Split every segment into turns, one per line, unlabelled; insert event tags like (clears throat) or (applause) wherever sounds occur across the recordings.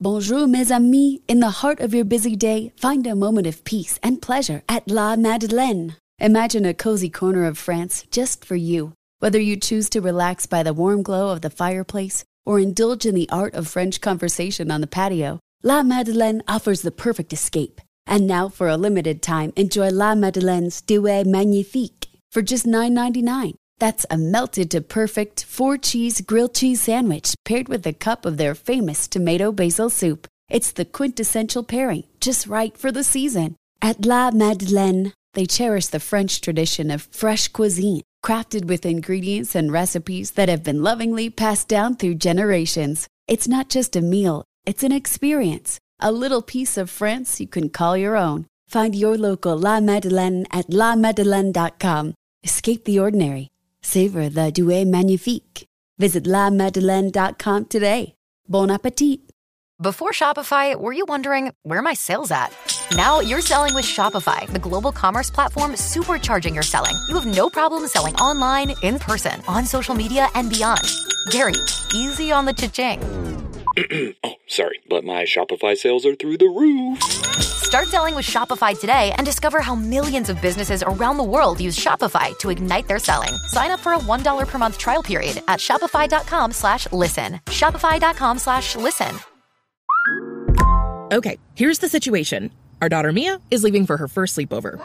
Bonjour, mes amis. In the heart of your busy day, find a moment of peace and pleasure at La Madeleine. Imagine a cozy corner of France just for you. Whether you choose to relax by the warm glow of the fireplace or indulge in the art of French conversation on the patio, La Madeleine offers the perfect escape. And now, for a limited time, enjoy La Madeleine's Duet Magnifique for just $9.99. That's a melted to perfect four cheese grilled cheese sandwich paired with a cup of their famous tomato basil soup. It's the quintessential pairing, just right for the season. At La Madeleine, they cherish the French tradition of fresh cuisine, crafted with ingredients and recipes that have been lovingly passed down through generations. It's not just a meal, it's an experience, a little piece of France you can call your own. Find your local La Madeleine at lamadeleine.com. Escape the ordinary. Savor the duet magnifique. Visit lamadeleine.com today. Bon appetit.
Before Shopify, were you wondering where are my sales at? Now you're selling with Shopify, the global commerce platform supercharging your selling. You have no problem selling online, in person, on social media, and beyond. Gary, easy on the cha-ching.
Oh, sorry, but my Shopify sales are through the roof.
Start selling with Shopify today and discover how millions of businesses around the world use Shopify to ignite their selling. Sign up for a $1 per month trial period at shopify.com slash listen. Shopify.com slash listen.
Okay, here's the situation. Our daughter Mia is leaving for her first sleepover.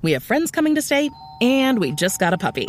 We have friends coming to stay, and we just got a puppy.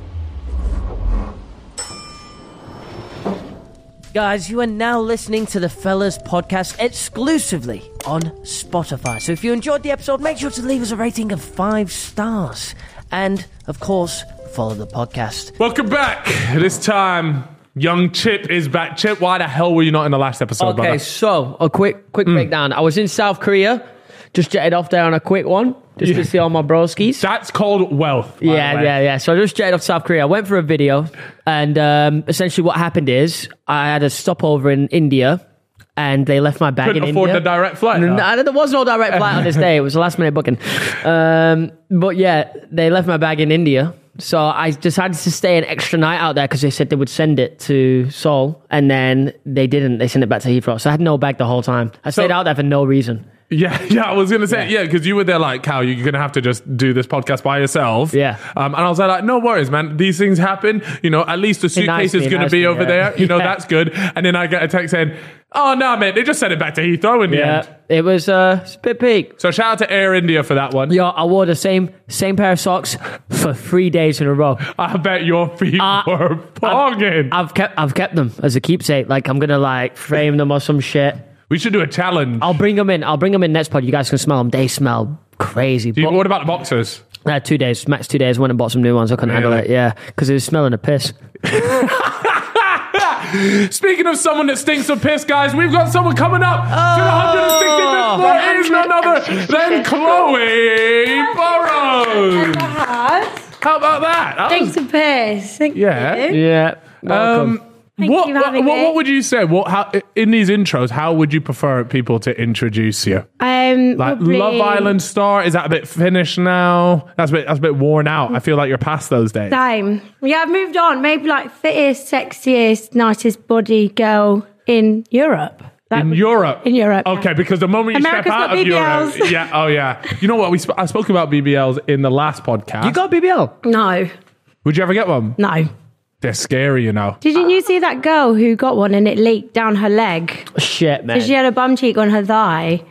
Guys, you are now listening to the Fellas podcast exclusively on Spotify. So if you enjoyed the episode, make sure to leave us a rating of five stars. And, of course, follow the podcast.
Welcome back. This time, young Chip is back. Chip, why the hell were you not in the last episode,
Okay,
brother?
so a quick quick breakdown. I was in South Korea, just jetted off there on a quick one, just to see all my broskies.
That's called wealth. by the
Yeah,
way.
yeah, yeah. So I just jetted off South Korea. I went for a video, and um, essentially what happened is I had a stopover in India, and they left my bag
Couldn't
in
afford
India.
the direct flight,
No,
huh?
no, there was no direct flight on this day. It was a last minute booking. Um, but yeah, they left my bag in India. So I decided to stay an extra night out there because they said they would send it to Seoul, and then they didn't. They sent it back to Heathrow. So I had no bag the whole time. I stayed out there for no reason.
(laughs) Yeah, yeah, I was gonna say, yeah, because you were there like, Cal, you're gonna have to just do this podcast by yourself.
Yeah.
Um, and I was like, no worries, man. These things happen. You know, at least the suitcase
nice
is
me,
gonna
nice
be
me,
over
yeah.
there. You
(laughs)
know,
Yeah.
that's good. And then I get a text saying, oh, no, mate, they just sent it back to Heathrow in the
Yeah,
end.
it was uh, it's a bit peak.
So shout out to Air India for that one.
Yo, I wore the same same pair of socks for three days in a row.
I bet your feet
Uh,
were bonging.
I've kept I've kept them as a keepsake. Like I'm gonna like frame them or some shit.
we should do a challenge.
I'll bring them in. I'll bring them in next pod. You guys can smell them. They smell crazy.
Do you-
But-
what about the boxers?
Uh, two days, max two days. Went and bought some new ones. I couldn't handle
Really?
it. Yeah, because it was smelling a piss.
Speaking of someone that stinks of piss, guys, we've got someone coming up to the 165th floor. It is none other than Chloe Burrows. How about that? That
Thanks
was-
for piss. Thank
Yeah.
you.
Yeah.
um,
Thank
what,
you for
what,
having
what,
me.
what would you say? What how in these intros? How would you prefer people to introduce you?
Um,
Like
probably-
Love Island star? Is that a bit finished now? That's a bit that's a bit worn out. I feel like you're past those days.
Same. Yeah, I've moved on. Maybe like fittest, sexiest, nicest body girl in Europe. That
in
would-
Europe.
In Europe. yeah.
Okay, because the moment you
America's
step out
got
of
BBLs.
Europe, yeah, oh yeah. You know what? We sp- I spoke about BBLs in the last podcast.
You got BBL?
No,
Would you ever get one?
no.
They're scary, you know.
Didn't you see that girl who got one and it leaked down her leg?
Shit, man.
She had a bum cheek on her thigh.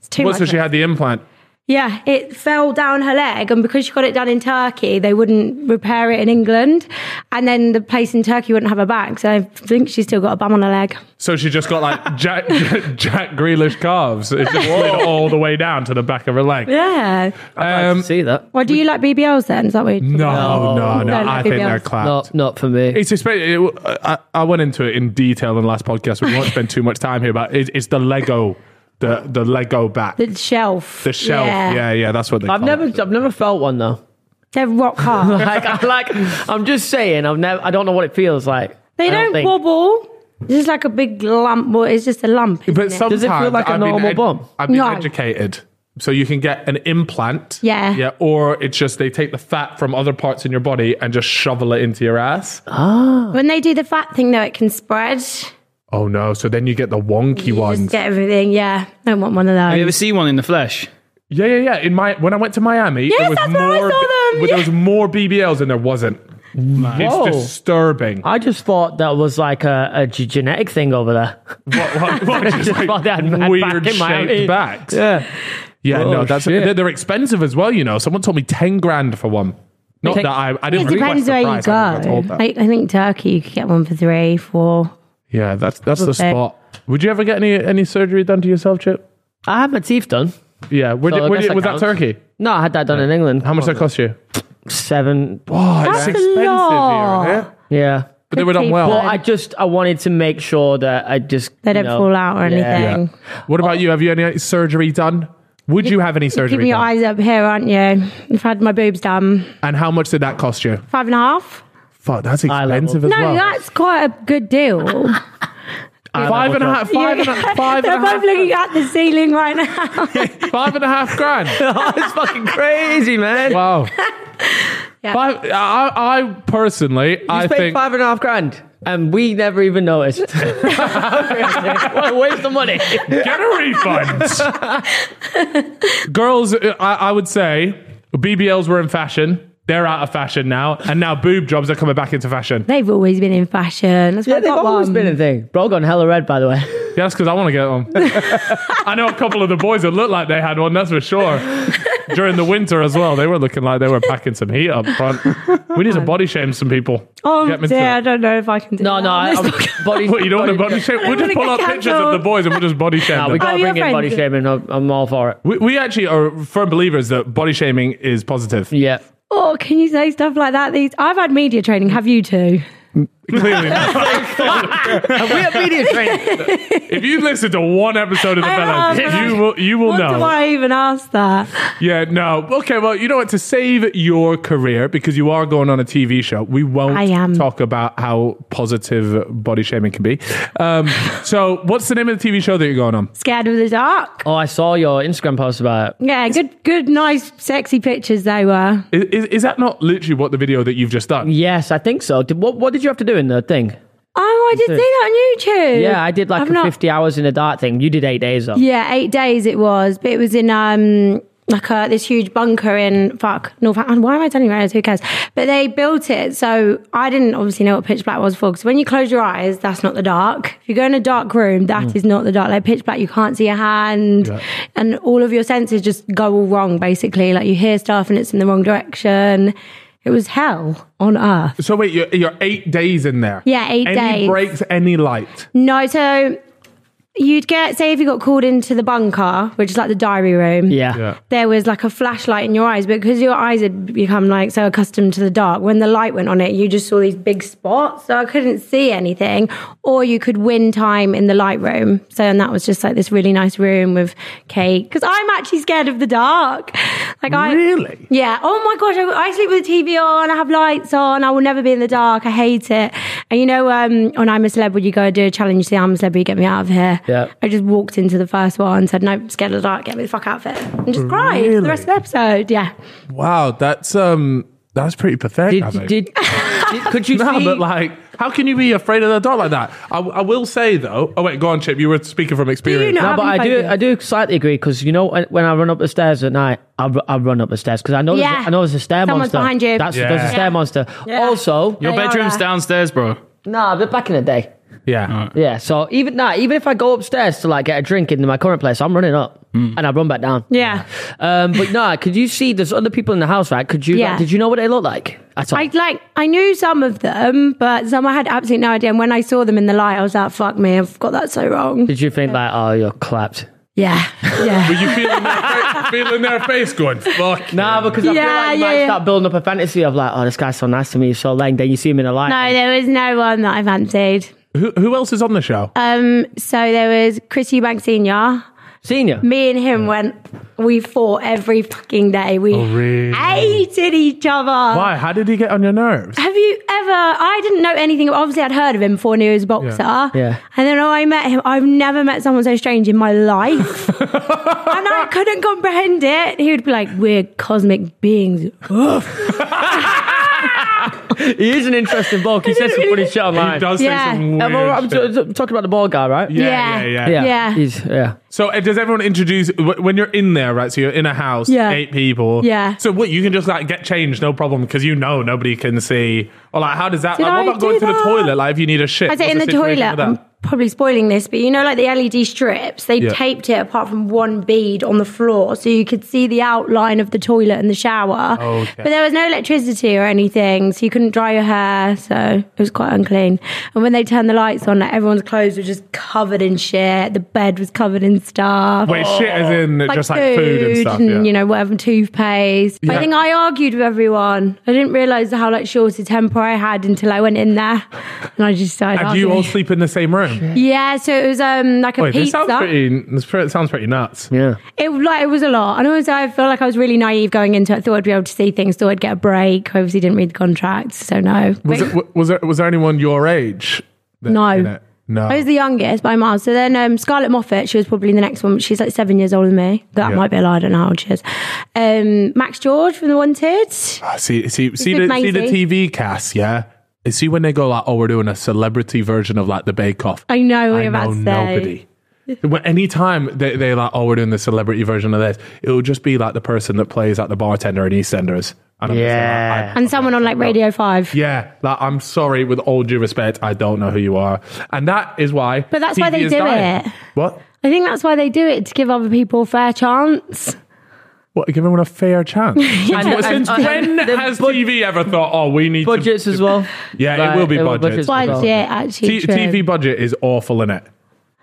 It's too
What?
much.
So she had the implant.
Yeah, it fell down her leg, and because she got it done in Turkey, they wouldn't repair it in England, and then the place in Turkey wouldn't have her back. So I think she's still got a bum on her leg.
So she just got like (laughs) Jack Jack Grealish calves. It just slid all the way down to the back of her leg.
Yeah.
Um,
see that?
Well, do you like BBLs then? Is that what? you
no, no, no.
No,
I
like
think they're
BBLs.
clapped.
Not not for me.
It's especially. It, I, I went into it in detail in the last podcast. We won't spend too much time here, but it, it's the Lego, the the Lego back, the,
The shelf.
shelf. Yeah. yeah, That's what they.
I've
call
never
it.
I've never felt one though. (laughs)
They're
(laughs)
rock hard.
Like, I, like I'm just saying, I've never, I don't know what it feels like.
They
I
don't,
think-
wobble. It's just like a big lump. Well, it's just a lump. isn't
But
it?
Does
sometimes
it feel like a
I've been
normal
ed-
bump?
I've been
No.
educated. So you can get an implant.
Yeah.
Yeah. Or it's just they take the fat from other parts in your body and just shovel it into your ass.
when they do the fat thing, though, it can spread.
Oh no. So then you get the wonky
You
ones.
just get everything. Yeah, don't want one of
Have you ever
those.
seen one in the flesh?
yeah, yeah, yeah. In my when I went to Miami,
Yes,
there was
that's
more
where I saw them.
well, there
Yeah.
was more BBLs than there wasn't.
Whoa.
It's disturbing.
I just thought that was like a, a g- genetic thing over there.
what, what, what, (laughs) just
Just thought they had mad
like weird
back in Miami.
shaped backs.
Yeah.
Yeah,
Oh,
no, that's
shit.
they're, they're expensive as well. You know, someone told me ten grand for one. Not that I, I
It
didn't. request
depends
the
where you
price,
go.
I think I told that.
I, I think Turkey, you could get one for three, four.
yeah, that's that's the
Okay.
spot. Would you ever get any any surgery done to yourself, Chip?
(laughs) I had my teeth done.
Yeah, where
So
did-
I
where
guess
did-
that
was that
counts.
Turkey?
No, I had that done in England.
How much did that cost you?
Seven.
Oh, it's
That's a
expensive here,
lot.
yeah?
Yeah.
But they were done
Fifty
well.
Well, I just I wanted to make sure that I just
They don't
you know,
fall out or
yeah.
anything.
What about you? Have you any surgery done? Would you have any
You're
surgery
keeping your
done?
eyes up here, aren't you? I've had my boobs done.
And how much did that cost you?
Five and a half.
Fuck, that's
Eye level.
expensive as
No,
well.
that's quite a good
(laughs)
deal.
Five and a half, five and a five
They're
and a half,
both looking at the ceiling
(laughs)
right now. (laughs)
five and a half grand.
it's fucking crazy, man.
(laughs)
Wow. Five, I, I personally,
You
I
spent
think
five and a half grand, and we never even (laughs) noticed. what a waste of money.
get a refund. Girls, I, I would say BBLs were in fashion. They're out of fashion now, and now boob jobs are coming back into fashion.
They've always been in fashion. That's why
Yeah,
I
they've
got
always
one.
been a thing. Bro gone hella red, by the (laughs) way.
Yeah, that's because I want to get one. I know a couple of the boys that looked like they had one. That's for sure. During the winter as well, they were looking like they were packing some heat up front. We need to body shame some people.
Oh
Get me to
dear, I
it.
don't know if I can do
No,
that.
no, I, I'm (laughs) body.
What, you don't want to body
body?
shame? We'll
don't
just pull
wanna
up
get
pictures of the
cancelled.
boys and we'll just body shame
Nah,
them.
we gotta
you're
bring in body
friends.
shaming. I'm I'm all for it.
We, we actually are firm believers that body shaming is positive.
Yeah.
Oh, can you say stuff like that? These I've had media training. Have you too?
Clearly,
And (laughs) we have media training.
if you listen to one episode of the
I
fellow,
have.
you will you will
What do
know.
I even ask that?
yeah, no. Okay, well, you know what? To save your career, because you are going on a TV show, we won't
I am.
talk about how positive body shaming can be. Um, (laughs) so, what's the name of the TV show that you're going on?
Scared of the dark?
Oh, I saw your Instagram post about it.
Yeah, good, good, nice, sexy pictures they were.
Is, is, is that not literally what the video that you've just done?
Yes, I think so. Did, what What did you have to do in the thing?
Oh, I did see that on YouTube.
Yeah, I did like
I've
a
Uh, not-
50 hours in the dark thing. You did eight days though.
Yeah, eight days it was, but it was in um like a, this huge bunker in fuck Northampton. Why am I telling you right? Who cares? But they built it, so I didn't obviously know what pitch black was for. Because when you close your eyes, that's not the dark. If you go in a dark room, that is not the dark. Like pitch black, you can't see a hand, and all of your senses just go all wrong. Basically, like you hear stuff and it's in the wrong direction. It was hell on earth.
So, wait, you're, you're eight days in there.
Yeah, eight
any
days.
breaks, any light.
No, so you'd get say if you got called into the bunker, which is like the diary room.
Yeah.
There was like a flashlight in your eyes, but because your eyes had become like so accustomed to the dark, when the light went on it, you just saw these big spots. So I couldn't see anything. Or you could win time in the light room. So, and that was just like this really nice room with cake. Because I'm actually scared of the dark. Like, I.
Really?
Yeah. Oh my gosh. I, I sleep with the TV on. I have lights on. I will never be in the dark. I hate it. And you know, um, on I'm a Celeb, when you go do a challenge, you say, I'm a Celeb, you get me out of here.
Yeah.
I just walked into the first one, said, No, I'm scared of the dark. Get me the fuck out of it. And just cried for
Really?
the rest of the episode. Yeah.
Wow, that's um, that's pretty pathetic. I
Did,
think.
did, (laughs) did- could you
no,
see?
but like, how can you be afraid of the dark like that? I, I will say though. Oh wait, go on, Chip. You were speaking from experience.
not
no, but I do.
Arachnophobia.
I do slightly agree because you know when- when I run up the stairs at night, I, ru- I run up the stairs because I know
Yeah.
there's, I know there's a stair
Someone's
monster.
behind you.
That's
Yeah.
there's a stair
Yeah.
monster.
Yeah.
Also,
Your
They are
bedroom's
there.
downstairs, bro.
nah, but back in the day,
Yeah.
yeah. So even nah, even if I go upstairs to like get a drink in my current place, I'm running up
Mm.
and I run back down.
Yeah.
Um, but nah, could you see? There's other people in the house, right? Could you?
Yeah.
did you know what they look like? At all?
I like I knew some of them, but some I had absolutely no idea. And when I saw them in the light, I was like, "Fuck me, I've got that so wrong."
did you think like, oh, you're clapped?
Yeah,
(laughs)
yeah.
Were you feeling their, fa- (laughs) feeling their face going, fuck.
Nah, because I feel
Yeah,
like you might
yeah, yeah.
start building up a fantasy of like, oh, this guy's so nice to me, he's so lame. Then you see him in a light.
No, there was no one that I fancied. Uh,
Who, who else is on the show?
Um, so there was Chrissy Eubank Senior.
Senior.
Me and him went. We fought every fucking day. We
Oh, really?
hated each other.
Why? How did he get on your
(laughs)
nerves?
Have you ever? I didn't know anything. Obviously, I'd heard of him before I knew he was a boxer.
Yeah.
And then when I met him. I've never met someone so strange in
(laughs)
my life, and I couldn't comprehend it. He would be like, "We're cosmic beings."
He is an interesting bloke. He says some funny
(laughs)
shit
He
online.
does
Yeah.
say some
I'm,
weird
all- I'm
shit.
t- t- talking about the bald guy, right?
yeah,
Yeah.
yeah, yeah,
Yeah.
Yeah.
He's, yeah.
So uh, does everyone introduce wh- when you're in there, right? So you're in a house,
Yeah.
eight people.
Yeah.
So what? You can just like get changed, no problem, because you know nobody can see. Or like, how does that?
Did
Like,
I
what about
do
going to the
that?
toilet? Like, if you need a shit,
I say
what's
in the
situation
toilet.
with that?
I'm probably spoiling this, but you know, like the LED strips, they
Yeah.
taped it apart from one bead on the floor, so you could see the outline of the toilet and the shower.
Okay.
But there was no electricity or anything, so you couldn't dry your hair, so it was quite unclean. And when they turned the lights on, like everyone's clothes were just covered in shit. The bed was covered in stuff.
Wait, shit as in just like food and stuff. yeah.
you know whatever toothpaste. But I
Yeah.
think I argued with everyone. I didn't realize how like short a temper I had until I went in there, (laughs) and I just started.
and do you
arguing.
all sleep in the same room?
Yeah, so it was um like a
Wait, this
pizza.
sounds pretty. This pre- sounds pretty nuts.
Yeah.
It like it was a lot, and also I feel like I was really naive going into it. Thought I'd be able to see things. Thought I'd get a break. Obviously, didn't read the contract, so no.
Was,
But
it, w- was there was there anyone your age? that-
No.
in it? no.
I was the youngest by miles. So then um, Scarlett Moffat, she was probably the next one. but She's like seven years older than me. That
Yeah.
might be a lie. I don't know how old she is. Um, Max George from The Wanted.
Ah, see, see, see
it
the see the
Maisie?
TV cast, yeah. And See when they go like, oh, we're doing a celebrity version of like the Bake Off.
I know what
I
you're
know
about to say.
nobody. When anytime they they like, oh, we're doing the celebrity version of this, it will just be like the person that plays like the bartender in EastEnders. And I'm just like,
Yeah.
I,
And someone on like Radio 5.
yeah, like I'm sorry, with all due respect, I don't know who you are, and that is why.
But that's why they
is
do
dying.
it.
What?
I think that's why they do it, to give other people a fair chance.
What? Give everyone a fair
(laughs)
chance. Since,
And-
since
and-
when
and the
has
bud-
TV ever thought, oh, we need to-
Budgets as well.
Yeah, it will be budgets.
as well.
Budget, actually.
T-
true.
TV budget is awful in it.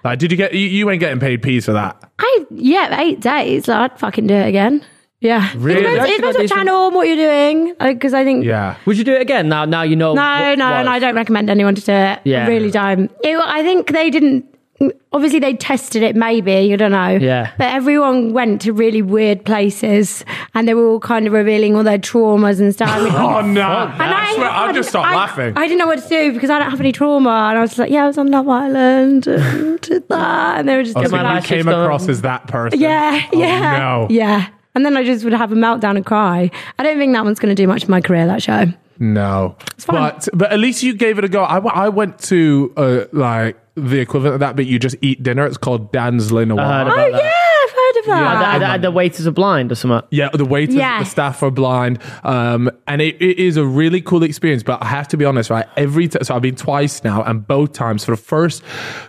Like, did you get? You, you ain't getting paid peas for that.
I yeah, eight days. like, I'd fucking do it again. Yeah,
Really?
It depends,
That's
it depends
a
what
good idea.
channel and what you're doing, because I think
Yeah.
Would you do it again now? Now you know.
no,
what
no,
it was?
no, I don't recommend anyone to do it.
Yeah.
I really don't. It, I think they didn't. Obviously, they tested it. Maybe you don't know. (laughs)
Yeah.
but everyone went to really weird places, and they were all kind of revealing all their traumas and stuff. I
(laughs)
mean,
Oh no!
and
I, swear, I'll just stop
I-
laughing.
I didn't know what to do because I don't have any trauma, and I was like, "Yeah, I was on Love Island and (laughs) did that," and they were just
Oh,
giving
so
me
my
you
life
like,
came
is done.
across as that person.
Yeah,
Oh,
yeah,
No.
yeah. And then I just would have a meltdown and cry. I don't think that one's going to do much in my career. That show.
No.
fine.
But but at least you gave it a go. I, w- I went to uh, like the equivalent of that, but you just eat dinner. It's called Danzlin or
heard
whatever.
about
Oh yeah, I've heard
And
of
the-
that.
and the- and the waiters are blind or something.
Yeah, the waiters,
Yeah.
the staff are blind, um, and it, it is a really cool experience. But I have to be honest, right? Every t- so I've been twice now, and both times for the first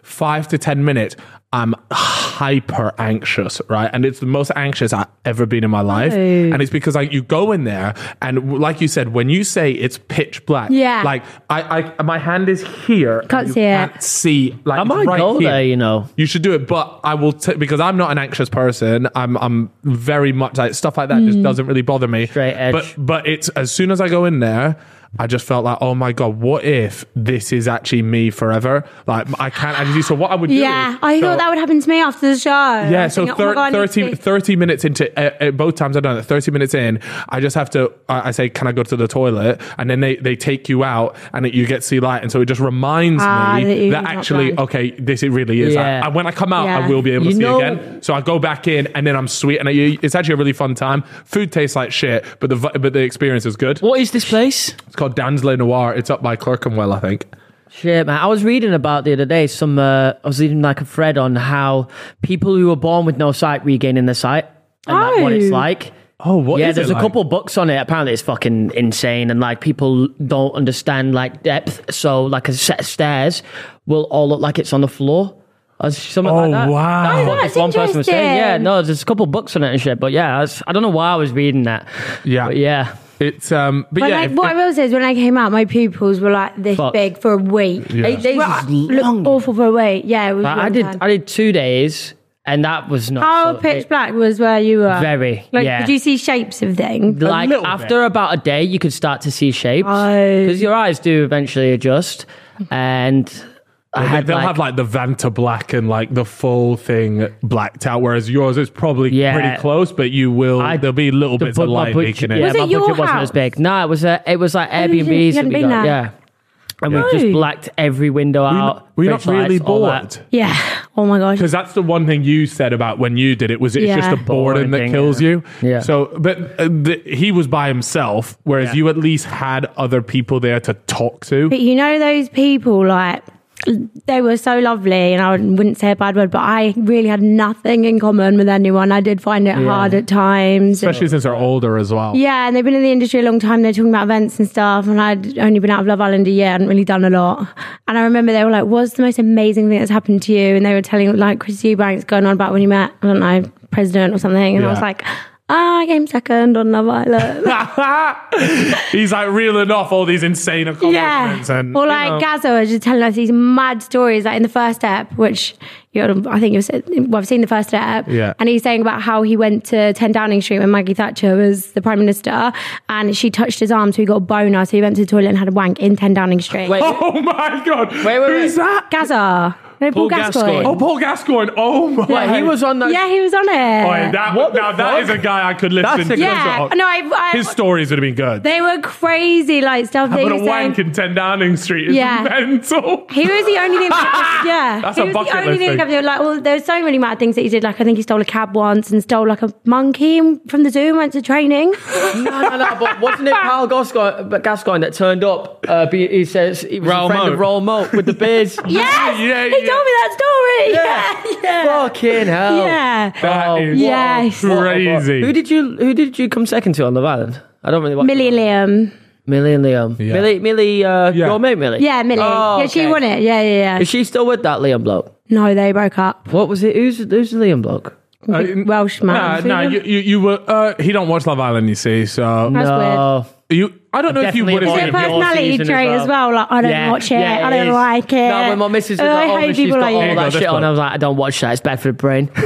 five to ten minutes, I'm hyper anxious, right? And it's the most anxious I've ever been in my life, and it's because like you go in there, and w- like you said, when you say it's pitch black,
Yeah.
like I, I my hand is here, and
Can't
you
see it.
can't see, like
I
it's
might
right
go
here.
there, you know.
You should do it, but I will t- because I'm not an anxious person. I'm I'm very much like stuff like that just doesn't really bother me.
Mm. Straight edge.
But but it's as soon as I go in there, I just felt like, oh my god, what if this is actually me forever? Like I can't actually. So what I would do?
yeah, I thought that would happen to me after the show. oh
Yeah, so
"Oh
thir- 30, 30 minutes into uh, uh, both times I've done it, 30 minutes in, I just have to, I, I say, can I go to the toilet? And then they, they take you out and it, you get to see light. And so it just reminds
Ah, that
me
you're
that,
not
actually,
blind.
okay, this it really is.
Yeah.
I, and when I come out,
Yeah.
I will be able
You
to see
know-
again. So I go back in and then I'm sweet. And I, it's actually a really fun time. Food tastes like shit, but the, vi- but the experience is good.
What is this place?
It's called Dansley Noir. It's up by Clerkenwell, I think.
Shit, man. I was reading about the other day some, uh, I was reading like a thread on how people who were born with no sight regaining their sight and like, what it's
Oh.
like.
Oh, what
yeah,
is it
there's a
like?
couple books on it. Apparently, it's fucking insane, and like people don't understand like depth. So, like a set of stairs will all look like it's on the floor, or something
Oh,
like that.
wow.
That's
Oh,
what
that's
this one person was saying. Yeah,
interesting.
no, there's a couple books on it and shit. But yeah, I, was- I don't know why I was reading that.
Yeah.
but yeah,
It's, um, but
But
yeah.
like,
if-
what I will say is, when I came out, my pupils were like this
Fucked.
big for a week.
eight days
Well, I
is
looked
long.
awful for a week. Yeah, it was.
Like, I
long
did,
time.
I did two days, and that was not
How
so-
pitch
it-
black was where you were?
Very,
Like,
yeah.
could you see shapes of things?
like
little
after about a day you could start to see shapes
Oh.
because your eyes do eventually adjust and I
They-
had
They'll
like,
have like the Vanta black and like the full thing blacked out, whereas yours is probably
Yeah.
pretty close, but you will.
I-
there'll be little bits
but
of
my
light
budget-
leaking in.
Yeah,
Was
my
it your
budget wasn't as
house?
big. No, it was a, it was like
you didn't-
Airbnbs
you
that
hadn't
we
been
got.
there?
Yeah, and we just
No.
blacked every window
Were you
out.
not, were you not
fridge
really
lights, all that.
bored?
Yeah. Oh my gosh.
Because that's the one thing you said about when you did it was it's
Yeah.
just the
Boring
boredom that
thing,
kills
yeah.
you.
Yeah.
So, but uh, the, he was by himself, whereas
Yeah.
you at least had other people there to talk to.
But you know those people, like they were so lovely, and I wouldn't say a bad word, but I really had nothing in common with anyone. I did find it hard at times. and-
Especially since they're older as well.
yeah, and they've been in the industry a long time. They're talking about events and stuff, and I'd only been out of Love Island a year. I hadn't really done a lot. And I remember they were like, "What's the most amazing thing that's happened to you?" And they were telling like Chris Eubanks going on about when you met, I don't know, president or something. And I was
Yeah.
like, "Ah, I came second on Love Island."
(laughs) He's like reeling off all these insane
Yeah.
accomplishments. And,
or
you
like
know.
Gazza was just telling us these mad stories, like in the first step, which you know, I think you said, well, I've seen the first step.
Yeah.
And he's saying about how he went to 10 Downing Street when Maggie Thatcher was the Prime Minister and she touched his arm, so he got a boner. So he went to the toilet and had a wank in 10 Downing Street.
Wait,
(laughs) Oh my God.
wait, wait.
Who's that?
Gazza. No, Paul,
Paul
Gascoigne.
Gascoigne.
Oh, Paul Gascoigne. Oh my.
wait, he was on that.
Yeah, he was on
Oh,
it.
that,
What the
now, that
fuck?
is a guy I could listen
That's
to.
a-
yeah.
talk.
No, I, I,
His stories would have been good.
they were crazy, like stuff
Having
they
a
were saying.
wank in 10 Downing Street is
Yeah.
mental.
He was the only thing. That, yeah,
That's
he
a
was
bucket
the only
list
thing.
thing.
That, like, well, there were so many mad things that he did. Like, I think he stole a cab once and stole like a monkey from the zoo and went to training.
No, no, no. But wasn't it Paul Gascoigne, but Gascoigne that turned up? Uh, be, he says he was
Raoul
a friend
Moat.
of Roll Moat with the
(laughs)
beers.
yes,
Yeah,
he
yeah.
told me that story. Yeah, yeah,
Fucking hell.
yeah.
Oh,
That is
Yes.
crazy.
Who did you Who did you come second to on Love Island? I don't really watch
Millie and Liam.
Millie and Liam.
Yeah.
Millie, Millie, uh,
Yeah.
your mate Millie.
Yeah, Millie.
Oh,
Yeah, she
okay.
won it. Yeah, yeah, yeah.
Is she still with that Liam bloke?
No, they broke up.
What was it? Who's Who's the Liam bloke?
Uh,
Welsh
Nah,
man.
nah, you, you, you were, uh, he don't watch Love Island, you see, so.
That's weird.
Oh,
You, I don't know if you
Definitely
would
a
Is
one
it
of
a
have.
your
personality
season as
trait
well.
as well? Like, I don't
Yeah.
watch it.
Yeah,
I don't
is.
like it.
No, when my missus was
Oh,
like,
I
oh,
hate
but she's
people
got
like
all
you.
that
Here you go,
shit
this
on. I
bloke.
was like, I don't watch that. It's bad for the brain.
(laughs)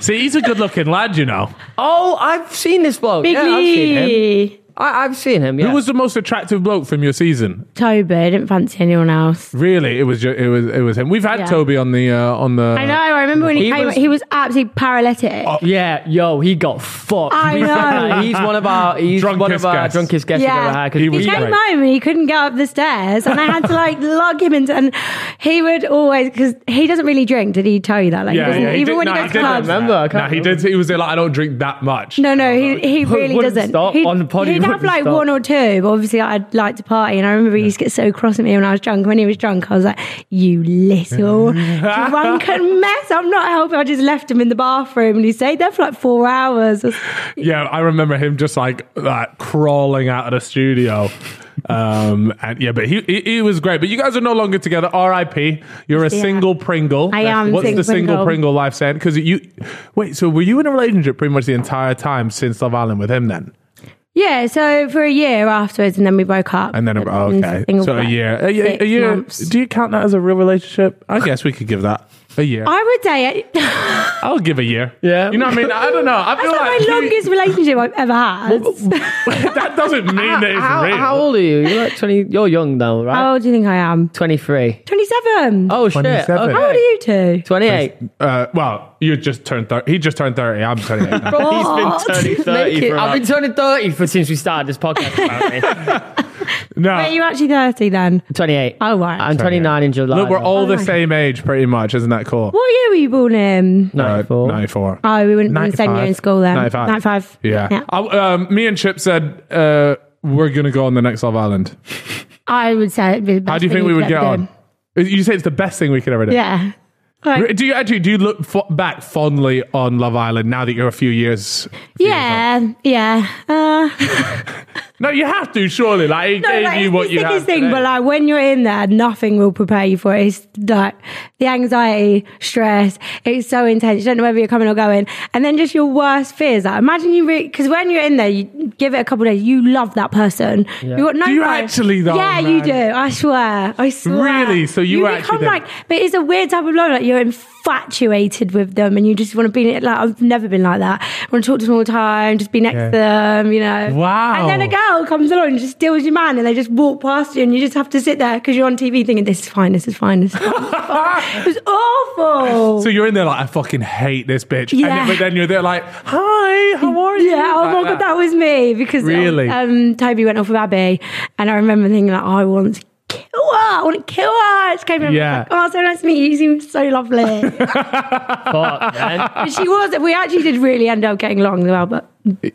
See, he's a good looking lad, you know.
oh, I've seen this bloke.
Big
yeah, I've seen him.
Lee.
I, I've seen him. Yeah.
Who was the most attractive bloke from your season?
Toby. I didn't fancy anyone else.
Really, it was ju- it was it was him. We've had
Yeah.
Toby on the uh, on the.
I know. I remember when he,
He
came.
was-
he was absolutely paralytic.
Yeah, yo, he got fucked. (laughs)
I know.
he's one of our he's
Drunkest
one of our
guests.
drunkest guests
Yeah.
we've ever had. 'cause
He
He
was-
came
Right.
home and he couldn't get up the stairs, and I had to like lug him into. And he would always because he doesn't really drink. Did he tell you that? Like, he doesn't, even when he goes to clubs.
remember. I
Nah,
can't
he did. He was like, I don't drink that much.
No, no, he, he really
wouldn't
doesn't.
stop
he'd,
on the pod, he
he'd have
wouldn't
like
stop.
one or two, but obviously I'd like to party. And I remember he used to get so cross at me when I was drunk. When he was drunk, I was like, "You little drunken mess! I'm not helping." I just left him in the bathroom, and he stayed there for like four hours.
Yeah, I remember him just like like crawling out of the studio. Um and yeah, but he, he he was great. But you guys are no longer together. R.I.P. You're a
Yeah.
single Pringle.
I am
What's
single
the single
Pringle.
Pringle life saying? Because you wait. So were you in a relationship pretty much the entire time since Love Island with him then?
Yeah, so for a year afterwards, and then we broke up.
And then oh, okay,
Single
so a
for
year. A, year-
six
a year.
months.
Do you count that as a real relationship? I guess we could give that a year.
I would say it, (laughs) that's
I'll give a year.
Yeah.
You know what I mean? I don't know. I feel
not my
like
longest relationship I've ever
(laughs)
had.
that doesn't mean
how,
that it's
how-
real.
how old are you? You're like twenty. You're young though, right?
How old do you think I am?
Twenty three.
27.
Oh shit.
27.
How old are you two?
Twenty eight.
Uh, well, you just turned 30. He just turned 30. I'm 28. now.
What?
Make it- I've been turning thirty for since we started this podcast. apparently.
no.
Are you actually 30 then?
twenty eight.
Oh, right.
I'm twenty nine in July.
Look, we're all the
Oh my-
same age, pretty much. Isn't that cool?
What year were you born in?
Uh,
ninety four.
94.
Oh, we wouldn't be in the same year in school then.
95.
95.
Yeah.
Yeah.
I, um, me and Chip said uh, we're going to go on the next Love Island.
I would say it'd be the best
How do you
thing
think we
you'd
would get
ever
on? Uh,
done.
You say it's the best thing we could ever do.
Yeah.
Re- Do you actually do you look fo- back fondly on Love Island now that you're a few years?
Yeah. Yeah. Uh,
No, you have to surely. Like it
no,
gave
like,
you
it's
what
the
you have.
sickest thing,
today.
but like when you're in there, nothing will prepare you for it. It's like the anxiety, stress. It's so intense. You don't know whether you're coming or going, and then just your worst fears. Like imagine you because when you're in there, you give it a couple of days. You love that person. You got no.
Do you
pride.
actually though,
Yeah, you
man?
do. I swear. I swear.
Really? So you
you
actually
become
do.
like, but it's a weird type of love. Like you you're infatuated with them and you just want to be like I've never been like that. I want to talk to them all the time, just be next to them, you know.
Wow.
And then a girl comes along and just steals your man and they just walk past you and you just have to sit there because you're on TV thinking this is fine, this is fine, this is fine. it was awful.
So you're in there like, I fucking hate this bitch. And
Oh. Yeah.
then, but then you're there like, hi, how are you?
Yeah, oh
Like
my god, that was me because um,
Really?
um, Toby went off with Abby, and I remember thinking like, I want to kill her, I want to kill her. She came in,
Yeah.
yeah. like, oh, so nice to meet you. You seem so lovely.
Fuck, man.
but she was. We actually did really end up getting along well, but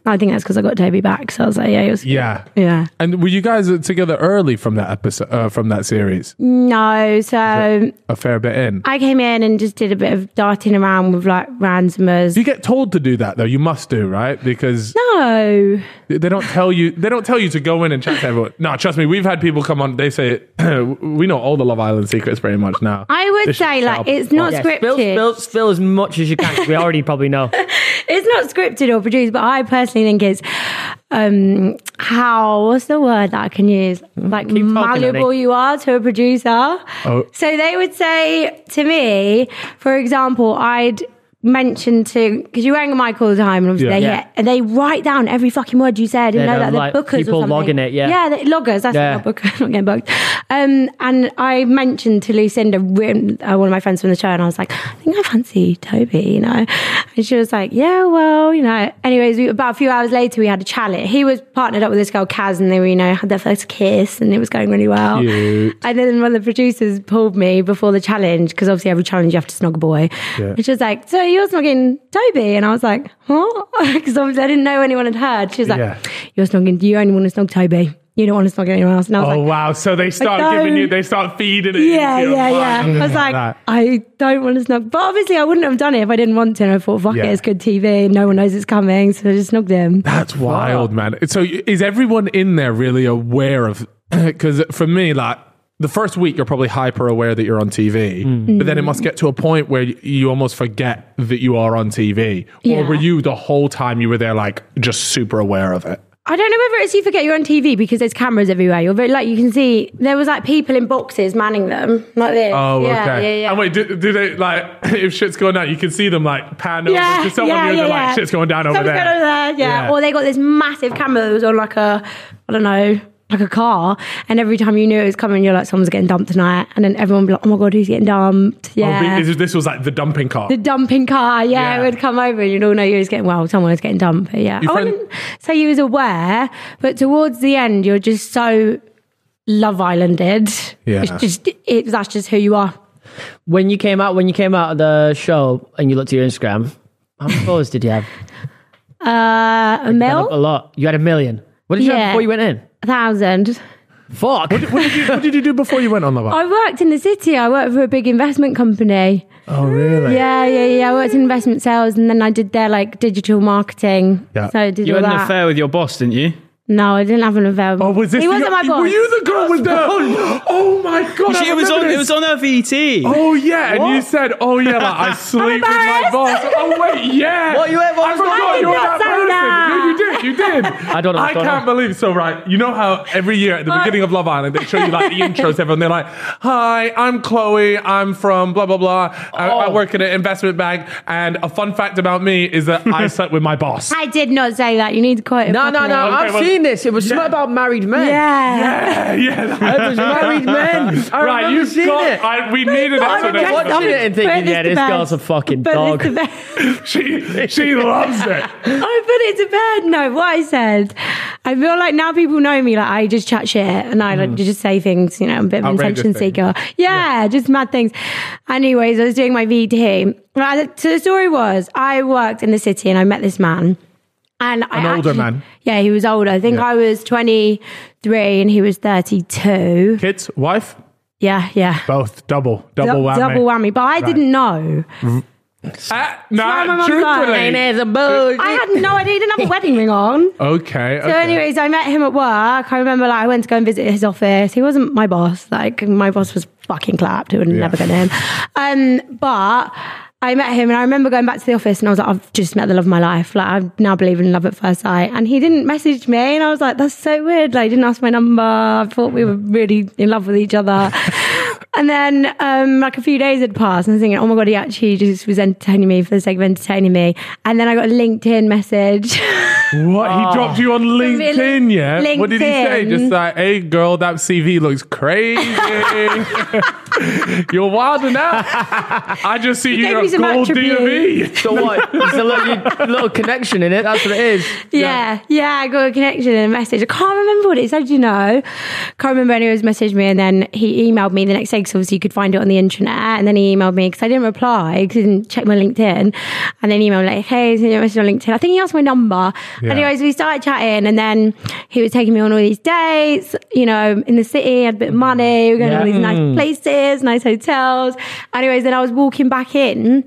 I think that's because I got Toby back. So I was like, yeah, it was,
Yeah.
yeah.
And were you guys together early from that episode, uh, from that series?
No, so
A fair bit in.
I came in and just did a bit of darting around with like ransomers.
you get told to do that though. You must do right because
no,
they don't tell you. They don't tell you to go in and chat to everyone. No, trust me. We've had people come on. They say (clears throat) we know all the Love Island secrets pretty much now.
I would
This
say,
shit's
like,
sharp.
it's not
Yeah,
scripted.
spill, spill, spill as much as you can 'cause we already probably know.
(laughs) it's not scripted or produced, but I personally think it's um how what's the word that I can use? Like
talking,
malleable
Annie.
you are to a producer.
Oh.
So they would say to me, for example, I'd mention to because you rang a mic all the time and obviously
Yeah.
they
Yeah.
hit and they write down every fucking word you said
Yeah,
and know
they're
that they're
like
bookers
people
or something.
logging it, yeah.
yeah they, loggers that's
Yeah.
not book (laughs) not getting booked um and I mentioned to Lucinda when- uh, one of my friends from the show and I was like I think I fancy Toby you know and she was like yeah well you know anyways we, about a few hours later we had a challenge he was partnered up with this girl Kaz and they were you know had their first kiss and it was going really well
Cute.
and then one of the producers pulled me before the challenge because obviously every challenge you have to snog a boy
Yeah.
and she was like so you're snogging Toby and I was like huh (laughs) because obviously I didn't know anyone had heard she was like
Yeah.
you're snogging you only want to snog Toby you don't want to snog anyone else and I was
Oh
like
wow! So they start
don't-
giving you. They start feeding it.
yeah,
into your
yeah,
mind.
yeah. I was like,
that.
I don't want to snog. But obviously, I wouldn't have done it if I didn't want to. And I thought, fuck
Yeah.
it, it's good TV. No one knows it's coming. So I just snogged him.
That's wild, man. So is everyone in there really aware of? (clears throat) Because for me, like the first week, you're probably hyper aware that you're on TV,
Mm.
but then it must get to a point where y- you almost forget that you are on TV. Or
Yeah.
were you the whole time you were there, like just super aware of it?
I don't know whether it's you forget you're on TV because there's cameras everywhere. You're very, like, you can see there was like people in boxes manning them like this.
Oh,
yeah,
okay.
Yeah, yeah.
And wait, do, do they like (clears throat) if shit's going down, you can see them like pan over
yeah,
to someone
yeah,
and
yeah,
they're
yeah.
like shit's going down over
Someone's uh,
there.
going over there, yeah.
Yeah.
Or they got this massive camera that was on like a, I don't know, like a car. And every time you knew it was coming, you're like, someone's getting dumped tonight. And then everyone would be like, oh my God, who's getting
Oh,
dumped? Yeah.
this, this was like the dumping car.
the dumping car. Yeah,
Yeah.
it would come over and you'd all know you was getting well, someone was getting dumped. But yeah.
Your
I
friend-
wouldn't say you was aware, but towards the end you're just so Love Islanded.
Yeah.
It's just it, that's just who you are.
When you came out, when you came out of the show and you looked at your Instagram, how many followers did
(laughs)
you have?
Uh a
Went up a
mil
lot. You had a million. What did you have
Yeah.
before you went in?
a thousand.
Fuck.
what, did you, what did you do before you went on the bus?
I worked in the city. I worked for a big investment company.
Oh, really?
Yeah, yeah, yeah. I worked in investment sales and then I did their like digital marketing.
Yeah.
So I did
You
all
had an
that.
affair with your boss, didn't you?
No, I didn't have an affair.
Oh, was this?
He
the-
wasn't my boss.
Were you the girl with the? Oh my god! I
She, it was
remember
on.
this.
It was on her VT.
Oh yeah, and you said, "Oh yeah, like, I sleep with my
embarrassed.
boss." Oh wait, yeah.
What, you were- what
I
was that?
forgot
I
you
did
were
not
that person.
say
No, you did. You did. I
don't know
I
what's going
can't believe. So right, you know how every year at the beginning of Love Island they show you like the
(laughs)
intros, everyone they're like, "Hi, I'm Chloe. I'm from blah blah blah. I, I
Oh.
work at an investment bank, and a fun fact about me is that I slept with my boss."
I did not say that. You need to quote it
No, no,
properly.
no. I've
well-
seen this. It was something about married men.
Yeah.
Yeah, (laughs) yeah. (laughs)
It was married men. I
right,
remember
you've
seeing
got.
it.
I, we needed it.
I
for
remember
next
watching
episode.
it and thinking,
Put
yeah,
to
this
bed.
girl's a fucking
Put
dog.
This to bed.
She she loves it.
I put it to bed. No, what I said. I feel like now people know me. Like I just chat shit and I like, just say things. You know, I'm a bit of an
Outrageous
attention
things.
seeker. Mm. Yeah, just mad things. Anyways, I was doing my VT. Right, So the story was, I worked in the city and I met this man. And I
An older
actually-
man.
Yeah, he was older. I think
Yeah.
I was 23 and he was 32.
Kids, wife,
Yeah, yeah.
both double double
Du-
whammy.
Double whammy. But I didn't know.
Ah,
Sorry,
nah,
my mum's
And
truthfully.
there's a bug.
Uh, I had no idea. He didn't (laughs) have a wedding ring on.
Okay.
So, anyways, I met him at work. I remember, like, I went to go and visit his office. He wasn't my boss. Like, my boss was fucking clapped. It would never get in. Um, but I met him, and I remember going back to the office, and I was like, I've just met the love of my life. Like, I now believe in love at first sight. And he didn't message me, and I was like, that's so weird. Like, he didn't ask my number. I thought we were really in love with each other. And then, um, like a few days had passed, and I was thinking, oh my God, he actually just was entertaining me for the sake of entertaining me. And then I got a LinkedIn message. (laughs)
What? He dropped you on
Really?
LinkedIn, yeah? What did he say?
LinkedIn.
Just like, hey, girl, that CV looks crazy. (laughs) You're wilding out. I just see
gave
you
me
at
some
Gold
attributes.
(laughs)
DME.
So what? There's a little, little connection in it. That's what it
(laughs)
is.
Oh,
Yeah, yeah, I got a connection and a message. I can't remember what it said, you know. Can't remember anyone's messaged me, and then he emailed me the next day because obviously you could find it on the internet. And then he emailed me because I didn't reply because I didn't check my LinkedIn. And then he emailed like, "Hey, send you a message on LinkedIn." I think he asked my number.
Yeah.
Anyways, we started chatting, and then he was taking me on all these dates. You know, in the city, I had a bit of money. We were going to all these nice places, nice hotels. Anyways, then I was walking back in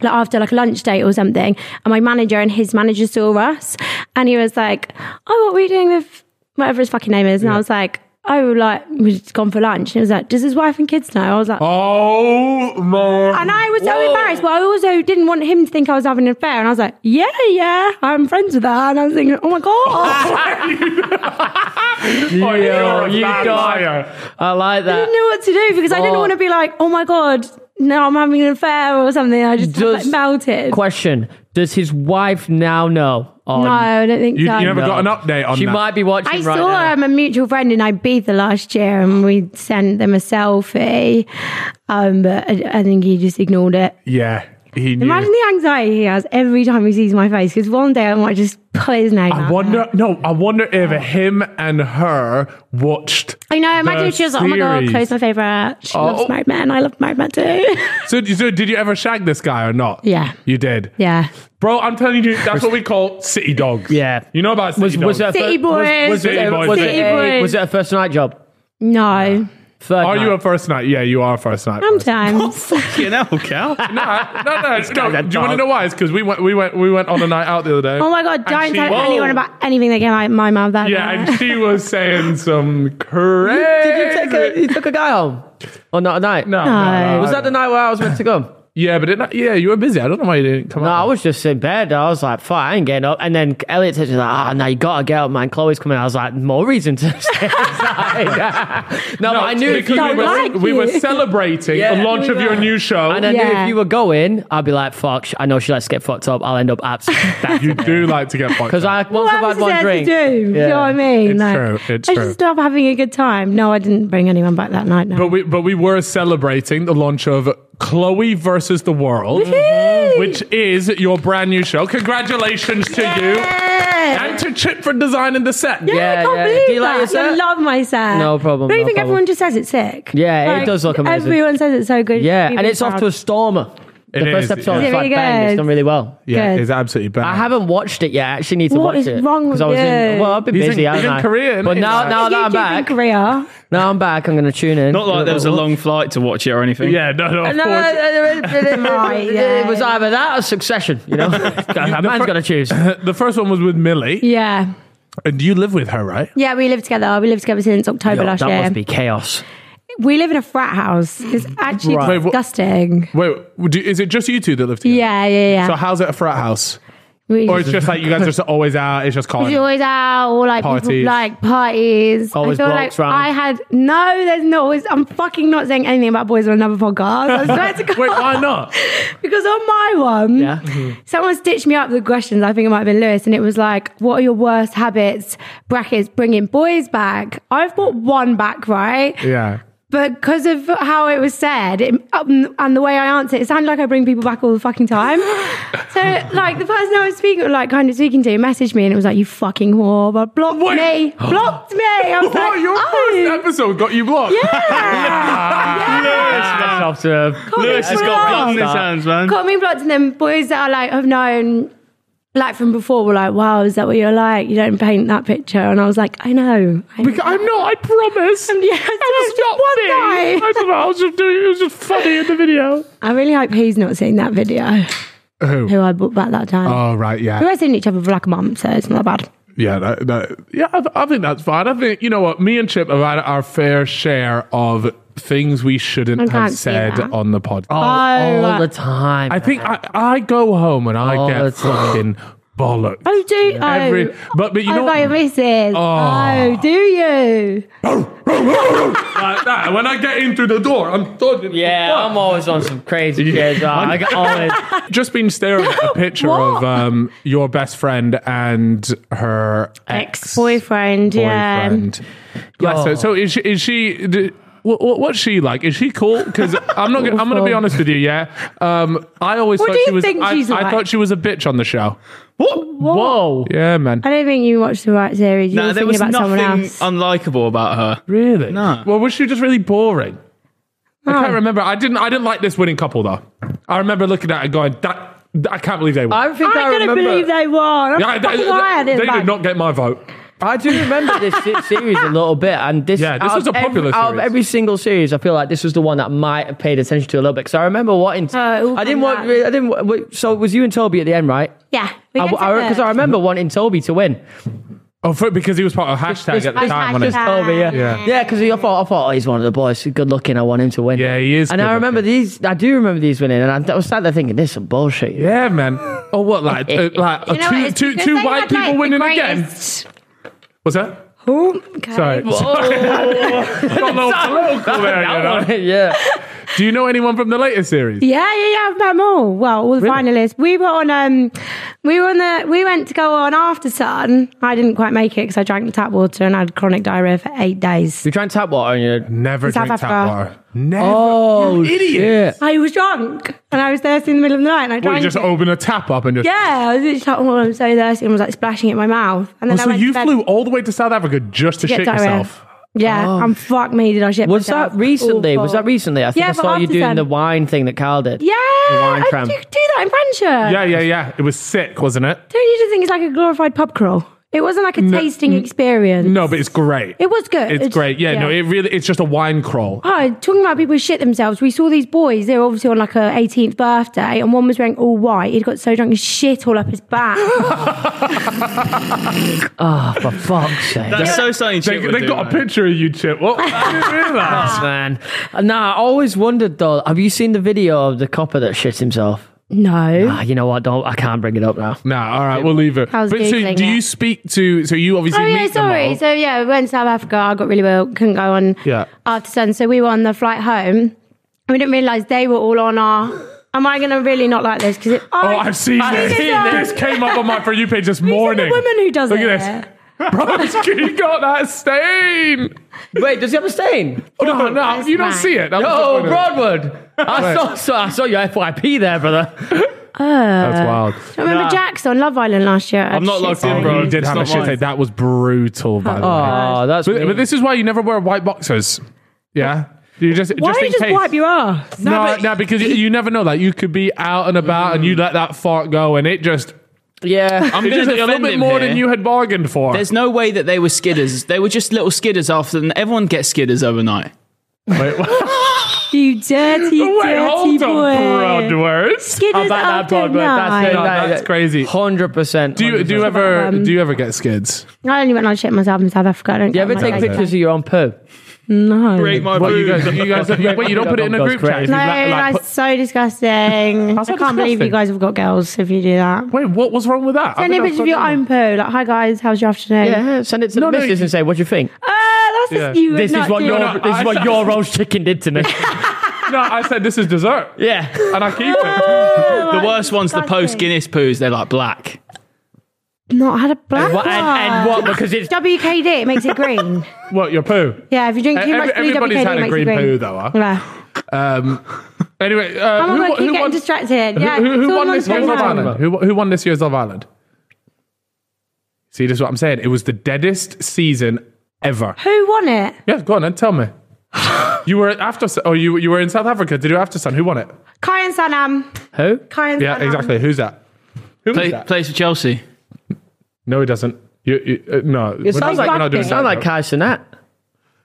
like after like a lunch date or something, and my manager and his manager saw us, and he was like, "Oh, what were you doing with whatever his fucking name is?" And I was like, "Oh, like we have just gone for lunch." And he was like, "Does his wife and kids know?" I was like,
Oh, my.
and I was so embarrassed, but I also didn't want him to think I was having an affair. And I was like, "Yeah, yeah, I'm friends with her." And I was thinking, "Oh my
(laughs)
god,
Oh, you're a
you
bad
guy.
liar.
I like
I
that.
didn't know what to do because I didn't
Oh.
want to be like, oh my god, no, I'm having an affair or something." I just like,
Does-
melted.
Question: Does his wife now know? Or
no, I don't think
You,
so.
you never
No.
got an update on
she
that.
might be watching
I
right
saw
now.
um, a mutual friend in Ibiza last year, and we sent them a selfie. Um, but I, I think he just ignored it.
Yeah, he knew.
Imagine the anxiety he has every time he sees my face. Because one day I might just put his name.
I
out there.
wonder. No, I wonder if him and her watched.
Oh. I know. Imagine
the
if she was like, "Oh my god,
series.
Chloe's my favorite. She
Oh.
loves married men. I love married men too."
(laughs) So, so did you ever shag this guy or not?
Yeah.
you did.
yeah.
Bro, I'm telling you, that's what we call city dogs.
Yeah.
you know about city
Was,
dogs.
was it a
City
fir-
boys.
Was, was,
City
it,
boys.
was,
City
it, a-
boys.
was it a first night job?
No.
Third
Are
night.
you a first night? Yeah, you are a first night. person. (laughs)
Sometimes.
Fucking hell, Cal.
no, no,
(laughs)
no. no.
a
Do you want to
dog.
know why? It's because we went, we went, we went on a night out the other day.
oh my god!
And
Don't
she-
tell
Whoa.
anyone about anything that came out of my mouth
(laughs)
that
Yeah,
night.
and she was saying some crazy.
Did you take a, you took a guy home? Or not a night?
No, no, no.
Was that the night where I was meant to go?
Yeah, but didn't I- yeah, you were busy. I don't know why you didn't come.
No,
out.
I was just in bed. I was like, "Fuck, I ain't getting up." And then Elliot texted me like, "Ah, no, you gotta get up, man. Chloe's coming." I was like, "More reason to (laughs) stay (laughs) outside." no, but I knew if
because
you
we were,
were,
like
we
you.
were celebrating
Yeah.
the launch of your new show.
and I knew
Yeah.
if you were going, I'd be like, "Fuck, sh- I know she likes to get fucked up. I'll end up absolutely (laughs)
you do like to get fucked.
because
up.
I once
What
I've had
else is
one
there
drink.
To do? do you know what I mean?
It's true, it's
I
true.
just love having a good time. No, I didn't bring anyone back that night. No.
But we but we were celebrating the launch of Chloe versus the World, which is your brand new show. Congratulations to you
yeah.
and to Chip for designing the set.
Yeah, I can't
yeah.
believe
Do you like
that.
your set?
I love my set.
No problem,
Don't you
no
think
problem.
everyone just says it's sick?
Yeah, it does look amazing.
Everyone says it's so good.
Yeah,
You'd
and
be
it's off
proud.
to a stormer. The
It
first
is,
episode
yeah.
was
Is it
like
really
bang. It's
good?
done really well.
Yeah,
Good.
it's absolutely bad.
I haven't watched it yet. I actually need to
What
watch
is
it.
wrong
'Cause I was
with
in,
you?
well, I've been
He's in-
busy,
he's
haven't
in
I?
Korea, isn't
But
he?
now,
He's
now that I'm
YouTube in
back, (laughs)
Korea.
now I'm back, I'm going to tune in.
Not like there was a long flight to watch it or anything.
Yeah, no, no. of
No,
course.
(laughs)
(laughs) Right,
it was
yeah.
either that or Succession. You
(laughs)
know, (laughs) a man's got to choose.
the first one was with Millie,
Yeah.
and you live with her, right?
Yeah, we live together. We lived together since October
that
last year.
must be
(laughs)
chaos.
We live in a frat house. It's actually
Right. Wait, what-
disgusting.
Wait, do, is it just you two that live together?
yeah, yeah, yeah.
So how's it a frat house?
We
Or
just-
it's just like you guys are just always out. It's just calling.
She's always out or like
Parties.
people like parties.
Always
I feel
blokes
like
round.
I had no, there's no always I'm fucking not saying anything about boys on another podcast. I
(laughs)
swear to God.
Wait, why not?
(laughs) Because on my one,
Yeah.
someone stitched me up with questions. I think it might have been Lewis, and it was like, "What are your worst habits?" Brackets bringing boys back. I've brought one back, right?
Yeah.
But because of how it was said it, um, and the way I answered, it sounded like I bring people back all the
(laughs)
fucking time. so, like, the person I was speaking, like, kind of speaking to, messaged me and it was like, you fucking whore, but blocked
Wait.
me. blocked me. I was
What?
like,
Your
oh.
first episode got you blocked. (laughs)
Yeah.
That's off to a-
Got me
Lewis has
blocked.
got blood in his hands, man.
Got me blocked, and then boys that I like have known, like from before, were like, "Wow, is that what you're like? You don't paint that picture." And I was like, "I know." I know.
Because I'm not, I promise.
Yeah,
It's
just
not
one
me.
guy.
I don't know. I was just doing. It was just funny in the video.
I really hope he's not seen that video.
Who?
Who I bought back that time.
Oh right,
We
yeah,
were seeing each other for like a month, so it's not bad.
yeah, that, that, yeah. I, I think that's fine. I think you know what. Me and Chip have had our fair share of things we
I
shouldn't have
can't see
said
that. Ah.
on the podcast. Oh,
all the time.
I think I, I go home and I
All the
get
time.
fucking bollocks.
Oh, do oh,
Every- but- but you
oh,
know-
by your missus.
Oh.
Oh. do you?
like that. When I get in through the door, I'm dodging.
Yeah,
Fuck.
I'm always on some crazy
Yeah.
shit. I got
(laughs)
always.
just been staring at
(laughs)
a picture
What?
of um, your best friend and her ex
Ex-boyfriend, yeah.
boyfriend. Bless her. So is she? Is she d- what, what, what's she like? Is she cool? Because I'm not. Gonna, I'm going to be
Awful.
honest with you. Yeah. Um, I always
What
thought
do you
she was.
think
I,
she's
I
like?
thought she was a bitch on the show.
Whoa.
Yeah, man.
I don't think you watched the right series. You
No,
were
there
thinking
was
about someone
nothing
else.
unlikable about her.
Really?
No.
Well, was she just really boring? I
Oh.
can't remember. I didn't. I didn't like this winning couple though. I remember looking at it and going, "That I can't believe they won."
I think I,
I couldn't
remember.
believe they won. I'm
Yeah,
fucking
they-
wired in
they
back.
did not get my vote.
I do remember this se- series a little bit, and this
Yeah, this
out
was a
of
popular
every, out of
series.
every single series. I feel like this was the one that I might have paid attention to a little bit because I remember what in,
Oh, it all
I didn't
come
want.
back.
re- I didn't. wa- wa- So it was you and Toby at the end, right?
Yeah, we
Because
get
I,
it.
'cause I remember wanting Toby to win.
Oh, for, because he was part of hashtag
Just-
at the
just-
time. wasn't
just
he?
hashtag.
Toby, yeah,
Yeah.
yeah. Because I thought, I thought, oh, he's one of the boys. He's good looking. I want him to win.
Yeah, he is
And I
good
remember these. I do remember these winning, and I, I was sat there thinking, this is some bullshit.
Yeah, man. Oh, what like uh, like uh,
You know what,
two
it's
two
because
two
they
white
had, like,
people
the
winning again?
greatest-
What's that?
Oh, okay.
Sorry,
(laughs)
Got a little political there, you know.
(laughs) yeah.
Do you know anyone from the latest series?
Yeah, yeah, yeah. I've met them all. Well, all the finalists. We were on. Um, we were on the. We went to go on after sun. I didn't quite make it because I drank tap water and I had chronic diarrhea for eight days.
You drank tap water, and you.
Never
South
drink tap
Africa.
water. Never.
Oh,
you idiot!
shit.
I was drunk and I was thirsty in the middle of the night. And I
What,
drank
you just
it.
open a tap up and just.
Yeah, I was just like, oh, I'm so thirsty, and was like splashing it in my mouth. And
Oh,
then I
so
went
you
to bed.
flew Oh. all the way to South Africa just to
get
shit
diarrhea.
yourself.
Yeah, and fuck me, did I
(laughs)
shit
Was
myself.
that recently? Was
Awful.
that recently? I think
Yeah,
I
but
saw you
after
doing
then-
the wine thing that Carl did.
Yeah,
The wine
I
tram.
do, do that in Franchise.
Yeah, yeah, yeah. It was sick, wasn't it?
Don't you just think it's like a glorified pub crawl? It wasn't like a tasting experience.
No, but it's great.
It was good.
It's great. Yeah, no, it really. It's just a wine crawl.
Oh, talking about people who shit themselves. We saw these boys. They were obviously on like a 18th birthday, and one was wearing all white. He'd got so drunk, he shit all up his back. (gasps)
Oh, for fuck's sake.
That's so something.
They,
Chip would
they
do,
got a
mate.
picture of you, Chip.
(laughs)
What? I didn't realise.
man. Nah, I always wondered though. Have you seen the video of the copper that shits himself?
no,
Ah, you know what? Don't. I can't bring it up now.
Nah, all right, we'll leave it.
I was
But so,
Googling
do
it.
you speak to? So you obviously
Oh
meet
yeah, sorry.
them all.
So yeah, we went to South Africa. I got really well. Couldn't go on
Yeah.
after sun. So we were on the flight home. We didn't realise they were all on our. Am I going to really not like this? Because
oh, I've seen this. This came
(laughs)
up on my for you page this morning.
um, The woman who does
Look
it.
at this.
(laughs)
(laughs) Broski got that stain.
Wait, does he have a stain?
Oh, no, no,
that's
you don't
mine.
see it. That was
Oh,
just one of-
Broadwood. I saw, so, I saw your FYP there, brother.
That's wild.
I remember
Nah.
Jack's on Love Island last year.
I'm not logged
Oh,
in, bro.
you did
It's
have a
not
shit
mine.
take. That was brutal, by the way.
Oh, that's.
But,
mean.
but this is why you never wear white boxers. Yeah. You just,
Why
just
don't
in
you just
case.
wipe your ass?
No, no, because you, you never know. Like you could be out and about, and you let that fart go, and it just
yeah.
I'm
it
going
just a
to
little
defend
bit
him
more
here.
than you had bargained for.
There's no way that they were skidders. They were just little skidders after, and everyone gets skidders overnight.
Wait,
(laughs) You
(laughs)
dirty,
Wait,
dirty
hold on,
boy.
Broadwords.
Skidders
about that
after
Broadway? That's
nine.
it.
No, that's crazy.
Hundred percent.
Do you do you ever do you ever get skids?
I only went on shit myself in South Africa. I don't
You
care
ever
about
take
that.
pictures of your own poo?
No.
Break my
What you
boobs.
guys you
(laughs)
guys you- wait you don't put it in a
Goes
group chat?
crazy.
You
No,
like- like put-
that's so disgusting. I
How's that
can't believe
disgusting?
you guys have got girls if you do that.
Wait, what was wrong with that? I
Send a
think I've
picture of
got
your
that
own poo. Like, hi guys, how's your afternoon?
Yeah, send it to
No,
the
no,
missus
you-
and say, "What do you think?"
Uh, that's just you. would
This is
not
what
do
your
that.
no,
this
I-
is what your roast chicken did
(laughs)
to me. (laughs)
one. No, I said this is dessert,
yeah.
and I keep it.
The worst one's the post Guinness poos. They're like black.
Not had a black
What-
one.
and, and
Ah.
what? Because it's
WKD it makes
(laughs)
it green.
What your poo?
yeah, if you drink too
Every-
much blue
everybody's
WKD,
had
it
a
makes
green
it green.
poo though. Huh?
Yeah.
Um, anyway, uh,
Oh my
who,
god,
won-
keep
who
getting
won?
distracted.
who-
Yeah,
who,
it's
who
all
won
on
this
the
year's Love
background.
Island? Who, who won this year's Love Island? See, this is what I'm saying. It was the deadest season ever.
Who won it?
Yeah, go on and tell me.
(laughs)
you were at after, oh, you you were in South Africa. Did you after sun? Who won it?
Kai and Sanam.
who?
Kai and
Yeah,
Sanam.
exactly. Who's that? Who is
Play,
that?
plays for Chelsea.
No, he doesn't. You, you, uh, no,
It sounds
not-
like
we're not
you
doing
sound like Kai Sinat.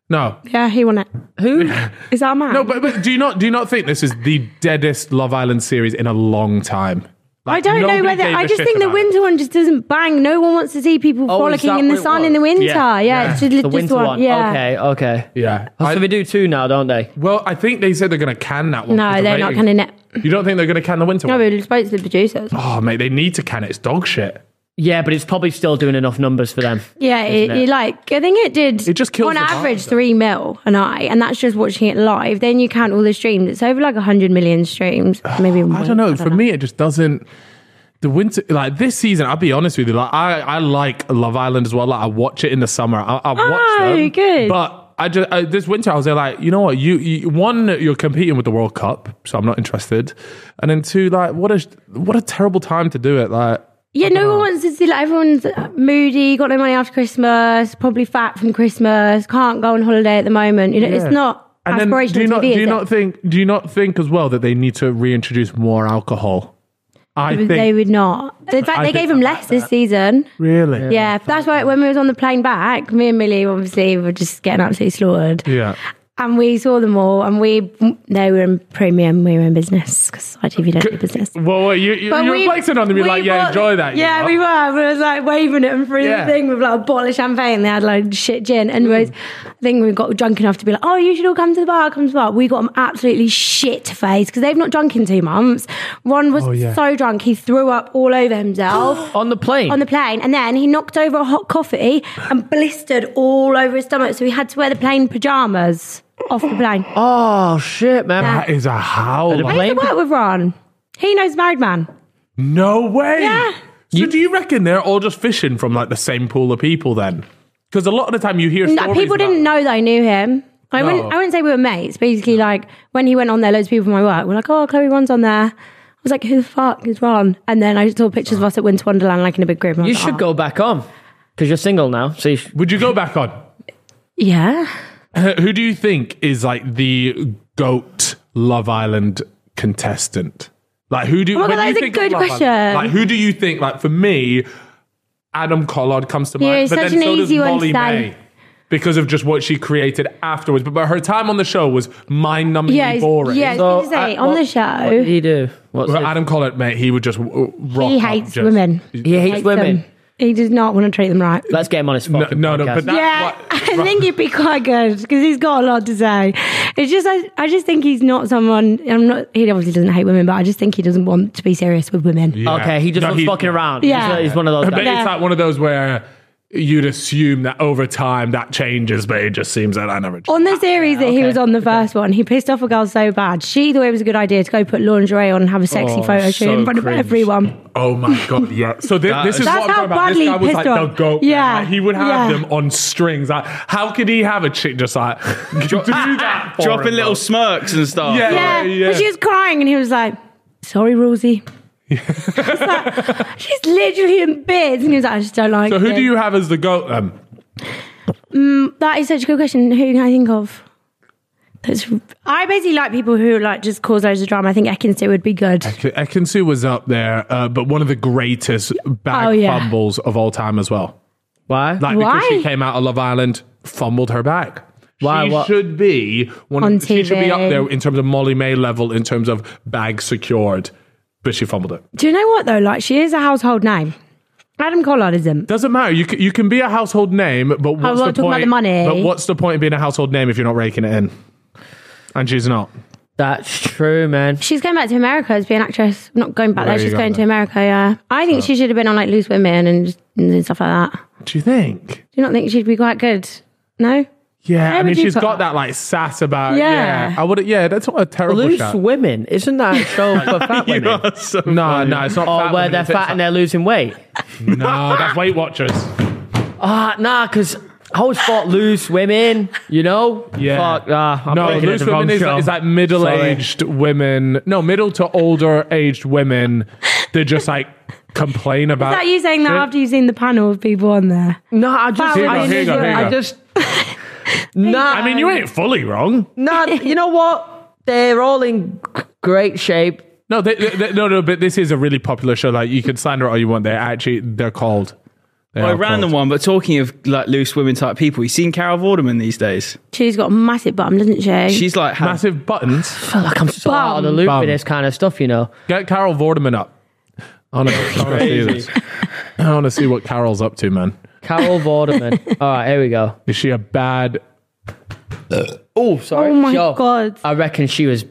no,
Yeah, he won it.
Who?
Is that a man?
no. But, but do you not do you not think this is the deadest Love Island series in a long time?
I don't
nobody
know whether.
gave
I
a
just
shit
think the
about it.
winter one just doesn't bang. No one wants to see people
Oh, is
frolicking
that
in the
what it
sun
was?
in the winter.
Yeah.
Yeah, it's just
The
this
winter
one.
one.
Yeah.
Okay. Okay.
Yeah.
Oh,
I-
so they do two now, don't they?
well, I think they said they're going to can that one.
No, they're not
going
canning it.
You don't think they're going to can the winter
No,
one?
we spoke to the producers.
Oh mate, they need to can it. It's dog shit.
Yeah, but it's probably still doing enough numbers for them.
Yeah, it,
it?
it like I think it did.
It just kills
on
the vibe,
average
though.
three mil an eye, and that's just watching it live. Then you count all the streams; it's over like hundred
(sighs)
million streams, maybe.
I don't know. For me, it just doesn't. The winter, like this season, I'll be honest with you. Like I, I like Love Island as well. Like I watch it in the summer. I, I watch
Oh,
them,
good.
But I just I, this winter, I was there like, you know what? You, you one, you're competing with the World Cup, so I'm not interested. And then two, like, what a what a terrible time to do it. Like,
Yeah, no one wants to see like everyone's uh, moody, got no money after Christmas, probably fat from Christmas, can't go on holiday at the moment. You know,
Yeah.
it's not
and then
aspirational
do you not
TV.
do you
is
not
it?
think do you not think as well that they need to reintroduce more alcohol? I think
they would not. In fact,
I
they
think
gave him
I
less this season.
really,
Yeah, that's why when we was on the plane back, me and Millie obviously were just getting absolutely slaughtered.
yeah.
And we saw them all, and we they were in premium, we were in business because ITV don't do business.
Well, well, you, you,
But
you're
we-
flexing on them. You're
we
like, yeah,
were-
enjoy that. you
Yeah,
know?
we were. We was like waving it and through
Yeah.
the thing with like a bottle of champagne. They had like shit gin, and we was, I think we got drunk enough to be like, oh, you should all come to the bar, come to the bar. We got them absolutely shit faced because they've not drunk in two months. Ron was
Oh, yeah.
so drunk he threw up all
(gasps)
over himself.
On the plane.
on the plane and then he knocked over a hot coffee and blistered all over his stomach so he had to wear the plane pajamas off the plane
oh, shit, man.
That is a howl.
The
Like,
i
plane.
used to work with ron he knows married man
no way.
Yeah.
So do you reckon they're all just fishing from like the same pool of people then? Because a lot of the time you hear
No,
stories
uh, people
about-
didn't know that i knew him I,
No.
wouldn't, I wouldn't say we were mates basically like when he went on there loads of people from my work were like oh chloe ron's on there i was like who the fuck is ron and then i saw pictures of us at winter wonderland like in a big group and I
You
was like,
should
"Oh."
go back on because you're single now. So you should,
Would you go back on?
"Oh, yeah
(laughs) Who do you think is like the goat Love Island contestant? Like who do?
Oh my God,
when
that
you
is a
think
good
of Love Island,
question.
Like who do you think? Like for me, Adam Collard comes to mind.
it's
but
such
then
an
so
easy
does
one to
Molly
say.
May because of just what she created afterwards. But, but her time on the show was mind-numbingly
yeah it's-
boring.
yeah it's
So,
good to say
uh,
on
what- what
the
did
show
he do? What's
Well,
his-
Adam Collard, mate, he would just w- w- rock.
he
up
hates
just-
women
he hates women.
them. he does not want to treat them right
Let's get him on his
No,
fucking
no, no, but
podcast.
that's
Yeah,
what-
(laughs) I think he'd be quite good because he's got a lot to say. It's just I, I just think he's not someone. I'm not. He obviously doesn't hate women, but I just think he doesn't want to be serious with women.
Yeah.
Okay, he just
No,
looks fucking around.
Yeah.
He's, he's one of those
(laughs) But
guys.
it's
Yeah.
like one of those where you'd assume that over time that changes, but it just seems that on average.
On the series that he was on, the first one, he pissed off a girl so bad. She thought it was a good idea to go put lingerie on and have a sexy photo shoot
so
in front
cringe.
of everyone.
Oh my (laughs) god, yeah. So thi- this is
That's
what I'm talking
how
about. This
badly
guy was like
pissed
the
off.
goat. man.
Yeah.
Like, he would have
Yeah.
them on strings. Like, how could he have a chick just like (laughs) do (laughs) that? for
dropping
him,
little
though?
smirks and stuff.
Yeah.
Yeah, but she was crying, and he was like, "Sorry, Rosie." It's like, she's literally in bits, and he was like, "I just don't like."
So who
it."
do you have as the um, goat then?
That is such a good question. Who can I think of? That's, I basically like people who like just cause loads of drama. I think Ekinsu would be good.
K- Ekinsu was up there, uh, but one of the greatest bag
Oh, yeah.
fumbles of all time as well.
Why?
Like because
Why?
she came out of Love Island, fumbled her bag.
Why,
She
what-
should be one.
On
Of, she should be up
TV.
there in terms of Molly May level in terms of bag secured, but she fumbled it.
Do you know what though? Like she is a household name. Adam Collard isn't.
Doesn't matter. You can, you can be a household name, but what's
we're
the
talking about
point?
the money.
But what's the point of being a household name if you're not raking it in? And she's not.
That's true, man.
She's going back to America as being an actress. Not going back
There
there.
you
She's
go,
going to
then.
America. Yeah, I think she should have been on like Loose Women and, just, and stuff like that. Do
Do you think?
you not think she'd be quite good? No.
Yeah,
Where
I mean,
would you
she's
put
got
that?
that like sass about. Yeah,
Yeah.
I would. Yeah, that's not a terrible
Loose
shot.
women, isn't that a
(laughs)
show for fat women?
no, no, it's not.
Or
fat
Oh, where
women,
they're
it's
fat and
like-
they're losing weight?
No, that's Weight Watchers.
Ah, nah, because I always thought loose women, you know?
Yeah.
Fuck, ah, I'm
no,
thinking of
loose
the wrong
women is,
show.
is like middle aged women. No, middle to older aged women. They just like complain about.
Is that you saying that
shit.
after you've seen the panel of people on there?
No, I just,
Here you go,
I,
here you go,
here you go.
I just, nah.
I mean, you ain't fully wrong.
nah. You know what? They're all in g- great shape.
No, they, they, they- no, no. But this is a really popular show. Like you can sign her all you want. They're actually they're called. They
By
are
random
called.
one, but talking of like loose women type people, you seen Carol Vorderman these days?
She's got a massive bum, doesn't she?
She's like had
Massive
(laughs)
buttons.
I feel like I'm so out of the loop
Bum.
with this kind of stuff, you know?
Get Carol Vorderman up. I wanna- I want to see this. I want to see what Carol's up to, man.
Carol
(laughs)
Vorderman. all right, here we go.
Is she a bad?
Oh, sorry.
oh my
Yo,
god.
I reckon she was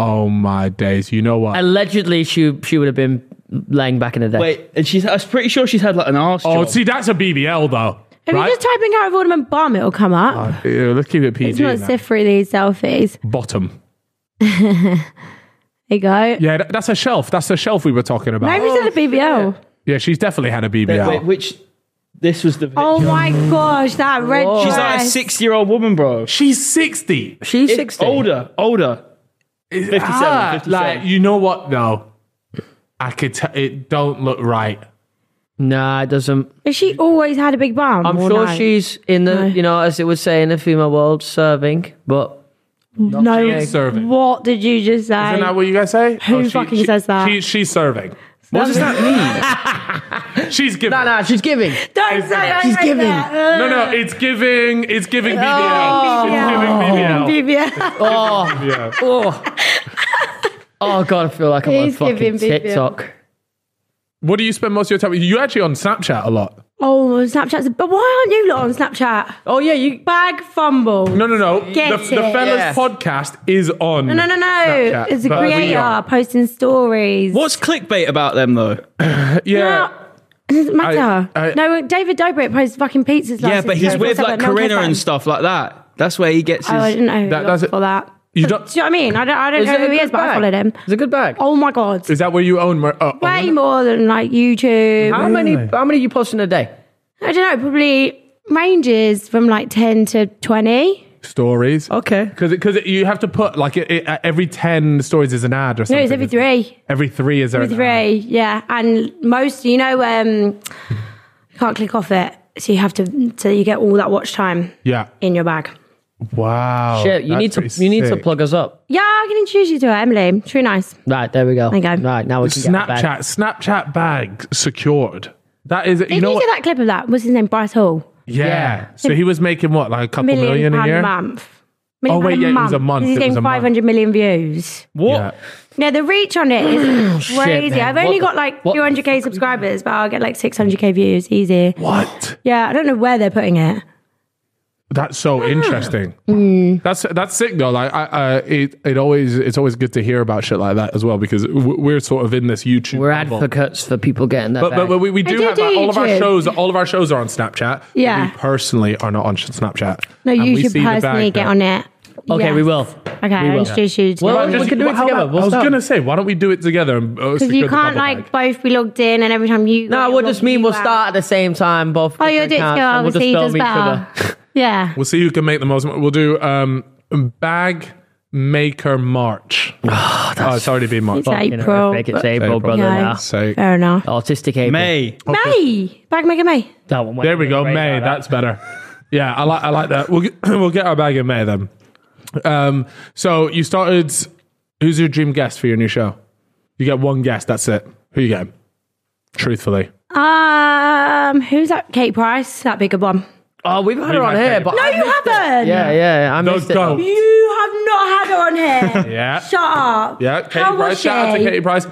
Oh my days! You know what?
allegedly she she would have been laying back in the day.
Wait, and she's. I was pretty sure she's had like an arse.
Oh,
job.
see, that's a BBL though.
If
right?
you just type in Carrot Vorderman bomb, it'll come up.
Ew, let's keep it
it's
PG.
not
now.
sift through these selfies.
Bottom.
There you go.
Yeah, that- that's a shelf. That's the shelf we were talking about.
Maybe it's in the BBL.
Yeah, she's definitely had a
Wait,
BBL.
wait, which? This was the.
Oh my gosh, that red
She's like a
dress.
six-year-old woman, bro.
She's 60.
She's
It-
60.
Older, older. 57,
Ah,
57.
Like, you know what, though? I could tell it don't look right.
Nah, it doesn't.
Has she always had a big bum?
I'm
Or
sure
no?
she's in the,
No.
you know, as it would say in the female world, serving, but
She
No.
is serving.
What did you just say?
Isn't that what you guys say? Oh,
Who fucking
she,
says that?
She, she's serving.
what does that mean?
(laughs) She's giving.
nah, nah, she's giving.
Don't say that.
She's giving.
No, no, it's giving. It's giving BBL. It's giving BBL.
BBL.
Oh. oh, God, I feel like I'm
He's
on
giving
fucking
big
TikTok.
What do you spend most of your time? with? You're actually on Snapchat a lot.
Oh, Snapchat's. But why aren't you lot on Snapchat?
Oh, yeah, you.
Bag fumble.
No, no, no.
Get
the, the
it.
Fellas
Yes.
podcast is on.
no, no, no. no.
Snapchat,
it's a
but we
creator
are-
posting stories.
What's clickbait about them though?
Yeah.
It doesn't matter.
I- I-
no, David Dobrik posts fucking pizzas.
Yeah,
last
but
year,
he's
so
with
it's
like
no one cares
Corinna
about him.
and stuff like that. That's where he gets
Oh, I
his.
didn't know who
That-
that,
that's it.
for that.
You
Do
don't-
you know what I mean? I don't, I don't know who he is, but I followed him.
It's a good bag.
Oh my god,
Is that where you own? Where, uh,
way
own?
more than like YouTube.
how many? How many you post in a day?
I don't know, probably ranges from like ten to twenty.
stories?
Okay.
Because because you have to put like it, it, uh, every ten stories is an ad or something.
No, it's every
isn't it?
three,
Every three is there.
every
an ad?
three. Yeah, and most, you know, um, you can't click off it, so you have to, so you get all that watch time
Yeah.
in your bag.
Wow.
Shit, you
that's
need to
pretty
you need to
sick.
plug us up.
Yeah, I can introduce you to her, Emily. True, nice.
Right, there we go.
you go.
Right, now we can get our
Snapchat.
bag.
Snapchat bag secured. That is.
Did
you
you,
know
see
what?
that clip of that? What's his name? Bryce Hall.
Yeah. So he was making what, like a couple million,
Million, pound
a year?
month.
Oh, wait, yeah, it was a month,
He's
it was
getting
a month.
five hundred million views.
What?
No, the reach on it
(clears throat)
is crazy.
man.
I've only
What the-
got like
what the
200k subscribers, but I'll get like 600k views easy.
What?
Yeah, I don't know where they're putting it.
That's
Ah.
so interesting.
Mm.
That's that's sick though. Like I, I, it it always it's always good to hear about shit like that as well because w- we're sort of in this YouTube.
We're
bubble.
advocates for people getting that
But, but
bag.
but we, we
I
do,
do
have
do
like, all of our
YouTube.
shows. All of our shows are on Snapchat.
Yeah.
We personally are not on sh- Snapchat.
No,
And
you
we
should
see the bag
personally get
now.
on it.
okay,
Yes.
we will.
Okay,
We
I'll
will.
introduce you to
Well,
well,
we
Just-
can do it
how
together.
about-
We'll
I was
stop.
gonna say, why don't we do it together? uh, Because
because you can't like both be logged in and every time you.
No,
go,
we'll
log
just mean we'll
you out.
start at the same time, both.
Oh, you'll
different
do it
accounts,
together.
and we'll just
Obviously,
film
does
each
better.
other.
(laughs) Yeah.
We'll see who can make the most. We'll do um, bag maker March.
Ah,
oh, it's already been March.
It's April.
Make it
but-
April, brother.
Yeah.
Now,
Sake.
Fair enough.
autistic April.
May.
May. Bag maker May.
That one went
There we go,
great
May.
like that.
That's better. Yeah, I like I like that. We'll get, (clears throat) we'll get our bag in May then. Um, so you started. Who's your dream guest for your new show? You get one guest. That's it. Who you getting? Truthfully,
Um, who's that? Kate Price, that bigger one.
Oh, we've had
We've
her on
had
here,
Kate.
but
No,
I
you
missed it.
haven't.
Yeah, yeah, I
those
missed it.
don't.
You have not had her on (laughs) here.
Yeah.
Shut up.
Yeah, Katie
How
Price.
was
Shout out to
she?
Katie Price.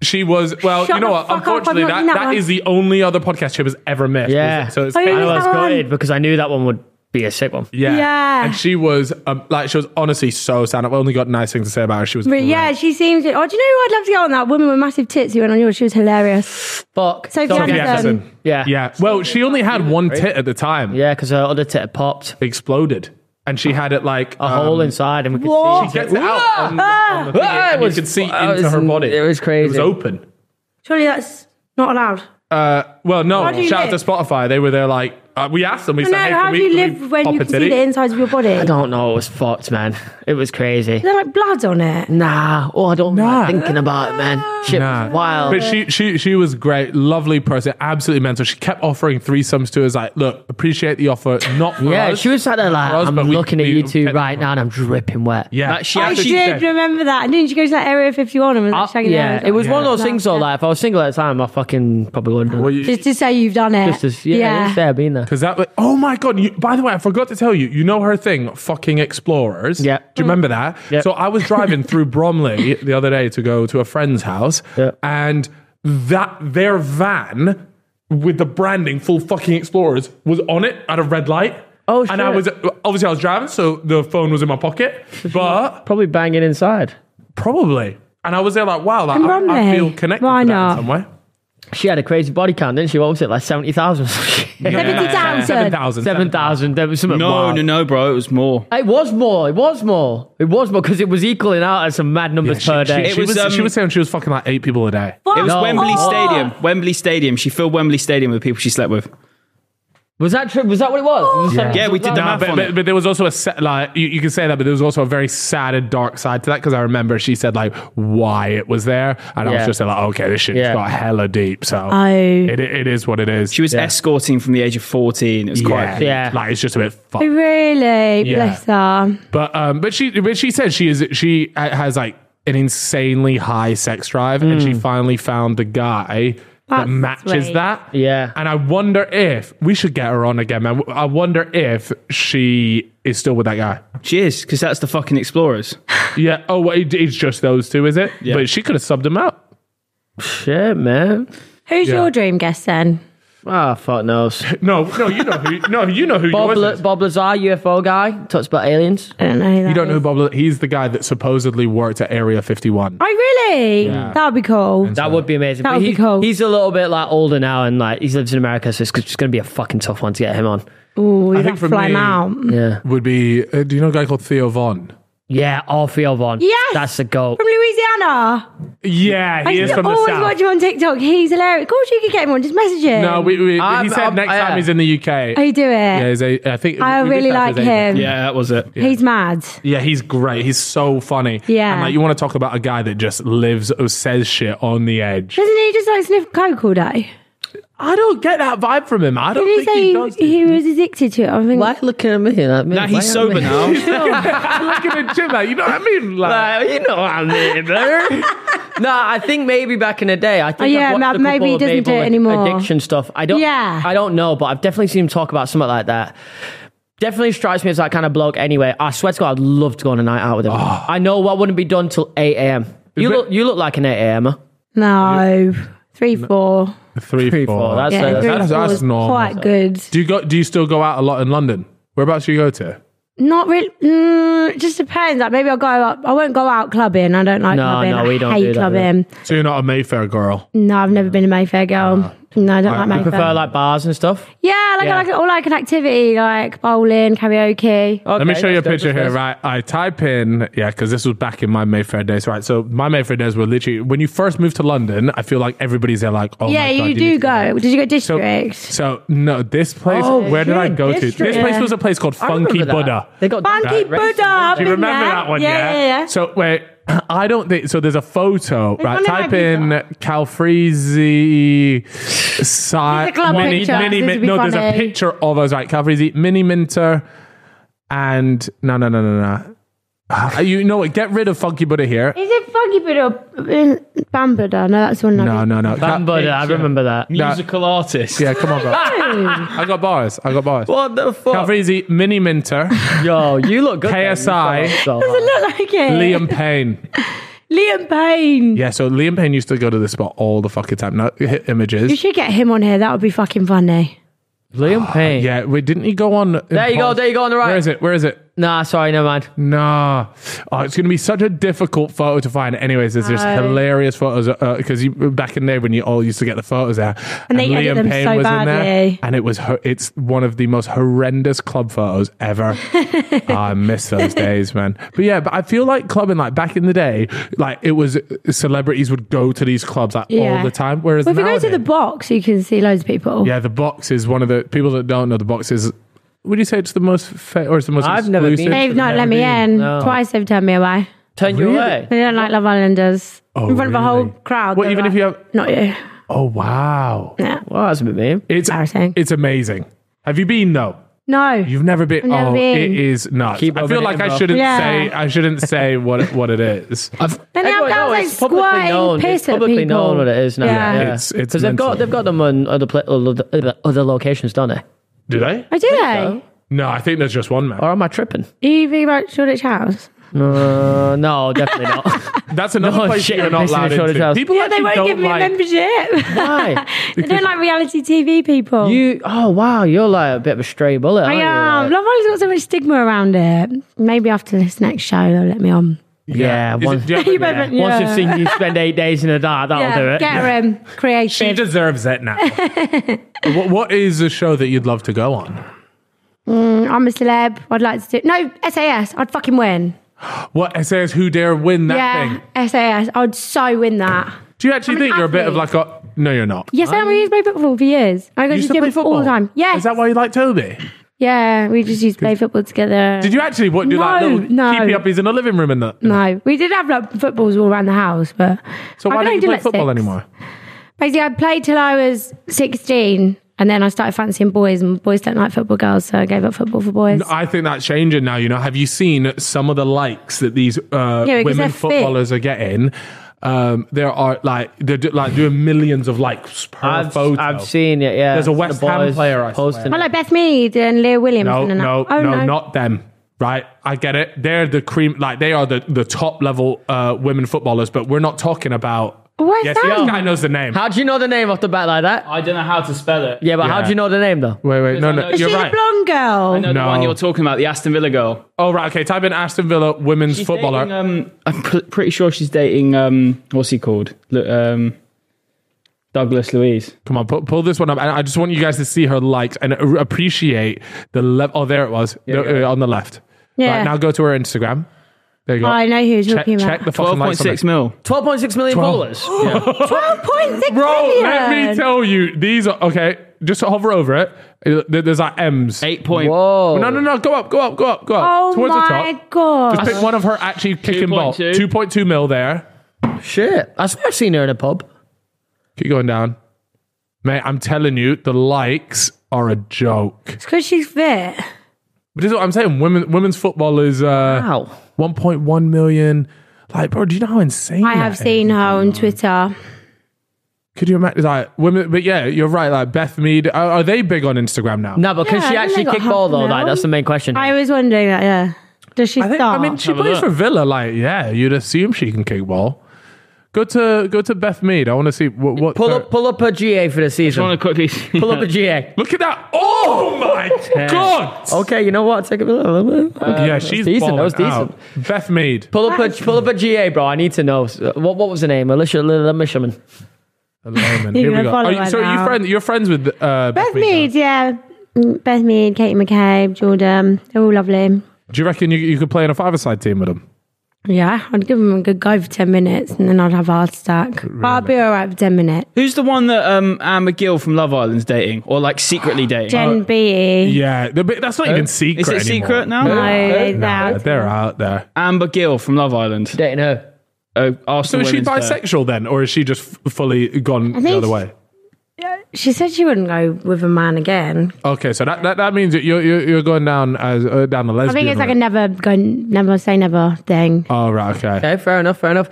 She was well.
Shut
you know
the
what?
fuck up, I'm
Unfortunately,
not
that,
in that
that
one.
is the only other podcast she was ever missed.
Yeah.
So it's
Oh,
I
yeah.
was
Come on.
gutted because I knew that one would be a sick one.
yeah.
Yeah.
And she was um, like she was honestly so sad. I've only got nice things to say about her. She was.
But
great.
yeah, she seems. Oh, do you know who I'd love to get on? That woman with massive tits who went on yours. She was hilarious.
Fuck.
Sophie
Don't
Anderson.
forget-
Yeah, listen.
Yeah.
Yeah. Well, she only had one tit at the time.
Yeah, because her other tit had popped
exploded, and she had it like
a hole inside, and we could see.
What?
She gets it out on, on the thing,
Ah, it
and
was-
you could see
that
into
was-
her body.
it was
It was
crazy.
open.
Surely that's not allowed.
Uh, well, no.
How do you
Shout out
live?
to Spotify. They were there. Like uh, we asked them. We
No,
said, hey,
how
can
do
we,
you
can we
live when
pop
you
a
can see
titty?
the insides of your body?
I
Is
don't know. It was fucked, man. It was crazy.
there like blood on it?
Nah. Oh, I don't
Nah.
like thinking about it, man. Shit
Nah.
was wild.
But she, she, she was great, lovely person, absolutely mental. She kept offering threesomes to us. Like, look, appreciate the offer, not for
yeah,
us,
she was sat there like,
for us,
I'm
but we-
looking at
we
you two
kept-
right now, and I'm dripping wet.
Yeah,
Like, she
I
actually-
did remember that. And didn't you go to that Area 51 and Oh, was
Uh,
like shagging
yeah,
their
it was
ass?
one of those
Yeah.
things. Though, like, if I was single at the time, I fucking probably wouldn't.
Well,
have
you-
Just to say you've done it.
Just as yeah, yeah. there, been there.
Because that, was- oh my god! You, by the way, I forgot to tell you. You know her thing, fucking explorers.
Yeah.
Do you remember that?
Yeah.
So I was
(laughs)
driving through Bromley the other day to go to a friend's house,
Yeah.
and that their van with the branding full fucking explorers was on it at a red light.
Oh,
And I
shit.
was obviously
(laughs)
I was driving, so the phone was in my pocket, but
Probably banging inside.
probably. And I was there like, wow, like,
And
I, I
Bromley.
feel connected
Why
to that
not?
in some way.
She had a crazy body count, didn't she? What was it, like 70,000 or some shit? (laughs)
thousand.
7,000.
7,000. There was something
No,
wild.
no, no, bro. It was more.
It was more. It was more. It was more because it was equaling out at some mad numbers per day.
She
It
was,
was, um,
she was saying she was fucking like eight people a day.
It was
No.
Wembley
Oh.
Stadium. Wembley Stadium. She filled Wembley Stadium with people she slept with.
was that true? Was that what it was? It was
Yeah, we did the
Nah,
math
but,
on
but,
it.
but there was also a set, like you, you can say that, but there was also a very sad and dark side to that because I remember she said like why it was there, and I
Yeah.
was just like, okay, this shit's
Yeah.
got hella deep, so
Oh.
it, it is what it is.
She was escorting from the age of 14. It was
yeah,
quite.
Yeah.
like it's just a bit
Oh,
fucked.
Really?
Yeah.
Bless her.
But um, but she but she said she is she ha- has like an insanely high sex drive, and she finally found the guy. that
That's
matches
sweet.
that,
Yeah.
And I wonder if we should get her on again, man. I wonder if she is still with that guy.
She is, because that's the fucking Explorers.
Yeah. Oh, well, it, it's just those two, is it?
Yeah.
But she could have subbed him out.
Shit, man.
Who's
Yeah.
your dream guest then?
Ah, fuck
(laughs)
knows.
No, no, you know who. No, you know who.
Bob,
yours
La-
is.
Bob Lazar, UFO guy, talks about aliens.
I don't know. Who that
you don't know who
is.
Bob. La- He's the guy that supposedly worked at Area Fifty One.
Oh, really? That would be cool.
That would be amazing.
That
But
would be
he-
cool.
He's a little bit like older now, and like he lives in America, so it's just going to be a fucking tough one to get him on.
Ooh, we
think
have to
for
fly him
me-
out.
Yeah,
Would be. Uh, do you know a guy called Theo Vaughn?
yeah, or Theo Vaughn.
Yes!
that's the goat.
From Louisiana.
Yeah,
I
he is
used to
from the
always
south.
watch him on TikTok. He's hilarious. Of course, you could get him on. Just message him.
No, we, we,
I'm-
he said
I'm-
next
yeah.
time he's in the UK.
Oh, you do it.
yeah, he's a, I think
I
we reached
really
out to
like
his agent.
him.
Yeah, that was it.
He's mad.
Yeah, he's great. He's so funny.
Yeah.
and like you want to talk about a guy that just lives or says shit on the edge.
Doesn't he just like sniff coke all day?
I don't get that vibe from him. I don't
Did he
think
say
he (laughs) does.
he, he was addicted to it? I think.
Why are you looking at me? Like,
Now he's sober now.
Look at the gym, like, you know what I mean?
(laughs)
Like,
Like, you know what I mean,
(laughs)
bro. no, I think maybe back in the day, I think
Oh, yeah,
I've watched
ma-
a
maybe
couple
he
of
doesn't do it
ad-
anymore.
Addiction stuff. I don't.
Yeah.
I don't know, but I've definitely seen him talk about something like that. Definitely strikes me as that kind of bloke. Anyway, I swear to God, I'd love to go on a night out with him.
Oh.
I know what wouldn't be done till eight a.m. You
But-
look, you look like an eight er. a.m.
No. Three, four.
three,
Three, four. That's-
Yeah,
So
three,
that's-
four
that's
is
normal.
Quite good.
Do you go? Do you still go out a lot in London? Whereabouts do you go to?
Not really. Mm, it just depends. Like maybe I'll go up. I won't go out clubbing. I don't like
No,
clubbing.
no,
I
we don't
hate
do that,
clubbing.
So you're not a Mayfair girl.
No, I've never been a Mayfair
Uh,
girl. no, I don't like Mayfair.
Prefer like bars and stuff.
yeah, like
Yeah.
I like all like an activity like bowling, karaoke.
Let me
Okay,
show you a
that's dope,
picture
that's
here,
nice.
right? I type in, yeah, because this was back in my Mayfair days, right? So my Mayfair days were literally when you first moved to London. I feel like everybody's there, like, oh,
yeah,
my God,
you
need
do
to
go. Did you go
So,
district?
so no, this place.
Oh,
where did I
shit,
go to?
district.
This place
Yeah.
was a place called
I remember
Funky
that.
Buddha.
They got
Funky
Right,
Buddha. I've
Do you
been
remember
there.
that one?
Yeah,
Yeah,
yeah, yeah.
So wait, (clears throat) I don't think so. There's a photo, right?
one in
Type
my
in Calfreezy si-
These are club
mini,
pictures.
mini,
These
Min-
would be
No, there's a
funny.
picture of us, right? Calfreezy, Mini Minter, and no, no, no, no, no. Ah, you know what? Get rid of Funky Buddha here.
Is it Funky Buddha or Bam Buddha? No, that's one.
No, no, no.
Bam Buddha. I remember that.
Musical artist.
yeah, come on, bro. I got bars. I got bars.
What the fuck?
Calfreezy, Mini Minter,
Yo, you look good.
KSI.
Doesn't look like it.
Liam Payne.
Liam Payne.
Yeah, so Liam Payne used to go to this spot all the fucking time. Now hit images.
You should get him on here. That would be fucking funny.
Liam Payne.
Yeah, wait, didn't he go on?
There you go. There you go on the right.
Where is it? Where is it?
Nah, sorry, never mind.
Nah. Oh, it's going to be such a difficult photo to find. Anyways, there's just
No.
hilarious photos because you back in the day when you all used to get the photos out,
And they edit them so badly.
and it was ho- it's one of the most horrendous club photos
(laughs)
ever. Oh, I miss those days, man. But yeah, but I feel like clubbing like back in the day, like it was celebrities would go to these clubs like all
Yeah.
the time. Whereas
Well, if you go to
nowadays-
the box, you can see loads of people.
Yeah, the box is one of the people that don't know the box is. Would you say it's the most fa- or it's the most?
I've never been-
exclusive?
They've not let me in. Twice they've turned me away.
Turn you away.
They don't like Love Islanders.
Oh,
in front of a whole
really?
crowd.
What,
they're
even if
like,
you have-
Not you.
Oh wow,
Well, that's a bit mean.
it's
Embarrassing.
It's amazing. Have you been? No,
No.
you've never been.
I've never
oh,
been.
it is nuts.
Keep
I
rubbing
feel
it
like
in,
I
bro.
shouldn't
Yeah.
say. I shouldn't say what it- what it
(laughs)
is.
I've,
then they have
Everyone-
guys
no,
like
it's publicly
squirting
known.
piss
It's
at
publicly
people.
known what it is now.
Yeah.
Yeah,
It's- it's
because they've got
mental.
they've got them on other pla- other, other- other locations, don't they?
Do they?
Oh, do they?
No, I think there's just one man.
Or am I tripping?
Are you thinking about Shoreditch House?
Uh, no, definitely
(laughs)
not.
That's another
No,
place
shit,
you're
I'm
not
pissing
allowed
in Shoreditch
into.
House.
People
Yeah, they
actually
won't
don't
give me
like.
a membership. (laughs)
Why?
they don't like reality TV people.
You? Oh wow, you're like a bit of a stray bullet.
I
aren't you?
am.
Like-
Love Island's got so much stigma around it. Maybe after this next show, they'll let me on.
Yeah,
Is it-
once,
do you have-
(laughs) You better-
yeah.
once
yeah.
you've seen you spend eight days in a dark, that'll
yeah,
do it.
Get her um,
She
creative.
deserves it
(laughs)
now. what, what is a show that you'd love to go on?
I'm a celeb. I'd like to do no SAS. I'd fucking win.
What it says who dare win that
yeah,
thing?
SAS. I'd so win that.
Do you actually
I'm an
think you're a bit of like
athlete.
a? No, you're not.
Yes, I we used to play football for years. I
You
go to
used
the
to play
gym all
football
the time. Yes.
Is that why you like Toby?
Yeah, we just used to play football together.
Did you actually what do like
No,
little
no.
keepy uppies in the living room and that?
No, we did have like footballs all around the house, but
So
I
why don't
could only
you
do,
play
like,
football
six.
anymore?
Basically, I played till I was sixteen, and then I started fancying boys, and boys don't like football girls, so I gave up football for boys.
I think that's changing now. You know, have you seen some of the likes that these uh,
Yeah, because they're
women
fit.
footballers are getting? Um, there are like they're do, like doing millions of likes per
I've,
photo.
I've seen it. Yeah,
There's a
The
West Ham
boys
player, I
posting
I
it.
like Beth Mead and Leah Williams.
No,
and
no,
oh,
no, not them. Right, I get it. They're the cream, like they are the, the top level uh, women footballers. But we're not talking about.
Where's
yes,
that?
this guy knows the name.
How do you know the name off the bat like that?
I don't know how to spell it.
Yeah, but how
Yeah.
do you know the name though?
wait, wait, no,
I
no,
know-
Is
you're
she
right.
the blonde girl?
No,
No.
the one you're talking about, the Aston Villa girl.
oh, right, okay. Type in Aston Villa women's
She's
footballer.
dating, um, I'm pr- pretty sure she's dating. Um, what's he called? Look, um, Douglas Louise.
Come on, pull, pull this one up. And I just want you guys to see her likes and a- appreciate the level. Oh, there it was No,
yeah.
uh, on the left.
Yeah.
Right, now go to her Instagram. There you go.
I know who you're
check,
talking about.
check the fucking
Twelve point
likes on
six
it.
mil.
Twelve point six million (gasps) followers.
Twelve point six
Bro,
million.
let me tell you, these are okay. Just hover over it. Uh, there- There's like M's.
Eight point.
Whoa!
No, no, no. Go up, go up, go up, go up.
Oh
Towards the
my
top.
god!
Just pick one of her actually kicking ball.
2.2.
2.2 mil there.
Shit! I swear I've seen her in a pub.
Keep going down. Mate, I'm telling you, the likes are a joke.
It's because she's fit.
But this is what I'm saying. Women, women's football is. Uh,
Wow.
1.1 million. Like, bro, do you know how insane?
I
that
have
is?
seen her on Twitter.
Could you imagine? Like, women, but yeah, you're right. Like, Beth Mead, are, are they big on Instagram now?
No, but can
Yeah,
she
I think
actually
they got
kick ball
half
though?
an
Like
hour.
that's the main question.
I was wondering that. Yeah, does she
I think.
start?
I mean, she
Have a
plays
look.
for Villa. Like, yeah, you'd assume she can kick ball. Go to go to Beth Mead. I want to see what. what
pull
her-
up, pull up a GA for the
I
season.
want to (laughs) quickly.
(laughs) Pull up a GA.
Look at that! Oh
(laughs)
my god!
Okay, you know what? Take a little bit.
yeah, she's
decent,
balling
that was decent.
out. Beth Mead,
Pull up a pull up a GA, bro. I need to know So, what what was the name? Alicia Lilla Misherman.
the
(laughs)
layman. Here we
gonna
go.
follow
Are you,
her
so are you
now.
friend, you're friends with uh,
Beth
now?
Mead, yeah. Mm, Beth Mead, Katie McCabe, Jordan. They're all lovely.
Do you reckon you, you could play in a five-a-side team with them?
Yeah, I'd give them a good go for 10 minutes and then I'd have a heart attack. But I'd be all right for 10 minutes.
Who's the one that um, Anne McGill from Love Island's dating, or like (gasps) secretly dating?
Jen Beattie.
Yeah, the- but that's not even secret.
Is it
anymore.
secret now?
No, they
Nah,
don't.
they're out there.
Amber Gill from Love Island.
Dating her.
Uh,
So
Arsenal
is she
women's player.
bisexual then, or is she just f- fully gone the
think
other
she-
way?
She said she wouldn't go with a man again.
Okay, so that, that, that means that you're, you're you're going down as uh, down the lesbian.
I think it's like a
route.
never go, never say never thing.
Oh right, okay.
Okay, fair enough, fair enough.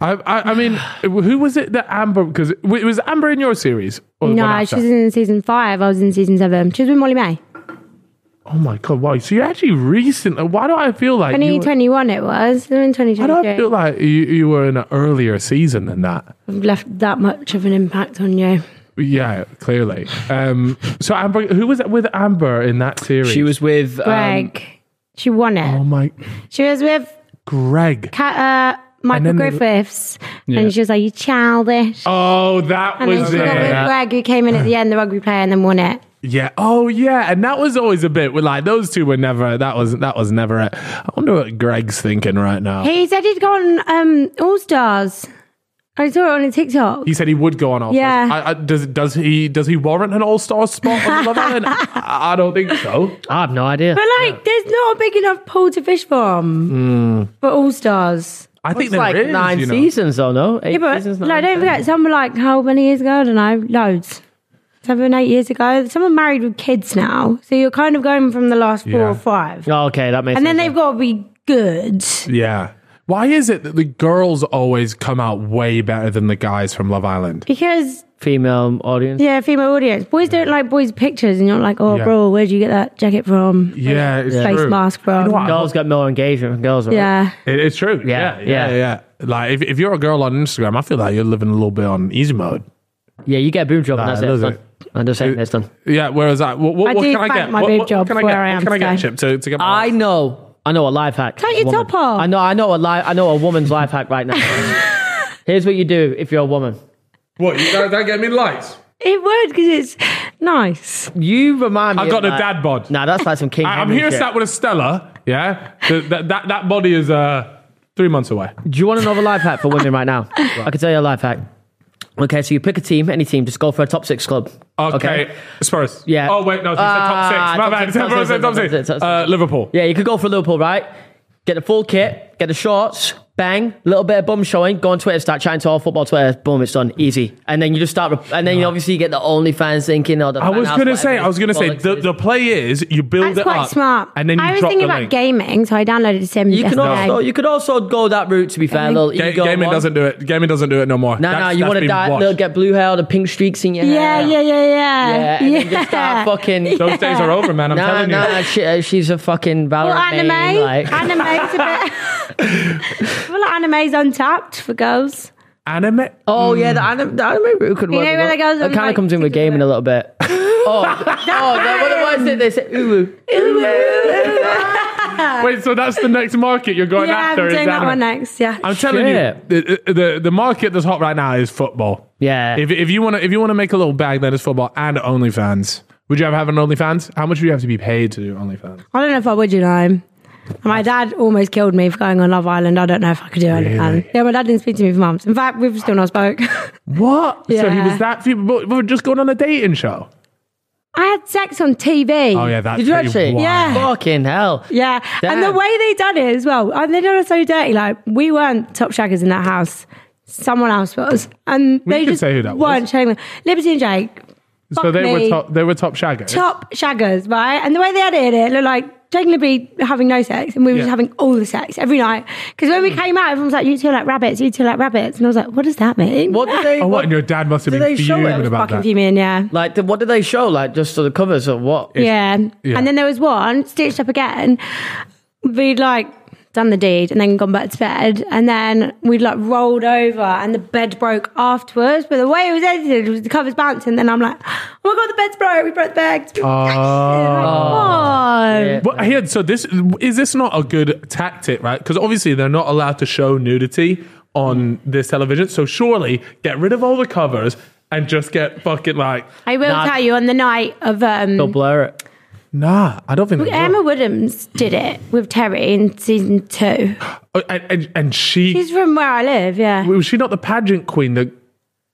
I, I I mean,
(sighs)
who was it that Amber? Because it was Amber in your series. Or the one
No, she
after?
was in season five. I was in season seven. She was with Molly May.
Oh my god! Wow. So you actually recently. Why do I feel like? You, were-
2021 it was. They're in
why do I
2023.
feel like you, you were in an earlier season than that?
I've left that much of an impact on you.
Yeah, clearly. Um. So Amber, who was with Amber in that series?
She was with. Um,
Greg. she won it.
Oh my,
She was with
Greg.
Cat, uh, Michael
And then they-
Griffiths, and she was like, "You childish."
Oh, that
and then
was
she
it.
got with Greg, who came in at the end, the rugby player, and then won it.
Yeah. Oh, yeah. And that was always a bit with like those two were never. That was that was never. It. I wonder what Greg's thinking right now.
He said he'd gone um, All Stars. I saw it on a TikTok.
He said he would go on all.
Yeah.
I, I, does does he does he warrant an all star spot on
(laughs)
Love Island? I, I don't think so.
I have no idea.
but like, there's not a big enough pool to fish from
Hmm.
for All Stars.
I think
It's
there
like
is,
nine
you know.
seasons though, no? Eight
Yeah, but
seasons,
like, don't forget, some were like how many years ago? I don't know, loads. Seven, eight years ago. Some are married with kids now, so you're kind of going from the last four
Yeah.
or five,
Oh, okay, that makes
and
sense.
then they've got to be good.
Yeah. Why is it that the girls always come out way better than the guys from Love Island?
Because
female audience.
yeah, female audience. Boys don't like boys' pictures, and you're like, oh,
Yeah.
bro, where'd you get that jacket from?
Yeah, it's
Face
true.
mask from.
know what?
Girls got more engagement from girls, right?
yeah,
It- it's true.
Yeah,
yeah, yeah.
yeah.
yeah. Like if, if you're a girl on Instagram, I feel like you're living a little bit on easy mode.
Yeah, you get a boom job and
Nah,
that's
it
it. it's
doesn't.
done. I'm just saying it's done.
Yeah, whereas I, what, what,
I
what
do
can I
thank
get?
my
what,
boob
what
job
can I
for
get?
where I
What
am
can I get,
today.
Chip, to, to get my
I know I know a life hack.
Take your
woman.
top off.
I know. I know a li- I know a
(laughs)
woman's life hack right now. Here's what you do if you're a woman.
What? You, that, that get me lights?
It would because it's nice.
You remind me.
I got
of
a
like-
dad bod.
Nah, that's like some King.
I, (laughs) I'm
Henry
here
shit.
sat with a Stella. Yeah, Th- that that, that body is uh, three months away.
Do you want another life hack for women right
(laughs)
now? I can tell you a life hack. Okay, so you pick a team, any team, just go for a top six club.
Okay. Spurs.
Yeah.
Oh wait, no, it's top six.
Ah,
My
top
bad.
six, top
Everyone
six, top
said top
six,
six.
top six.
Uh, Liverpool.
Yeah, you could go for Liverpool, right? Get the full kit, get the shorts, bang, little bit of bum showing, go on Twitter, start chatting to all football Twitter, boom, it's done, easy. And then you just start, and then you obviously get the OnlyFans thinking, or the
I was
fan
gonna
house,
say,
whatever
I was gonna say,
bollocks
the,
is.
the play is you build
That's
it
quite
up,
smart.
and then you
I was
drop
thinking
the
about
link.
gaming, so I downloaded Sims
You can
yesterday.
also you could also go that route. To be fair, little
Ga-
ego
gaming
one.
doesn't do it. Gaming doesn't do it no more.
No, no,
That's-
you
that's
want to
been
die?
washed.
They'll get blue hair, the pink streaks in your
yeah,
hair.
yeah, yeah, yeah.
yeah. And then just start fucking.
(laughs) Those days are over, man. I'm
Nah,
telling you.
nah, she, uh, she's a fucking
Well,
Valorant
anime,
main, like-
anime's a
(laughs)
bit. well, anime's untapped for girls.
Anime.
Oh yeah, the anime, the anime route could
You
work.
know
a
where
lot.
that goes
It
on,
kind of
like,
comes in with
thinking
gaming a little (laughs) bit. oh, oh, no, what was it? They say (laughs) ooh, ooh.
Wait, so that's the next market you're going
yeah, I'm
after? is
doing that
anime.
one next. Yeah.
I'm telling
Shit.
you, the, the the market that's hot right now is football.
Yeah.
If, if you want to if you want to make a little bag, then it's football and OnlyFans. Would you ever have an OnlyFans? How much would you have to be paid to do OnlyFans?
I don't know if I would, you know. My dad almost killed me for going on Love Island. I don't know if I could do anything.
Really?
Yeah, my dad didn't speak to me for months. In fact, we've still not spoke. (laughs)
What? So he
Yeah.
was that few, but we were just going on a dating show.
I had sex on TV.
Oh yeah, that's
Did you
pretty
actually?
wild.
Yeah.
Fucking hell.
Yeah, and the
Damn.
way they done it as well, and they done it so dirty. Like we weren't top shaggers in that house; someone else was, and
We
they
can
just
say who that was.
weren't shagging them. Liberty and Jake,
So
fuck
they were
me.
top, they were top shaggers.
top shaggers, right? And the way they edited it, it looked like Jake and Liberty having no sex, and we were
Yeah. Mm.
just having all the sex every night. Because when we came out, everyone was like, "You two are like rabbits. You two are like rabbits," and I was like, "What does that
(laughs)
mean?"
What did they?
Oh, what? And your dad must have
Do they
been
show it?
fuming
It was
about
fucking
that.
fuming, yeah.
Like, did- what did they show? Like, just so the covers or what?
yeah.
yeah.
And then there was one stitched up again. We'd like done the deed and then gone back to bed, and then we'd like rolled over, and the bed broke afterwards. But the way it was edited was the covers bouncing. Then I'm like, oh my god, the bed's broke. We broke the bed. Oh,
But here, so this is this not a good tactic, right? Because obviously they're not allowed to show nudity on this television. So surely get rid of all the covers and just get fucking like,
I will
Nah.
tell you on the night of
They'll
um,
blur it.
nah, I don't think. they
Emma
will.
Woodhams did it with Terry in season two.
Oh, and, and, and she
She's from where I live. Yeah.
was she not the pageant queen? The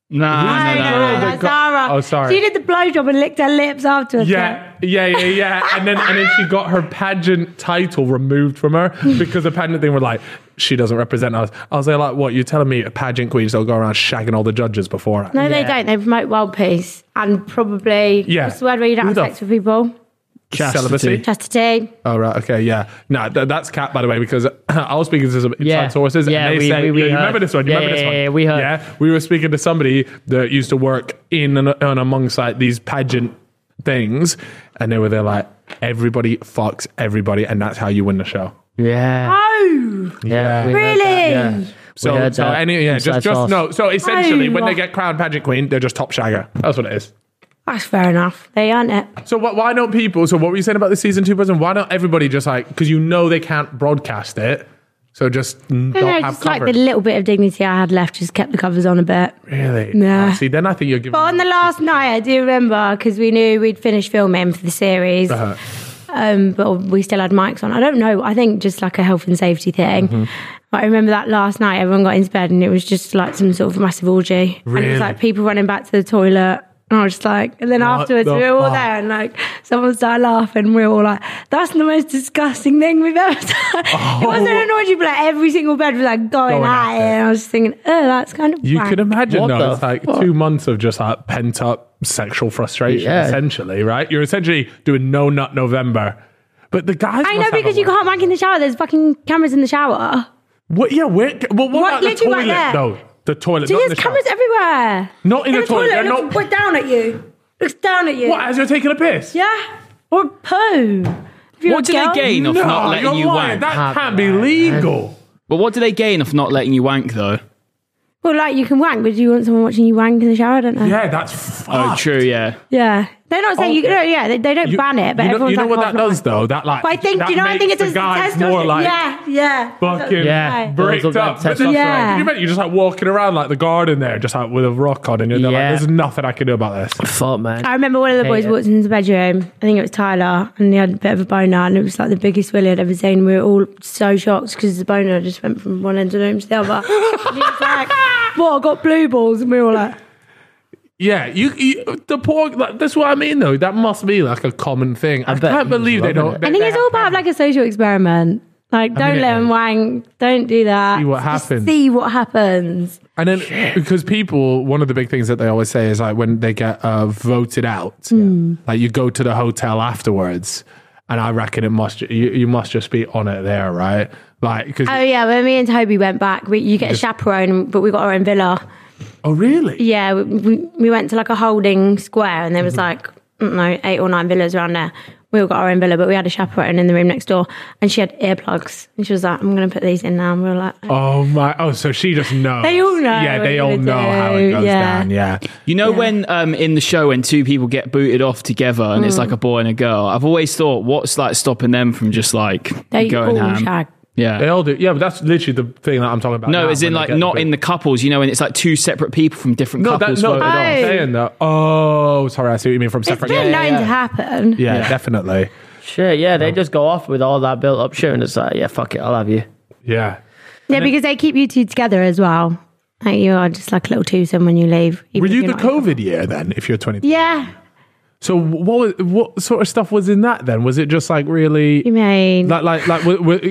Nah,
Who's
no,
the
no,
girl
no.
that
Like
got-
Zara.
Oh, sorry.
She did the blowjob and licked her lips afterwards.
Yeah, yeah, yeah, yeah. And then and then she got her pageant title removed from
(laughs)
her because the pageant thing were like, she doesn't represent us. I was like, like, what, you're telling me a pageant queen still go around shagging all the judges before her?
No, they don't. They promote world peace and probably
Yeah.
what's the word where you don't
Who
have
the
sex with people?
Celibacy.
Chastity.
Oh, right. Okay. Yeah. No, th- that's cat, by the way, because (clears throat) I was speaking to some inside
Yeah.
sources
Yeah,
and they
we-
say,
we- we
you
heard.
remember this one? You
Yeah,
remember this
yeah,
one?
yeah, yeah, we heard.
Yeah. We were speaking to somebody that used to work in and, and alongside these pageant things. And they were there like, everybody fucks everybody. And that's how you win the show.
Yeah.
Oh,
Yeah. we heard
really?
that. We
So,
heard
so
that.
any, yeah,
Inside
just, just
source.
no. So essentially,
Oh.
when they get crowned pageant queen, they're just top shagger. That's what it is.
That's fair enough. They aren't it.
So what, why don't people? So what were you saying about the season two person? Why don't everybody just like because you know they can't broadcast it, so just n- don't
I don't know,
have
just like
coverage.
the little bit of dignity I had left, just kept the covers on a bit.
really?
Nah.
Oh, see, then I think you're giving.
But on the last night, I do remember because we knew we'd finished filming for the series,
Uh-huh.
um, but we still had mics on. I don't know. I think just like a health and safety thing.
Mm-hmm.
But I remember that last night, everyone got into bed and it was just like some sort of massive orgy. And it
Really?
was like people running back to the toilet. And I was just like, and then
What
afterwards,
the
we were all
fuck?
there and like someone started laughing. We were all like, that's the most disgusting thing we've ever done. It wasn't an orgy, but like every single bed was like going,
Oh. Going
at
at
it.
it.
And I was just thinking, oh, that's kind of
you
whack.
could imagine
What
though,
the
it's like two months of just like pent up sexual frustration,
Yeah.
essentially, right? You're essentially doing no nut November. But the guys,
I
must
know
have a
because you
way-
can't wank in the shower. There's fucking cameras in the shower.
What? Yeah, where? Well, what,
What,
about the
literally right
toilet
there.
though? The toilet,
Dude,
not in
there's
the shower.
cameras everywhere.
Not in the
the
toilet, they're
looks
not-
right down at you. Looks down at you.
What? As you're taking a piss?
Yeah. Or poo. If you're
What
a
do they
girl.
gain
No,
off not letting
you're
you
lying.
wank?
That
Have
can't be
that.
legal.
But what do they gain off not letting you wank though?
Well, like you can wank, but do you want someone watching you wank in the shower? I don't know.
Yeah, that's fucked.
Oh, true. Yeah.
Yeah. They're not saying
Oh,
you. No, yeah, they, they don't
You-
ban it, but
you know,
everyone's
you know
like,
what
oh,
that
it's not
does
right.
though. That like,
But I think
that
do you know. I think
makes
it's
the
a
guys
testosterone-
more like
yeah, yeah,
fucking
Yeah.
bricked
Builds up
up.
that
But then-
testosterone. Yeah.
Can you imagine you're just like walking around like the garden there, just like with a rock on, and you're
Yeah.
like, "There's nothing I can do about this."
Fuck, man.
I remember one of the
Hate
boys
it.
walked into the bedroom. I think it was Tyler, and he had a bit of a boner, and it was like the biggest willy I'd ever seen. We were all so shocked because the boner just went from one end of the room to the other.
(laughs)
and he was like, "What? I got blue balls," and we were like,
Yeah, you, you the poor. Like, that's what I mean, though. That must be like a common thing. I,
bet
can't believe they
he's loving
don't.
it.
They,
"I think
they
it's all part of like a social experiment. Like, don't
mean, it-
let them wang. Don't do that.
See what
Just
happens.
See what happens."
And then because people, one of the big things that they always say is like when they get uh, voted out,
Hmm.
like you go to the hotel afterwards, and I reckon it must you, you must just be on it there, right? Like because
Oh yeah, when me and Toby went back, we, you get a
Just-
chaperone, but we got our own villa.
oh really?
Yeah, we, we, we went to like a holding square, and there was like I don't know eight or nine villas around there. We all got our own villa, but we had a chaperone in the room next door, and she had earplugs, and she was like, "I'm going to put these in now." And we were like,
Oh my! Oh, so she just knows.
They all know
Yeah,
what
they
you're
all
gonna
know how it
do,
goes
yeah.
down. Yeah,
You know when um, in the show when two people get booted off together and
Mm.
it's like a boy and a girl. I've always thought, what's like stopping them from just like
"They
going
all
ham?
shag."
Yeah.
they all do. Yeah, but that's literally the thing that I'm talking about.
no,
now
as in
when they
like
get
not
big-
in the couples. You know, when it's like two separate people from different
No, that,
couples.
no,
voted
that's what
off.
I'm
off.
saying though. Oh, sorry, I see what you mean from
It's
separate.
been known to happen.
yeah, definitely.
Shit, yeah, they just go off with all that built up shit and it's like, yeah, fuck it, I'll have you.
Yeah.
Yeah, because they keep you two together as well. Like you are just like a little twosome when you leave. even
Were
if
you
you're
the
not in-
COVID year then? If you're 20,
Yeah,
So what was, what sort of stuff was in that then? Was it just like really
you mean?
like like like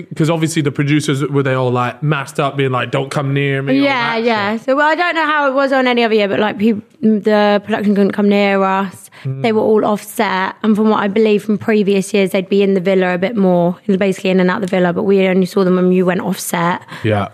because obviously the producers were they all like masked up, being like, "Don't come near me." all
yeah,
that
yeah.
shit?
So well, I don't know how it was on any other year, but like peop the production couldn't come near us.
Hmm.
They were all offset, and from what I believe from previous years, they'd be in the villa a bit more, basically in and out the villa. But we only saw them when you went offset
yeah.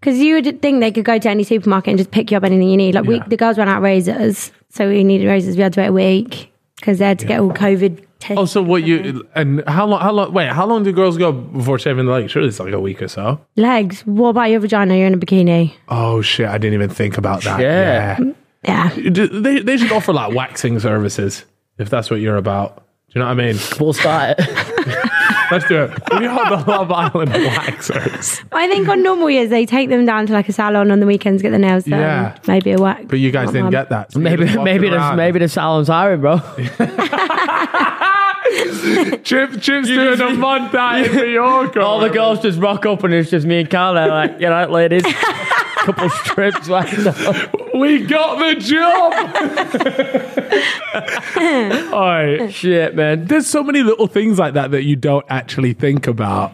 because you would think they could go to any supermarket and just pick you up anything you need. Like we,
Yeah.
the girls ran out of razors, so we needed razors. We had to wait a week because they had to get all COVID. tested.
Oh, so what you and how long? How long? Wait, how long do girls go before shaving the legs? Surely it's like a week or so.
Legs. What about your vagina? You're in a bikini.
Oh shit! I didn't even think about that.
Yeah.
Yeah.
Yeah. Do- They they should offer like waxing services if that's what you're about. Do you know what I mean?
We'll start (laughs) it.
Let's do it. We are the Love Island waxers.
I
(laughs)
think on normal years they take them down to like a salon on the weekends, get their nails done,
Yeah.
maybe a wax.
But you guys
Not
didn't
mine.
get that. so you're
maybe
just walking
maybe the,
around.
maybe the salon's hiring,
(laughs)
bro.
Chip, Chip's doing a month out
(laughs)
in New York.
All the girls just rock up and it's just me and Carla, like, you know, ladies. (laughs) Couple strips, like,
We got the
(laughs)
job. Oi.
shit, man.
There's so many little things like that that you don't actually think about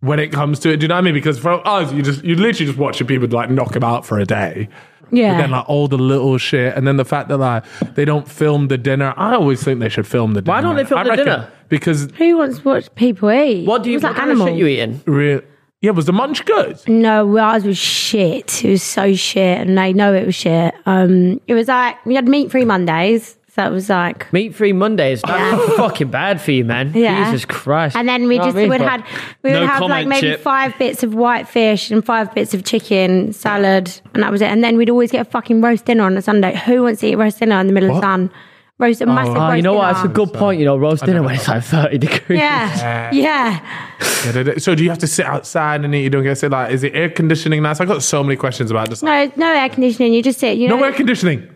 when it comes to it. Do you know what I mean? Because for us, you just you literally just watching people like knock them out for a day.
Yeah.
But then like all the little shit, and then the fact that like they don't film the dinner. I always think they should film the dinner.
Why don't they film
I
the
reckon
dinner?
Because
Who wants to watch people eat?
What do you,
It was
what
like
kind of
animal?
shit you eating?
real. Yeah, was the munch good?
No, ours was shit. It was so shit, and they know it was shit. Um, it was like we had meat free Mondays, so it was like,
Meat free Mondays. That's (laughs) fucking bad for you, man.
Yeah.
Jesus Christ.
and then we
You know
just
what I mean?
would
But-
had we would
No
have like
comment,
maybe
Chip.
five bits of white fish and five bits of chicken salad, and that was it. And then we'd always get a fucking roast dinner on a Sunday. Who wants to eat roast dinner in the middle of the sun? Roast a massive.
Oh,
roast
you know what?
dinner.
It's a good point. You know, roast dinner when it's like 30 degrees.
(laughs)
Yeah,
Uh,
yeah.
Yeah, they- they- so do you have to sit outside and eat? You don't get to like, is it air conditioning nice? I got so many questions about this.
No, no air conditioning. You just sit. You know,
No air conditioning.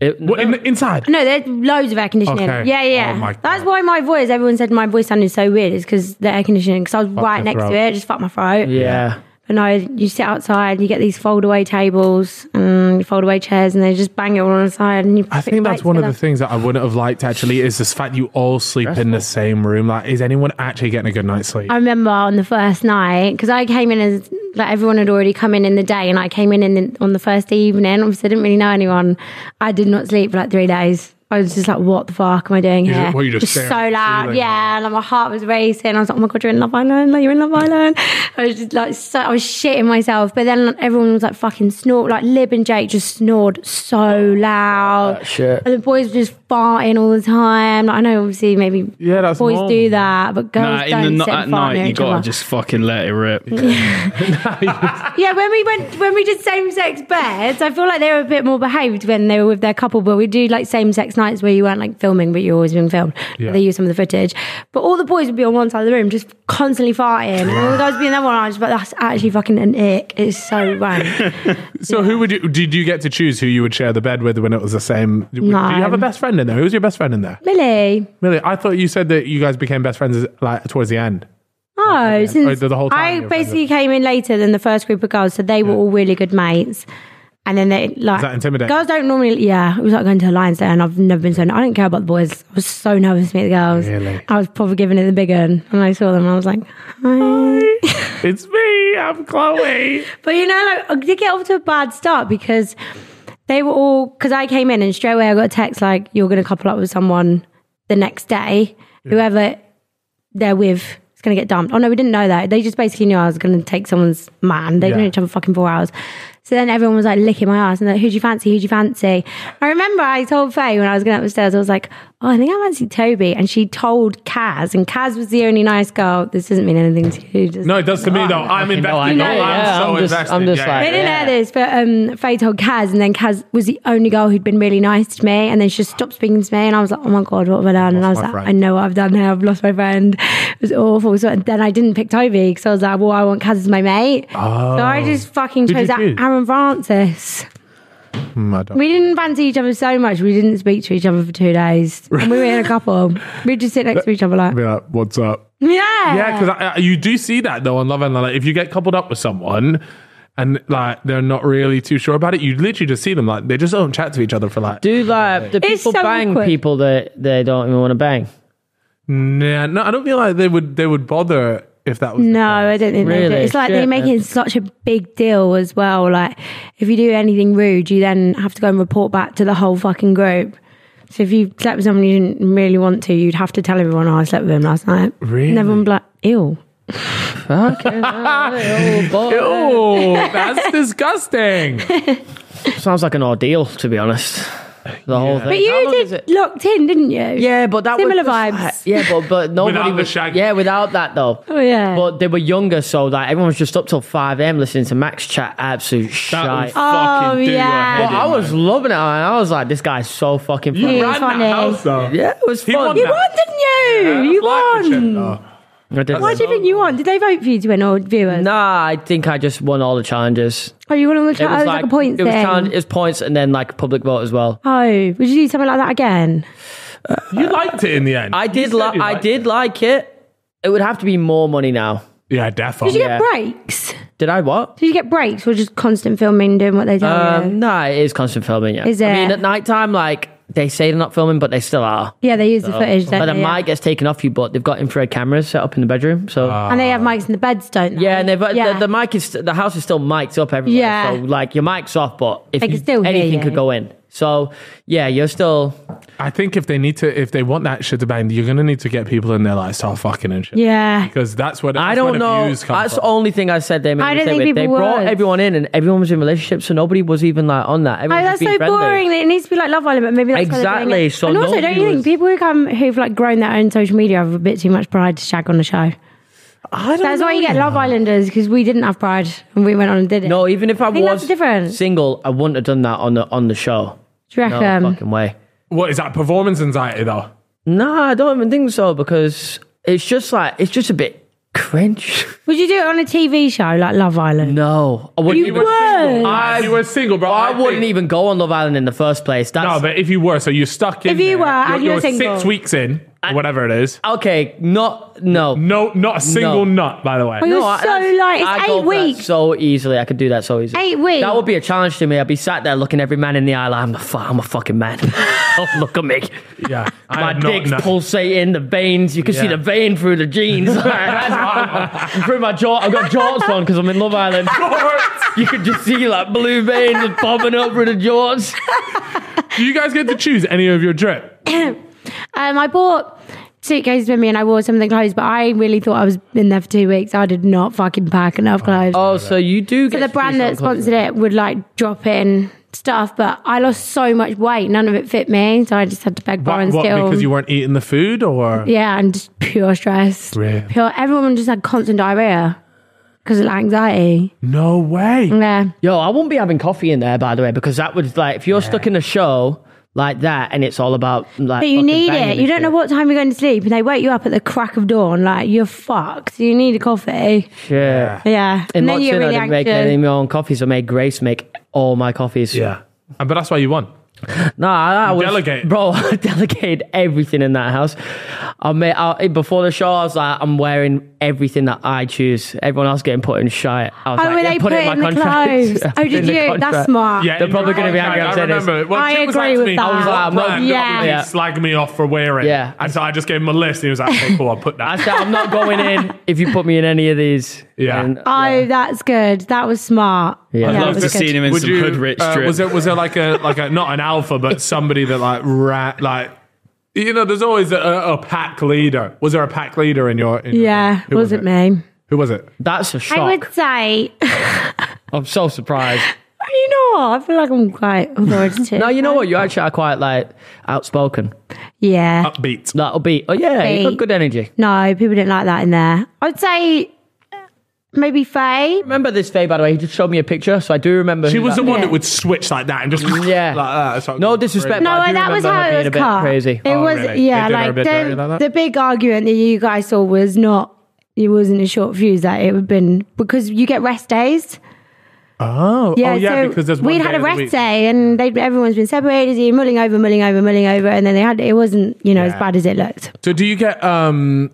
It-
What in, inside?
No, there's loads of air conditioning.
Okay.
Yeah,
Oh, my
yeah.
God.
That's why my voice, everyone said my voice sounded so weird, is because the air conditioning, because I was right
your
next
throat.
to it, it just fucked my throat.
Yeah.
But no, you sit outside, you get these fold away tables and fold away chairs, and they just bang it all on the side. And you
I think that's one of the things that I wouldn't have liked actually is this fact you all sleep in the same room. Like, is anyone actually getting a good night's sleep?
I remember on the first night, because I came in as, like, everyone had already come in in the day, and I came in, in the, on the first evening. Obviously, I didn't really know anyone. I did not sleep for like three days. I was just like, what the fuck am I doing
You just-
here?
what, you just
It was
staring
so
at the
loud.
ceiling?
Yeah. And like, my heart was racing. I was like, oh my God, you're in Love Island. Like, you're in Love Island. I was just like, so, I was shitting myself. But then like, everyone was like fucking snort. Like, Lib and Jake just snored so loud.
shit.
And the boys were just farting all the time. Like, I know, obviously, maybe
Yeah, that's
boys
normal.
do that, but girls
Nah,
don't
in the,
sit
no- at
and fart near
night you
each
gotta
other.
just fucking let it rip.
Yeah, when we went when we did same sex beds, I feel like they were a bit more behaved when they were with their couple, but we do like same sex nights where you weren't like filming, but you're always being filmed.
Yeah.
They use some of the footage, but all the boys would be on one side of the room, just constantly farting, and all the guys would be in that one. I was just like, that's actually fucking an ick. It's so
(laughs)
wrong.
So who would you? Did you get to choose who you would share the bed with when it was the same? Do you have a best friend in there? Who's your best friend in there?
Millie,
Really, I thought you said that you guys became best friends like towards the (laughs) end.
no,
Or
since
Oh, the- the whole time you
Oh, I
were
basically came in later than the first group of girls, so they were all really good mates. And then they like
that intimidating?
girls don't normally. Yeah, it was like going to a lion's den. and I've never been so. I don't care about the boys. I was so nervous to meet the girls.
Really?
I was probably giving it the big one when I saw them. I was like, hi.
It's me. I'm Chloe.
But you know, like uh, they get off to a bad start because they were all because I came in and straight away I got a text like you're going to couple up with someone the next day, whoever they're with is going to get dumped. Oh no, we didn't know that. They just basically knew I was going to take someone's man. They've known
Yeah.
each other for fucking four hours. So then everyone was like licking my ass and like, who do you fancy? Who do you fancy? I remember I told Faye when I was going up the stairs, I was like, oh, I think I fancy Toby. And she told Kaz, and Kaz was the only nice girl. This doesn't mean anything to you. does
No, it does to me though. I'm invested.
I know.
I'm
Yeah,
so
I'm just-
invested.
I'm just
Yeah,
like-
they didn't
Yeah.
know this, but um, Faye told Kaz, and then Kaz was the only girl who'd been really nice to me, and then she just stopped speaking to me, and I was like, oh my god, what have I done? and I was
my
like,
friend.
I know what I've done here, I've lost my friend. It was awful. So then I didn't pick Toby because I was like, well, I want Kaz as my mate. So I just fucking
Oh. Who'd you
chose that
choose?
Aaron Francis.
Hmm, I don't-
We didn't fancy each other so much, we didn't speak to each other for two days, and we were in
(laughs)
a couple. We'd just sit next to each other like,
I'd be like, what's up?
yeah,
Yeah, because you do see that though on Love Island. Like, if you get coupled up with someone and like they're not really too sure about it, you literally just see them like they just don't chat to each other for like.
Do like the
It's
people
so
bang
awkward.
people that they don't even want to bang?
Nah, no, I don't feel like they would they would bother if that was. the
No,
case.
I don't think they do.
Really?
It's like they
Shit,
make
man.
it such a big deal as well. Like if you do anything rude, you then have to go and report back to the whole fucking group. So if you slept with someone you didn't really want to, you'd have to tell everyone, "Oh, I slept with him last night."
Really?
And everyone would be like, "Ew."
Oh, that's (laughs)
(laughs)
disgusting.
Sounds like an ordeal, to be honest. The whole thing.
But
How
you
long is
did
it?
locked in, didn't you?
Yeah, but that
similar
was just-
vibes.
yeah, but
(laughs)
but nobody
Without the
was,
shag.
Yeah, without that though.
Oh yeah.
But they were younger, so like everyone was just up till five a.m. listening to Max chat absolute
That will
shite.
Oh,
fucking do your
yeah.
head
But
in,
I was
man.
loving it. and I was like, this guy's so fucking funny.
You
Ran that
funny.
house, though.
Yeah, it was
He
fun.
won
You
that.
What didn't you? you
Like the
won.
shit, though.
I did.
Why do you think you won? Did they vote for you to win or viewers?
Nah, I think I just won all the challenges.
Oh, you won all the time. It was like, a points
it was,
thing.
challenge- it was points and then like public vote as well.
oh, would you do something like that again?
Oh,
You liked it in the end.
I did
said
like
you
I
liked
did like it. It would have to be more money now.
Yeah,
Did
definitely.
you get
Yeah.
breaks?
Did I what?
Did you get breaks or just constant filming doing what they tell you?
Um, nah, it is constant filming. Yeah,
Is
I mean,
it?
at night time, like they say they're not filming, but they still are.
Yeah, they use the footage. Don't
But the
they? yeah.
mic gets taken off you, but they've got infrared cameras set up in the bedroom. So
Ah.
and they have mics in the beds, don't they?
Ah. yeah, and they've,
Yeah.
The, the mic is the house is still mic'd up everywhere.
Yeah.
So like your mic's off, but if
They can
you,
still hear
anything
you.
could go in. So yeah, you're still
I think if they need to, if they want that shit to bang, you're gonna need to get people in there like start fucking and shit.
yeah.
because that's what
I don't know.
Views come
That's the
from.
only thing I said. They made
I
a
don't
mistake
think
with. They
people
brought
would.
everyone in, and everyone was in relationships, so nobody was even like on that.
Oh,
Everyone
that's
was being
so
friendly.
boring. It needs to be like Love Island, but maybe that's Why they're doing
Exactly,
it.
so
and also,
no
don't you think
viewers-
people who come who've like grown their own social media have a bit too much pride to shag on the show?
I don't
That's
know.
why you get Love Islanders because we didn't have pride and we went on and did it.
No, even if I,
think that's
was
different.
single, I wouldn't have done that on the on the show.
do you
No
reckon?
fucking way.
What is that performance anxiety though?
Nah, I don't even think so because it's just like it's just a bit cringe. (laughs)
Would you do it on a TV show like Love Island?
No, I wouldn't.
If you
even,
were single,
I-
if you were single, bro.
I
think-
wouldn't even go on Love Island in the first place. That's
No, but if you were, so you're stuck in.
If you
there,
were and
you're,
you were
you're
single.
six weeks in, or whatever it is.
okay. Not no.
No, not a single
No.
nut, by the way.
(laughs) You're
I-
so
that's-
light. It's
I
eight
go for that
weeks.
So easily, I could do that so easily.
Eight weeks.
That would be a challenge to me. I'd be sat there looking every man in the eye like I'm a, fu- I'm a fucking man. (laughs) oh, look at me.
Yeah, I
My
am not
dick's
nut-
pulsating, the veins. You can see
Yeah.
the vein through the
(laughs)
jeans. (laughs) That's horrible. And through my jaw, I've got jorts on because I'm in Love Island. (laughs) you could just see like blue veins just popping up through the jorts.
Do you guys get to choose any of your drip?
Um, I bought suitcases with me and I wore some of the clothes, but I really thought I was in there for two weeks. I did not fucking pack enough clothes.
Oh, so you do get
So the
to
brand
choose
that
your clothes.
sponsored it would like drop in stuff, but I lost so much weight, none of it fit me, so I just had to beg, borrow,
What,
and
what,
steal.
because you weren't eating the food, or
yeah, and just pure stress,
Really?
pure. Everyone just had constant diarrhea because of anxiety.
no way.
Yeah,
Yo, I wouldn't be having coffee in there, by the way, because that would like if you're stuck in a show, like that, and it's all about like.
But you
fucking
need
banging
it.
and
You don't know
shit.
what time you're going to sleep, and they wake you up at the crack of dawn. Like you're fucked. You need a coffee.
Yeah.
Yeah,
In
and then
lockdown,
you're Oh, really
I didn't make any
anxious.
of my own coffees. I made Grace make all my coffees.
Yeah. And, but that's why you won.
No, I, I was
delegate.
bro. (laughs) I delegate everything in that house. I made I, before the show. I was like, I'm wearing everything that I choose. Everyone else getting put in shite. I was
Oh,
like,
were
yeah,
they
put it in my
the
contract. (laughs)
clothes?
Yeah,
Oh,
put it in
did
the
you?
contract.
That's smart.
They're
in
probably
the
gonna be
contract,
angry
I
I'm saying
remember. Well,
I
Chip was like
agree
to
with
me,
that.
I was like, I'm not,
Yeah.
yeah.
Yeah.
slag me off for wearing.
Yeah.
And so I just gave him a list and he was like, okay, cool, I'll put
I
(laughs)
that.
said, I'm not going in if you put me in any of these.
Yeah.
And-
Oh, that's good. That was smart.
Yeah.
I'd
that
love
was
to
good.
see him in some hood rich
uh,
drip.
was there was there like a like a not an alpha
(laughs)
but somebody that like rat like you know there's always a, a pack leader was there a pack leader in your in your-
Yeah,
who
wasn't me.
who was it
That's a
I
shock.
would say.
I'm so
(laughs)
surprised.
Are you not? I feel like I'm quite
(laughs)
authoritative.
No, you know what? You actually are quite like outspoken.
yeah.
upbeat
Like upbeat. Oh yeah, you got
Upbeat.
good energy.
No, people didn't like that in there. I'd say maybe Faye.
Remember this Faye, by the way? He just showed me a picture, so I do remember.
she
who
was
that-
the one that would switch like that and just
Yeah.
(laughs) like that So-
No disrespect.
No,
but I do
that was
remember
how
her
it
being
was
a bit
cut.
crazy.
It was,
Oh, really? They
yeah,
did her a
like
bit dirty
the,
like that?
the big argument that you guys saw was not. It wasn't a short fuse that it would have been because you get rest days.
oh oh yeah because there's one
we'd
day
had a
of the
rest
week-
day and they everyone's been separated. You're mulling over, mulling over, mulling over, and then they had it wasn't you know as
Yeah.
bad as it looked.
so do you get um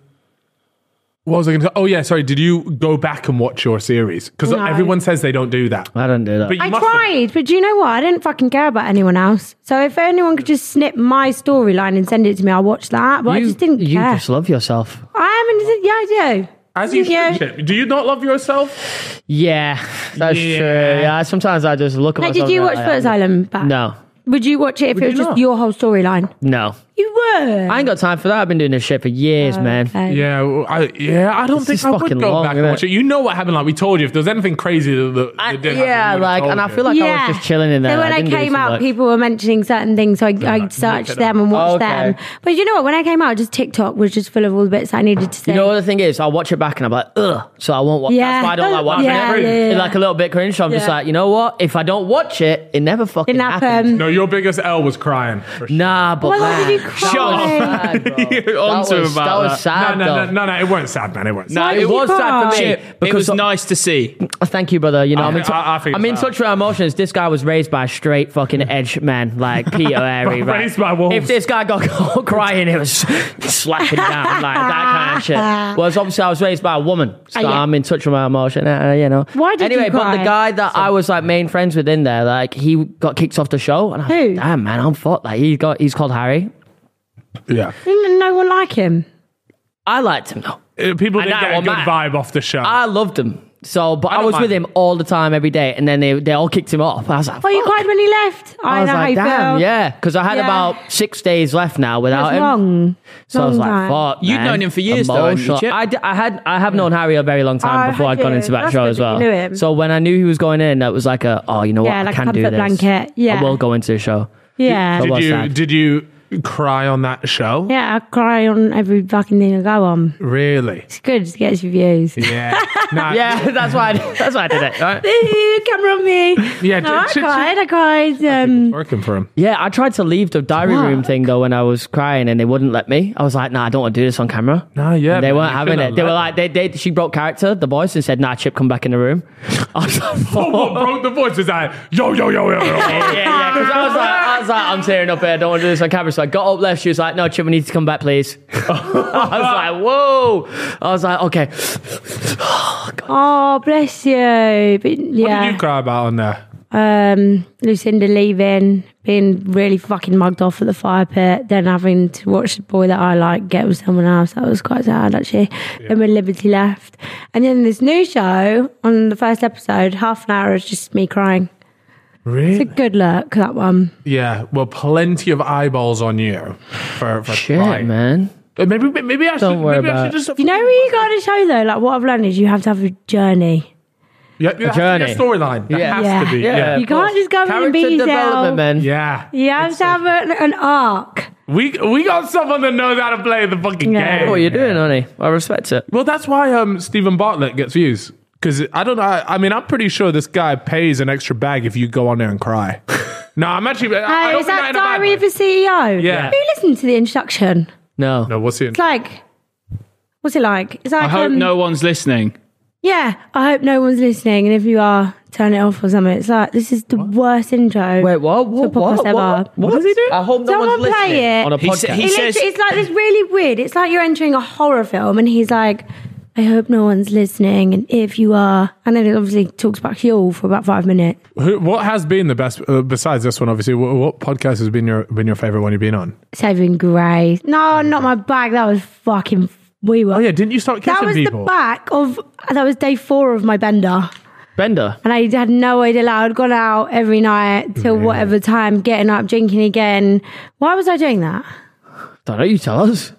what was I going to say? Oh, yeah, sorry. Did you go back and watch your series? Because
No.
everyone says they don't do that.
I don't do that.
But you
I
must have.
tried, but do you know what? I didn't fucking care about anyone else. So if anyone could just snip my storyline and send it to me, I'll watch that. But I just didn't
you
care.
just love yourself.
I am, yeah, I do.
As you
Yeah.
should, Chip. Do you not love yourself?
Yeah, that's
Yeah.
true. Yeah, sometimes I just look at
Like,
myself.
did you
and
watch
I'm
Foot
like,
Asylum back?
No,
Would you watch it if
Would
it was
you
just
not?
your whole storyline?
no.
You would.
I ain't got time for that. I've been doing this shit for years, man.
Um,
Yeah, well, I, yeah, I don't
It's
think
just
I would
fucking
go
long,
back
isn't
and
it?
watch it. You know what happened? Like we told you, if there was anything crazy that, that
I-
did happen,
yeah,
we would've
like,
told
and I
you.
feel like I was just chilling in there.
So when I,
didn't do
came
some
out,
work.
people were mentioning certain things, so I, I
like,
searched
look it
them
up.
and watched
Okay.
them. But you know what? When I came out, just TikTok was just full of all the bits I needed to say.
You know what the thing is? I'll watch it back and I'm like, ugh. So I won't watch.
Yeah.
That's why I don't like watching
Yeah,
it.
yeah, yeah,
It's
yeah.
like a little bit cringe. So I'm just
Yeah.
like, you know what? If I don't watch it, it never fucking
Didn't
happens.
happen.
No, your biggest L was crying. for sure.
Nah, but
Why
man,
did you
that was
cry?
sad, bro.
(laughs)
You're onto
that was,
about
that was sad,
No,
that.
no,
though.
no, no, no, it weren't sad, man. It weren't.
No,
sad.
It was sad for me
Chip, it
because
was nice to see.
Oh, Thank you, brother. You know,
I
I'm in,
think- I- I think
am
it's
in
that.
touch with our emotions. This guy was raised by a straight fucking edge man, like
(laughs)
Peter Airy. right?
Raised by wolves.
If this guy got (laughs) crying, it was slapping down, like that kind of shit. Whereas obviously I was raised by a woman, so
Uh, yeah.
I'm in touch with my emotion. Uh, you know.
Why did you
anyway? But the guy
cry?
that I was like main friends with in there, like he got kicked off the show, and I was
Who?
like, damn man, I'm fucked. Like he got, he's called Harry.
Yeah,
Didn't no one like him?
I liked him though.
Uh, people
And
didn't
that
get a
one
good
matter.
vibe off the show.
I loved him. So, but I,
don't
was
mind
with him all the time, every day, and then they, they all kicked him off. I was like,
Oh, you
fuck.
cried when he left. I,
I was
know
like,
how you
damn,
felt.
yeah, Um, because I had
Yeah.
about six days left now without
That's
him.
long.
So I was
Long
like,
time.
fuck.
You've
man.
known him for years, though, haven't you,
Emotional.
Chip?
I, d- I had, I have known Harry a very long time
Oh,
before
had
I'd gone
you?
into that
That's
show
good
as
that you
well.
knew him.
So when I knew he was going in, it was like a, oh, you know what,
Yeah, like
I can do
comfort
this.
blanket. Yeah.
I will go into the show.
Yeah.
That
did
was
you
sad.
did you cry on that show?
Yeah, I cry on every fucking thing I go on.
Really?
It's good. It gets you views.
(laughs)
Yeah. Nah,
Yeah, that's why. I did, that's why I did it. Right?
Ooh, camera on me.
Yeah,
no, I
ch- ch-
cried. I cried. Um,
Working for him.
Yeah, I tried to leave the diary room
Fuck.
thing though when I was crying, and they wouldn't let me. I was like, nah, I don't want to do this on camera.
Nah, yeah,
And they
man,
weren't
you
having
shouldn't
it.
have
They were
let
like, they, they she broke character, the voice, and said, nah, Chip, come back in the room. (laughs) I was like,
Oh, what broke the voice was like, yo, yo, yo, yo, yo.
Yeah, yeah. 'cause I was like, I was like, I'm tearing up here. I don't want to do this on camera. So I got up left. She was like, No, Chip, we need to come back, please. (laughs) I was like, Whoa. I was like, Okay.
oh, bless you. But,
What
yeah.
did you cry about on there?
um, Lucinda leaving, being really fucking mugged off at the fire pit, then having to watch the boy that I like get with someone else. That was quite sad, actually. Then when Liberty left. And then this new show on the first episode, half an hour is just me crying.
Really?
It's a good look, that one.
Yeah, well, plenty of eyeballs on you for, for
Shit,
trying.
man.
Uh, Maybe, maybe I should.
Don't worry
maybe I
about
should
it.
just.
You know where you got to show, though? Like, what I've learned is you have to have a journey.
yeah, yeah,
journey.
storyline. That
Yeah.
has
Yeah.
to be.
Yeah.
Yeah.
You can't just go in and be
Character
yourself.
development, man.
yeah,
You have to have an, an arc.
We we got someone that knows how to play the fucking
Yeah.
game.
What are you doing, honey? I respect it.
Well, that's why um Stephen Bartlett gets views because I don't know. I, I mean, I'm pretty sure this guy pays an extra bag if you go on there and cry. (laughs) No, I'm actually. I- I
Oh,
don't
is
think I
that
had a bad
Diary of a
one.
CEO?
Yeah.
Who listened to the introduction?
No.
No, what's the
It's like, what's it like? It's like,
I hope
um,
no one's listening.
Yeah, I hope no one's listening. And if you are, turn it off or something. It's like, this is the worst intro.
Wait, what? What?
To a podcast
What? What?
ever.
what? does he do? I hope no
Someone
one's
play
listening
it.
on a
He said-
podcast.
he
It
says-
literally- it's like this really weird. It's like you're entering a horror film, and he's like, "I hope no one's listening, and if you are," and then it obviously talks about Huel for about five minutes.
Who, what has been the best uh, besides this one? Obviously, what, what podcast has been your been your favorite one you've been on?
Saving Grace. No, not my bag. That was fucking. We were.
Oh yeah, didn't you start kissing
that was
people?
the back of. That was day four of my bender.
Bender.
And I had no idea. Like, I'd gone out every night till whatever time, getting up, drinking again. Why was I doing that?
Don't know. You tell us.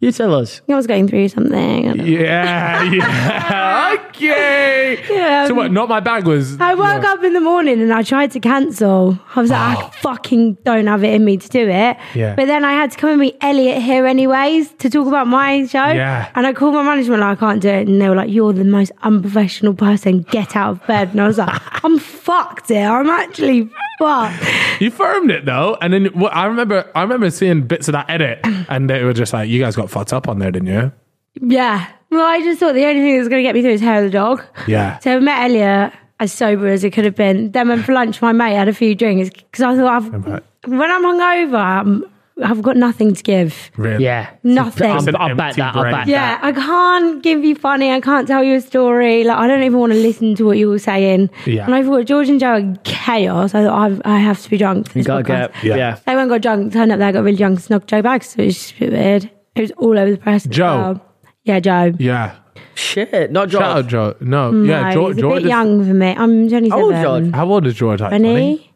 you tell us.
I was going through something. I don't
(laughs)
know.
yeah, yeah. (laughs) okay.
Yeah, um,
so what? Not my bag was.
I woke up in the morning and I tried to cancel. I was like, I fucking don't have it in me to do it.
Yeah.
But then I had to come and meet Elliot here anyways to talk about my show.
Yeah.
And I called my management, like, I can't do it. And they were like, You're the most unprofessional person. Get out of bed. And I
(laughs)
was like, I'm fucked here. I'm actually fucked.
You firmed it though, and then what, I remember. I remember seeing bits of that edit, and they were just like, "You guys got fucked up on there, didn't you?"
Yeah. Well, I just thought the only thing that was going to get me through is hair of the dog.
Yeah.
So I met Elliot as sober as it could have been. Then went for lunch. My mate had a few drinks because I thought, I've,
Right.
when I'm hungover, I'm, I've got nothing to give.
Really?
Yeah.
Nothing.
I'll,
It's an
I'll bet
empty
that. I'll
brain.
bet
Yeah,
that.
I can't give you funny. I can't tell you a story. Like I don't even want to listen to what you're all saying.
Yeah.
And I thought George and Joe are chaos. I thought I've, I have to be drunk. For
You
this
gotta
podcast.
get. Yeah.
They went and got drunk. Turned up there, got really drunk, snog Joe bags. So it was just a bit weird. It was all over the press. as
Joe.
well. Yeah, Joe.
Yeah.
Shit. Not George.
Shout out, Joe. No. yeah.
Hmm, No,
George.
he's a
George
bit
is-
young for me. I'm 27.
How old is George?
How old is George? Like 20?
Benny.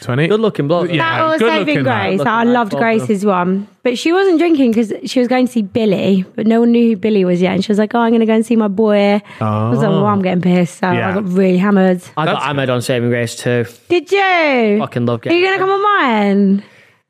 20?
Good looking bloke. though.
Yeah.
That or
good
Saving
looking, man.
Grace.
Looking
I
man.
loved
Well done.
Grace's one, but she wasn't drinking because she was going to see Billy, but no one knew who Billy was yet. And she was like, "Oh, I'm going to go and see my boy." I was like, "Well, I'm getting pissed." So
Yeah.
I got really hammered.
I got
That's-
Ahmed on Saving Grace too.
Did you?
Fucking love
Are you
getting-
going to come on mine?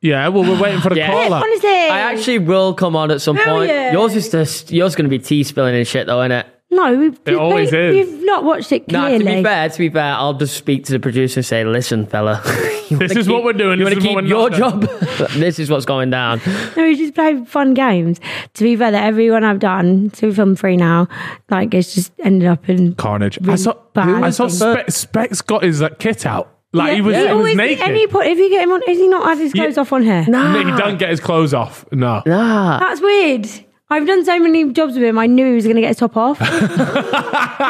Yeah. Well, we're waiting for the
Yeah.
call up.
Honestly,
I actually will come on at some
Hell
point.
yeah.
Yours is just yours going to be tea spilling and shit though, isn't it?
no. We've, we've-
always
we-
is.
We've not watched it
Nah,
clearly.
to be fair, to be fair, I'll just speak to the producer and say, "Listen, fella, (laughs) you wanna
is what we're doing.
You
This
want to
is what
keep
we're
your job? (laughs)
not
this is what's going down."
No, we just play fun games. To be fair, that everyone I've done, so we've filmed three now. Like it's just ended up in
Carnage. I
Really
saw.
bad.
I saw
Who was
Spe- Specs got his like, kit out. Like
Yeah,
he was,
he
he was
always-
naked.
Any point, if you get him on, is he not had his
Yeah.
clothes off on here? No,
No, he doesn't get his clothes off. No.
That's weird. I've done so many jobs with him. I knew he was going to get his top off. I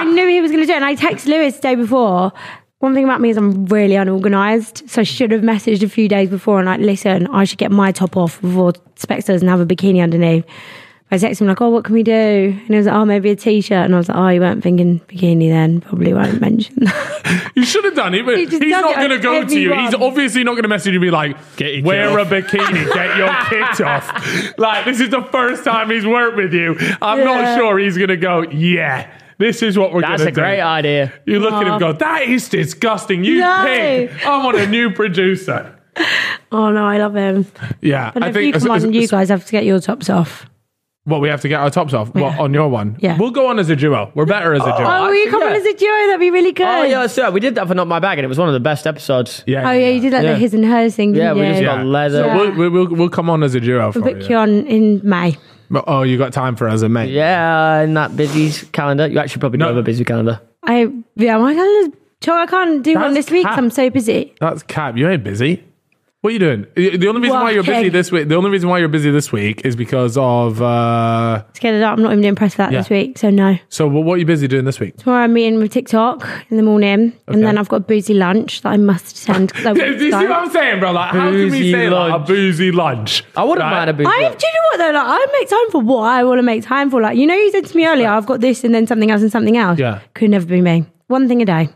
knew he was going to do it. And I text Lewis the day before. One thing about me is I'm really unorganized. So I should have messaged a few days before and like, listen, I should get my top off before Specs does and have a bikini underneath. I texted him like, oh, what can we do? And he was like, oh, maybe a t-shirt. And I was like, oh, you weren't thinking bikini then. Probably won't mention (laughs) that.
You should have done it, but
He
he's
just does
not
it on
going to go to you.
everyone.
He's obviously not going to message you and be like,
Get your kit
wear a
off."
bikini, get
(laughs)
your kit off. Like, this is the first time he's worked with you. I'm not
Yeah.
sure he's going to go, yeah, this is what we're going
That's
to do.
a great idea.
You look at him and go, that is disgusting. You
No.
pig. I want a new producer.
oh, no, I love him.
Yeah.
But
I
if you
think
come on, you guys have to get your tops off.
Well, we have to get our tops off. What, on your one?
Yeah.
We'll go on as a duo. We're better as a duo.
Oh, will you
actually,
come on
yeah.
as a duo? That'd be really good.
Oh yeah, sir, we did that for Not My Bag, and it was one of the best episodes.
yeah.
Oh yeah, you did like
Yeah.
the his and hers thing.
Yeah,
didn't
we
you?
just
Yeah.
got leather.
So
Yeah.
we'll, we'll, we'll, we'll come on as a duo for
We'll book you
you.
on in May.
Oh, you got time for us and mate.
Yeah, in that busy calendar, you actually probably
No.
know have a busy calendar.
I yeah, my calendar's Joe, I can't do one
That's
this week.
cap.
'cause I'm so busy.
That's cap. You ain't busy. What are you doing? The only reason why you're busy
Working.
this week. The only reason why you're busy this week is because of. Uh,
Let's get it up. I'm not even impressed with that
Yeah.
this week. So no.
so, wh- what are you busy doing this week? (laughs)
Tomorrow I'm meeting with TikTok in the morning, and then I've got a boozy lunch that I must
(laughs)
send. 'cause I
Do you
want to
see what
go.
I'm saying, bro? Like, how can we
Boozy
say like, a
lunch.
boozy lunch?
I wouldn't
Right.
mind a busy.
I do you
lunch.
know what though? Like I make time for what I want to make time for. Like you know, you said to me earlier, I've got this and then something else and something else.
Yeah.
could never be me. One thing a day.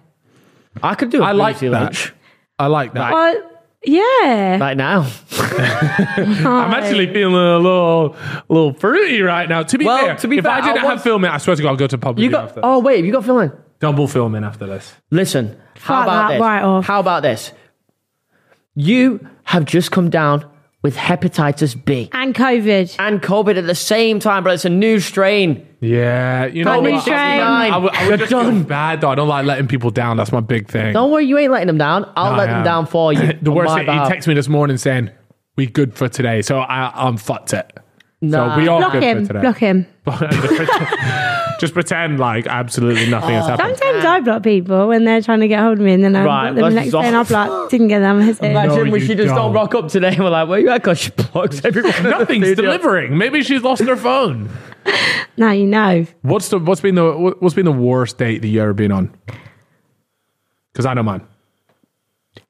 I could do. a
I like
busy
that.
lunch.
I like that.
Well, yeah.
Right now,
I'm actually feeling a little, a little fruity right now. To be
Well,
fair,
to be
if
fair,
I didn't
I
have
was-
filming, I swear to God, I'll go to pub.
you
You
got.
after.
Oh wait, have you got filming.
double filming after this.
Listen, how
Fuck
about
that
this?
right off.
How about this? You have just come down with hepatitis B
And COVID.
and COVID at the same time, bro. It's a new strain.
Yeah, you know
Can't be
what?
shame.
I would, I
You're
would just feel
done.
bad though. I don't like letting people down. That's my big thing.
Don't worry, you ain't letting them down. I'll
No, I
let them
am.
down for you.
(coughs) (laughs) the
on
worst
my
thing,
behalf.
he texted me this morning saying, "We good for today," so I, I'm fucked it.
Nah.
So we are
Block
good
him.
for today.
Block him.
just pretend like absolutely nothing
Oh,
has happened.
Sometimes I block people when they're trying to get hold of me, and then I
Right,
block
that's
them the next day,
awful.
and I block. Didn't get that message.
Imagine
No,
we
you
should just
don't.
don't rock up today. We're like, where you at? Because she blocks everyone. (laughs)
Nothing's delivering. Maybe she's lost her phone.
Now you know.
What's the what's been the what- what's been the worst date that you ever been on? Because I know mine.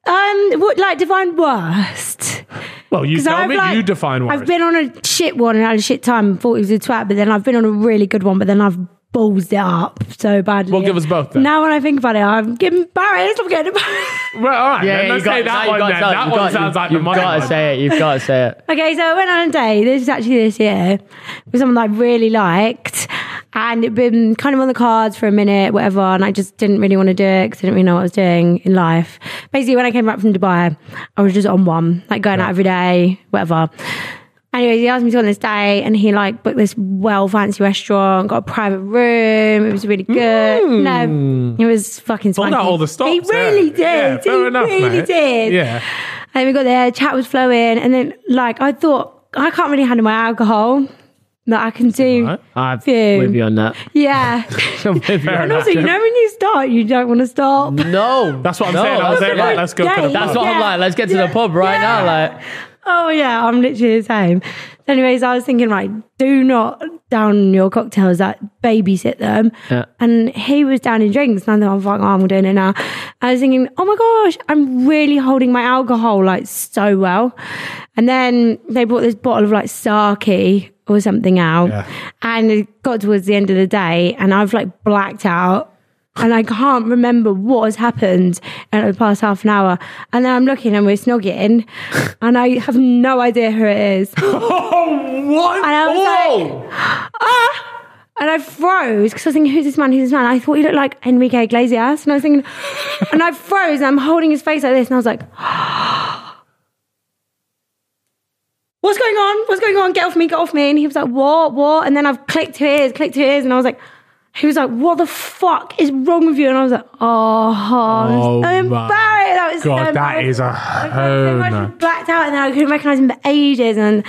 Um, what like define worst?
Well, you
'Cause
tell
I've,
me.
like-
you define worst.
I've been on a shit one and had a shit time and thought he was a twat, but then I've been on a really good one, but then I've ballsed it up so badly.
Well, give us both then.
Now when I think about it, I'm getting embarrassed. I'm getting embarrassed.
well, all right.
Yeah,
then,
you
let's
got
say that one.
You
Then.
got
That one sounds like the
You've
mine.
got to
one.
say it. You've got to say
(laughs)
it.
Okay, so I went on a date. This is actually this year with someone that I really liked, and it'd been kind of on the cards for a minute, whatever. And I just didn't really want to do it because I didn't really know what I was doing in life. Basically, when I came back from Dubai, I was just on one, like going out every day, whatever. Anyways, he asked me to go on this date, and he like booked this well fancy restaurant, got a private room. It was really good. No, it was fucking.
Mm. Pulled out
swanky.
all the stops.
He really did.
yeah. Yeah, fair
he
enough,
really
mate.
did.
Yeah.
And we got there, chat was flowing, and then like I thought I can't really handle my alcohol. That I can do.
I'm
Phew.
with you on that.
Yeah.
(laughs) I'm with you on
and
that.
also, you know when you start, you don't want to stop.
No,
That's what I'm
no,
saying. I was
that's
saying,
it.
like, let's go to the
(laughs) Yeah.
That's
pub.
what I'm like. Let's get to the
Yeah.
pub right
Yeah.
now. Like,
Oh yeah, I'm literally the same. Anyways, I was thinking, right, do not down your cocktails, like babysit them.
Yeah.
And he was down in drinks, and I thought, I'm like, oh, I'm doing it now. I was thinking, oh my gosh, I'm really holding my alcohol like so well. And then they brought this bottle of like sake or something out,
Yeah.
and it got towards the end of the day, and I've like blacked out and I can't remember what has happened in the past half an hour. And then I'm looking and we're snogging, and I have no idea who it is.
Oh, (laughs) what? Oh,
And I was like, ah! And I froze because I was thinking, who's this man? Who's this man? I thought he looked like Enrique Iglesias. And I was thinking, (laughs) and I froze and I'm holding his face like this. And I was like, (gasps) what's going on? What's going on? Get off me, get off me. And he was like, what, what? And then I've clicked to his, clicked to his. And I was like, he was like, what the fuck is wrong with you? And I was like, oh, I was
Oh
so
my
embarrassed. That was so
God, that
embarrassing.
is a
I
honer.
just blacked out and then I couldn't recognise him for ages and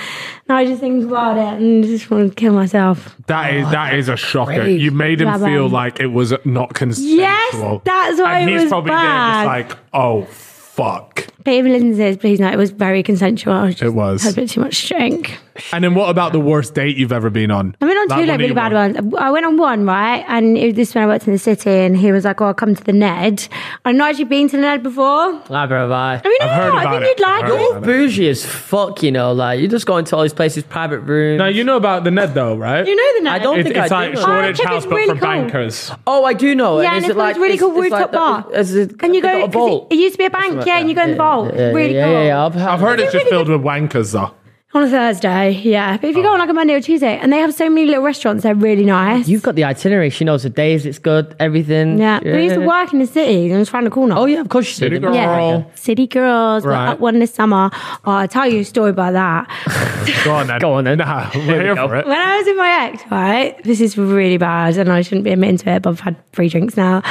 now I just think about it and just want to kill myself.
That is that is a shocker. You made him
Rabbi.
feel like it was not consensual.
Yes, that's why
and
it
he's
was
probably
bad.
there just like, oh fuck.
But even listen to this, please no, it was very consensual. I was just
It was.
had a bit too much drink.
And then what about the worst date you've ever been on?
I went on two like really bad ones. I went on one, right? And it was this when I worked in the city and he was like, Oh, I'll come to the Ned. I've not actually been to the Ned before.
ah, bro, bye.
I mean,
I've heard
I
about
think
it.
you'd like
I've heard
it.
about
Bougie as fuck, you know. Like, you just go into all these places, private rooms.
Now you know about the Ned though, right?
You know the Ned.
I don't
it's,
think I
it's
do
like
know.
Shoreditch
Oh, I think
House,
it's
but
really
for
cool.
bankers.
Oh, I do know.
Yeah, and, it's got
like
this really
it's-
cool
it's
rooftop
like
bar.
the- it's- it's-
and you
it's
go,
got a
'cause
vault.
it, it used to be a bank, yeah, and you go in the vault.
Yeah,
really
yeah,
cool.
yeah, yeah. I've had-
I've heard it's just
really
filled with wankers though.
On a Thursday, yeah. But if you go on like a Monday or Tuesday, and they have so many little restaurants, they're really nice.
You've got the itinerary. She knows the days. It's good. Everything.
yeah. We used to work in the city and it was around the corner.
Oh yeah, of course she did.
girl.
Yeah. City girls. were
Right.
up one this summer. Oh, I'll tell you a story about that.
Go on then.
Go on then.
(laughs) Nah, we're here, for it.
When I was in my ex, right? This is really bad and I shouldn't be admitting to it, but I've had three
(laughs)
drinks now.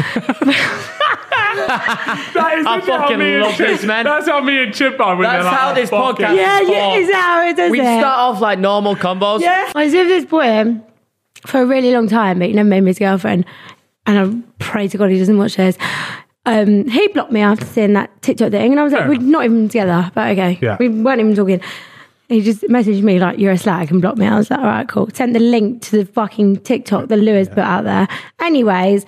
That is
I
literally how
fucking
me and
love
Chip-
this, man.
That's how me and Chip are. when
That's
they're like,
how
oh,
this
fuck it.
podcast-
yeah, yeah,
Fuck.
is how it does
We
it.
start off like normal combos.
Yeah. I was with this boy for a really long time, but he never made me his girlfriend. And I pray to God he doesn't watch this. Um, he blocked me after seeing that TikTok thing, and I was like,
Fair
we're
enough.
not even together, but okay.
Yeah.
We weren't even talking. He just messaged me like, "You're a slag," and blocked me. I was like, "All right, cool." Sent the link to the fucking TikTok that Lewis put out there. Anyways,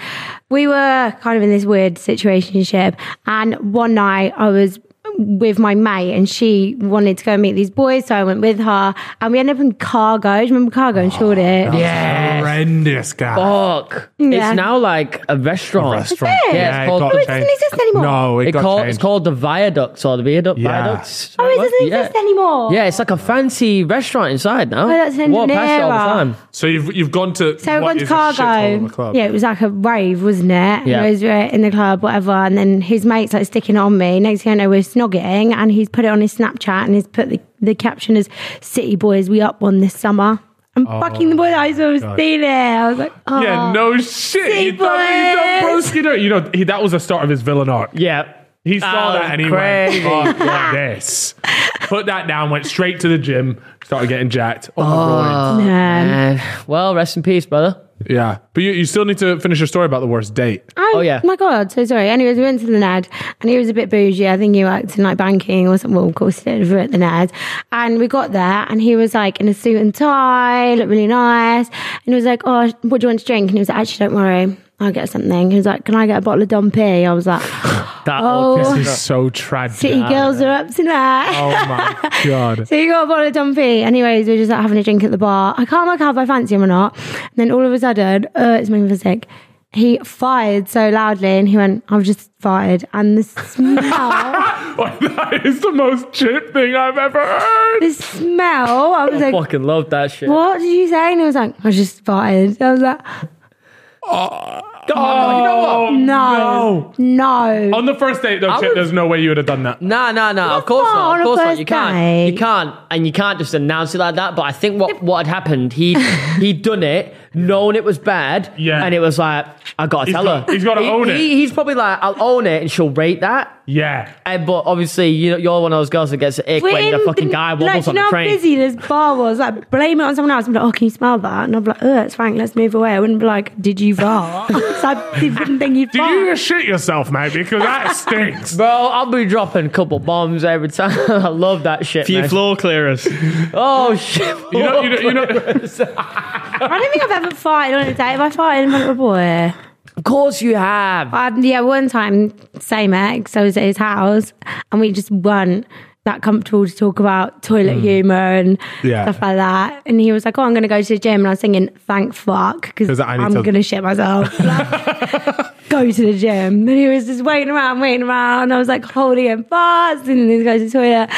we were kind of in this weird situationship, and one night I was with my mate, and she wanted to go and meet these boys, so I went with her, and we ended up in Cargo. Do you remember Cargo
Oh,
in Shoreditch?
Yes.
Horrendous guy.
Oh, Fuck.
Yeah.
It's now like a restaurant.
restaurant.
it?
Yeah, it's
it
called-
got
Oh, it
doesn't
changed.
exist anymore.
No, it,
It
got
called,
changed.
it's called the viaducts or the viaduct
Yeah.
viaducts.
Oh, it doesn't
Yeah.
exist anymore.
Yeah, it's like a fancy restaurant inside now.
Oh, that's an
Walk past it all the
Engineera.
time.
So you've you've gone to
So we
what
went to
is a shithole of
Cargo.
a club.
Yeah, it was like a rave, wasn't it?
Yeah.
Yeah. We were uh, in the club, whatever. And then his mate's like sticking it on me. Next thing I know, we're snogging, and he's put it on his Snapchat and he's put the the caption is "City Boys, we up one this summer." And
Oh
fucking the boy that I used to have seen it. I was like, oh.
Yeah, no shit. He thought, he thought
Boys.
Broski, don't- you know, he, that was the start of his villain arc.
Yeah.
He saw
Oh,
that and he
crazy.
went, "Fuck this." Put that down, went straight to the gym, started getting jacked. Oh, my God.
Um,
And, well, rest in peace, brother.
Yeah. But you, you still need to finish your story about the worst date.
i
Oh, yeah.
My God, so sorry. Anyways, we went to the NAD and he was a bit bougie. I think he worked in like banking or something. Well, of course, he did. We were at the NAD. And we got there and he was like in a suit and tie, looked really nice. And he was like, Oh, what do you want to drink? And he was like, Actually, don't worry. I'll get something. He was like, Can I get a bottle of Dom P? I was like,
(laughs) That
Oh.
old
This is so tragic.
City girls are up tonight.
Oh my God.
So you got a bottle of Dumpy. Anyways, we are just like having a drink at the bar. I can't work out if I fancy him or not. And then all of a sudden, uh, it's making me feel sick. He fired so loudly and he went, I've just fired. And
(laughs)
the smell,
(laughs) that is the most chip thing I've ever heard.
the smell, I was like,
fucking love that shit.
what did you say? And he was like, I just fired. I was like,
Oh, you know what?
no, no.
Oh,
On the first date, though,
I
Chip,
would-
there's no way you would have done that.
No, no, no. Of
What's
course
that
not.
on a
Of course not.
first
You can't.
date?
You can't. And you can't just announce it like that. But I think what what had happened,
(laughs)
he he'd done it, known it was bad,
Yeah.
and it was like, I gotta
He's
tell
got-
her.
he's gotta
He-
own it.
he- He's probably like, I'll own it, and she'll rate that.
Yeah.
And, Eh, but obviously, you know, you're one of those girls that gets an ick when the fucking guy
like,
wobbles
do
on
you know
the
how
train.
busy this bar was. Like, blame it on someone else. I'm like, oh, can you smell that? And I'd be like, oh, it's Frank. Let's move away. I wouldn't be like, did you fart? (laughs) so I wouldn't think you'd
Did
fart.
you just shit yourself, mate? Because that stinks.
Bro, I'll be dropping a couple bombs every time. (laughs) I love that shit.
Few
man.
floor clearers.
oh shit!
You know, you know, you know,
I don't think I've ever farted on a date. Have I farted in front of a boy?
of course you
(laughs)
have.
Um, yeah, one time, same ex, I was at his house and we just weren't that comfortable to talk about toilet humour and
Mm. Yeah.
stuff like that. And he was like, oh, I'm going to go to the gym. And I was thinking, thank fuck,
'Cause
because
I need
I'm
to-
going to
(laughs)
shit myself. Like, go to the gym. And he was just waiting around, waiting around. I was like holding him fast and then he goes to the toilet.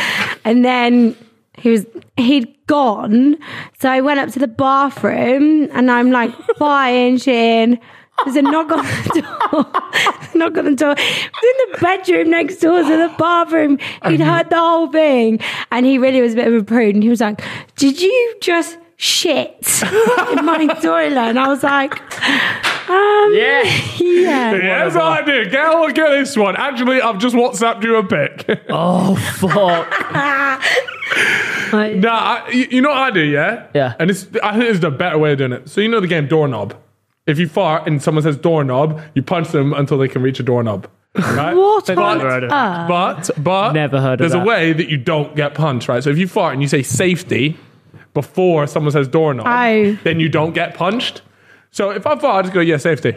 And then he was he'd gone. So I went up to the bathroom and I'm
(laughs)
like buying shin. There's a knock on the door. (laughs) knock on the door. It was in the bedroom next door to the bathroom. He'd heard the whole thing. And he really was a bit of a prude. And he was like, Did you just shit in
(laughs)
my toilet? And I was like, um,
Yeah.
yeah.
yeah, that's all I did. Get, oh, get this one. Actually, I've just WhatsApped you a pic. (laughs)
Oh fuck!
Like,
Nah, I, you, you know what I do, yeah?
Yeah.
And it's, I think it's the better way of doing it. So you know the game doorknob. If you fart and someone says doorknob, you punch them until they can reach a doorknob.
(laughs)
Right?
What
but,
on
but, but, but-
Ah. Never heard of
there's
that.
a way that you don't get punched, right? So if you fart and you say safety before someone says doorknob,
Oh.
then you don't get punched. So if I fart, I just go, yeah, safety.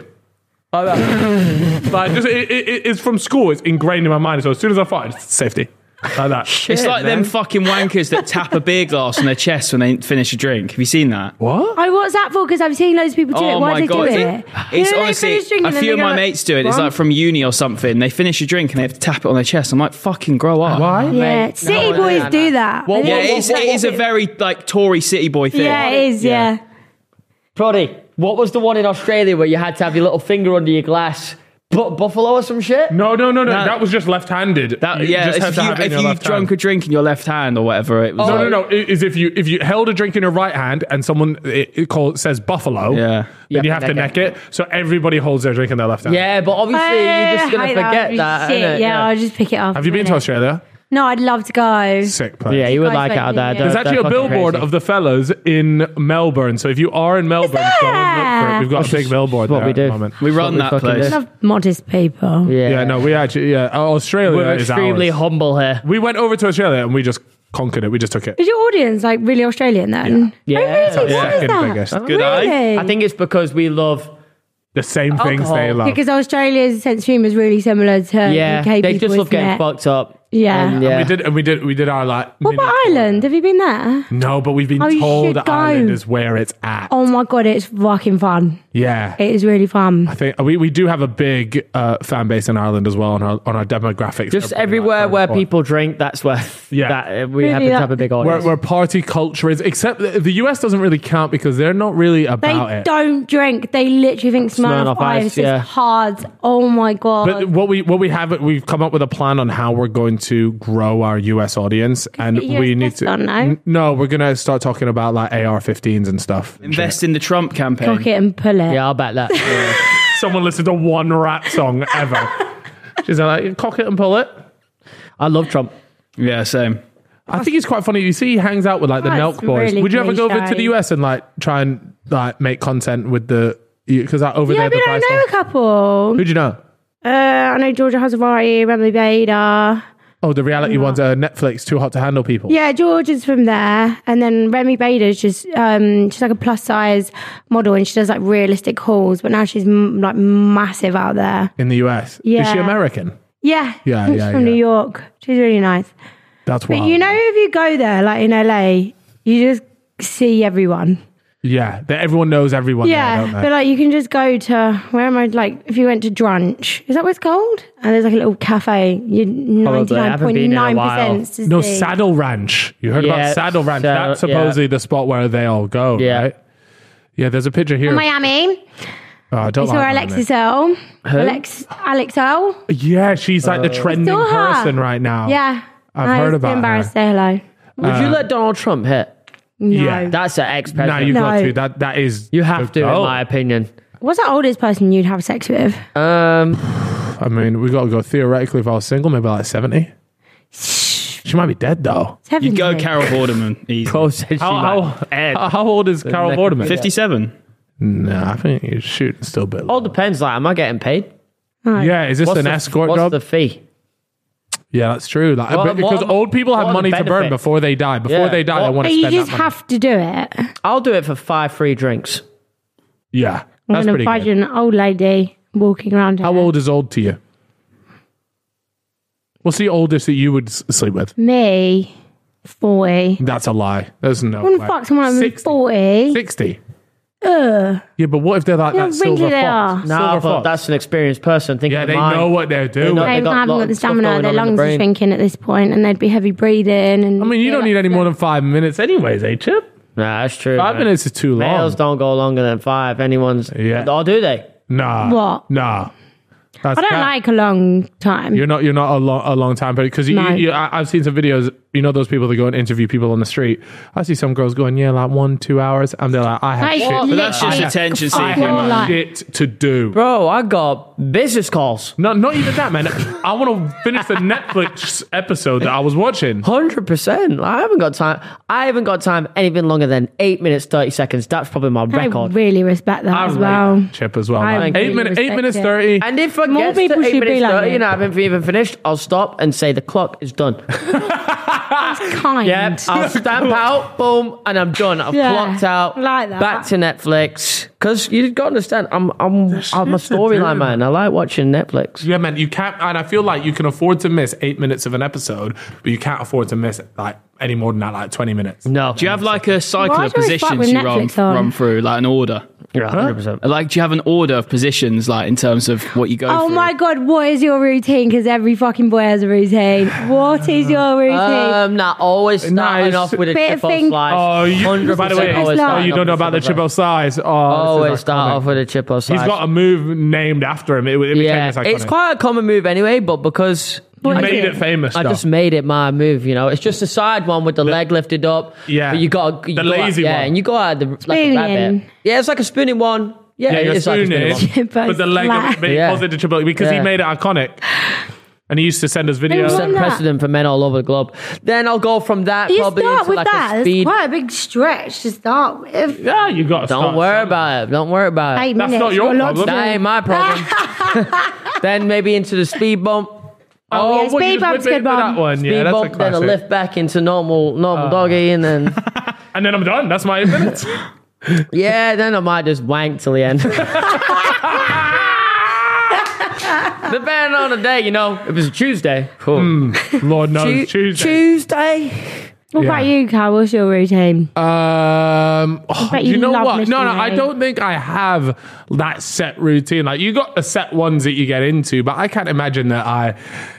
(laughs)
Like that. like just, it, it, it- it's from school. It's ingrained in my mind. So as soon as I fart, it's safety. Like that.
It's like them fucking wankers that tap a beer glass on their chest when they finish a drink. Have you seen that? Oh
What?
I what's that for? Because I've seen loads of people do it. Why do they do
Is
it?
it- It's
You know, they
honestly
finish drinking
a
and
few
they
of
go
my
like,
mates do it. It's
"Mum?"
like from uni or something. They finish a drink and they have to tap it on their chest. I'm like, fucking grow up.
Why?
Yeah, city
no,
boys
no.
do that.
Well,
They
Yeah,
do
it is,
that.
it is a very like Tory city boy thing.
yeah, it is. Yeah,
Proddy, what was the one in Australia where you had to have your little finger under your glass? Bu- buffalo or some shit?
No, no, no, no.
No.
That was just left-handed.
That,
You
yeah,
just had
if
to have it in
you, if
your
you've
left
drunk a
hand.
drink in your left hand or whatever, it was
Oh,
like-
No, no, no. It is if you if you held a drink in your right hand and someone it, it call, says buffalo,
Yeah.
then you have to neck it. So everybody holds their drink in their left hand.
Yeah, but obviously you're just
Eh, I
gonna
hate
forget that.
Shit,
innit?
yeah, I'll just pick it up.
Have you been to Australia?
No, I'd love to go.
Sick place.
yeah, you would
Guys
like it
like
out
me,
there.
yeah.
There's
They're-
actually a
they're fucking
billboard
crazy.
of the fellas in Melbourne. So if you are in Melbourne, go and look for it. We've got a big billboard
what
there
we
at the
do.
moment.
We
That's
run
what we
that
fucking
place.
do.
Love modest people.
Yeah,
Yeah, no, we actually yeah, uh, Australia
we're
is
extremely
ours.
humble here.
We went over to Australia and we just conquered it. We just took it.
Is your audience like really Australian then?
Yeah.
Oh,
Yeah.
really? What is
Second
that?
biggest.
Oh.
Good eye.
Really?
I think it's because we love.
The same things they
Alcohol.
love.
because Australia's sense of humour is really similar to
Yeah,
UK
they
Uh, people.
just love
isn't
getting
it?
fucked up.
Yeah.
And,
And
yeah.
We did and we did we did our like
What about Ireland? Have you been there?
No, but we've been
Oh, you
told
should
that
go.
Ireland is where it's at.
Oh my god, it's fucking fun.
Yeah.
It is really fun.
I think we, we do have a big uh, fan base in Ireland as well on our on our demographics.
Just
They're probably
everywhere
like
where
hardcore.
people drink, that's where
(laughs) Yeah.
that, uh, we
Really,
happen to
that-
have a big
where,
audience.
where party culture is, except the the US doesn't really count because they're not really
They
about it.
don't drink. They literally think Smirnoff
Smirnoff Ice,
Ice is
yeah.
hard. Oh my god.
But what we what we have we've come up with a plan on how we're going trying to grow our US audience, and
get US
we need
press
to.
on now.
Mm.
N- no, we're gonna start talking about like AR-15s and stuff.
Invest in the Trump campaign.
Cock it and pull it.
Yeah, I'll bet that. Yeah.
Someone listened to one rap song ever. (laughs) She's like, cock it and pull it.
I love Trump.
Yeah, same.
I think it's quite funny. You see, he hangs out with like the
That's
Nelk boys.
Oh, really
Would you ever go over to
cliche.
the US and like try and like make content with the? Because like, over
Yeah,
there, the
but I
price.
know a couple.
Who do you know?
Uh, I know Georgia Hazavari, Remy Bader.
Oh, the reality ones are Netflix. Too hot to handle people.
Yeah, George is from there, and then Remy Bader's just um, she's like a plus size model, and she does like realistic hauls. But now she's m- like massive out there.
In the US. Is she
Yeah.
American?
Yeah,
Yeah,
she's
yeah,
from
yeah.
New York. She's really nice.
That's
But
wild.
you know, if you go there, like in LA, you just see everyone.
Yeah, that everyone knows everyone. Yeah,
Yeah,
there, don't
but
they?
like you can just go to where am I? Like if you went to Drunch, is that what it's called? And there's like a little cafe. You're ninety
Probably. I
nine
haven't been
point
in a
nine
while.
percent.
no Saddle Ranch. You heard
Yeah,
about Saddle Ranch?
Saddle-
That's supposedly the spot where they all go.
Yeah.
right? Yeah, there's a picture here.
Miami.
oh, I don't
It's where
like that
Alexis Earl. Alex Alex Earl.
name. Yeah, she's like the
Uh,
trending
saw her.
person right now.
Yeah.
Oh, I've
No,
heard
it's
about her.
embarrassed to say hello.
Would you let Donald Trump hit?
yeah.
Uh, (laughs) That's an ex
now
president.
you
you,
got
No.
to that. That is
have to,
Oh,
in my opinion. (laughs)
What's the oldest person you'd have sex with?
Um,
I mean, we got to go theoretically. If I was single, maybe like seventy. She might be dead though.
You go
Seventy.
Carol Vorderman. Easy.
Cole said she eh, might- Ed.
how old is Carol
neck-
Vorderman?
57.
No, I think you shoot still a bit.
All
Old.
depends. Like, am I getting paid?
Yeah, is this
What's
an
the,
escort
what's
job?
the fee?
yeah, that's true. Like,
What-
but
what
because
are-
old people
what
have
are
money
the
to burn
benefits?
before they die. Before
Yeah.
they die, they
What-
want
But
to
you
spend
just
that money.
have to do it. I'm
I'll do it for five free drinks.
Yeah, that's
gonna
pretty
imagine
good.
an old lady walking around.
How
here.
old is old to you? What's the oldest that you would s- sleep with?
Me, forty.
That's a lie. There's no.
I want
way.
to fuck someone I'm
60.
forty.
60. Yeah, but what if they're like
Yeah,
that
wrinkly
silver
Uh. they
fox?
are.
No,
silver
nah, but
fox.
that's an experienced person. Thinking
yeah,
of
they
mine.
know what they're doing.
not-
They
They
haven't
got a lot
got
of
the
stuff
stamina.
going
Their
on in the
lungs are
brain.
shrinking at this point, and they'd be heavy breathing. And
I mean, you don't need any more than five minutes, anyways, eh, Chip?
Nah, that's true.
Five
man.
minutes is too long.
Males don't go longer than five. Anyone's.
Yeah.
Or do they?
Nah.
What?
Nah. That's
I don't
that-
like a long time.
You're not. You're not a long, a long time, but because you,
No.
you, I- I've seen some videos. You know those people that go and interview people on the street. I see some girls going, yeah, like one, two hours, and they're like, I have
Like,
shit.
Well,
to do.
but
that's just
I have-
attention
I
seeking,
man.
have
Like-
shit to do.
Bro, I got business calls.
No, not even that, man. I want to finish the Netflix episode that I was watching.
Hundred percent. I haven't got time. I haven't got time anything longer than eight minutes thirty seconds. That's probably my
I
record.
really respect that
I
as
rate
well.
that Chip as well.
I
Like,
really
eight minutes, eight
respect
minutes
it.
thirty.
and if I
More
get
people
to eight
should be
minutes
like
thirty and
that.
I haven't even finished, I'll stop and say the clock is
(laughs)
done.
Kind.
Yep.
(laughs)
I'll stamp out, boom, and I'm done. I've
Yeah,
clocked out.
like that.
Back to Netflix. Cause you've got to understand, I'm I'm I'm a
shit to do.
storyline man. I like watching Netflix.
Yeah, man, you can't. And I feel like you can afford to miss eight minutes of an episode, but you can't afford to miss like any more than that, like twenty minutes.
No.
Do you have like a cycle
Why
of
do I fuck
positions
with
you run,
Netflix on?
run through, like an order?
Yeah, 100%.
Like, do you have an order of positions, like in terms of what you go
Oh
through?
my god, what is your routine? Because every fucking boy has a routine. What is
Uh,
your routine?
Um, nah, always starting
Nice.
off with a
Bit of
triple
thing-
slice.
Oh, you, by the way,
100% always
oh,
starting
you
off
don't know
with
about the
triple
Chibo size. Oh,
Always
this is
start
iconic.
off with a triple slice.
He's got a move named after him. It, it
yeah,
became this
it's
iconic.
quite a common move anyway, but because
You made it famous.
I
though.
just made it my move, you know. It's just a side one with the, leg lifted up.
Yeah.
but you got you
The
go out-
lazy
yeah,
one.
and you go out the like a
Spooning.
rabbit. Yeah, it's like a spooning one. Yeah,
yeah, you're
it's like a spooning
spooning,
one.
(laughs)
one.
but the leg of, but he
Yeah.
calls it the Chibo because he
Yeah.
made it iconic. And he used to send us
Wait,
videos.
what?
Set precedent for men all over the globe. Then I'll go from that
you
probably
start
into
with
like
that.
a
It's
speed.
quite a big stretch to start with.
Yeah, you got.
Don't worry about it. Don't worry about it.
Eight
That's
minutes.
not your
you're locked
problem.
in.
That ain't my problem.
(laughs)
then maybe into the speed bump.
yeah,
Oh, what, you
speed
just
bump's
whip it
good,
into that
Bob.
one.
Speed
Yeah, that's a
bump, then a
classic. Oh.
lift back into normal normal doggy, and
(laughs)
then
And then I'm done. That's my eight minutes. (laughs)
yeah, then I might just wank till the end. Depending on the day, you know. If it's a Tuesday, cool.
Lord knows
Tu-
Hmm, Tuesday.
Tuesday.
What about
Yeah.
you, Carl? What's your routine?
Um, oh,
bet
you,
you
know
love
what?
Mr.
No, no, I
Ray.
don't think I have that set routine. Like you got the set ones that you get into, but I can't imagine that I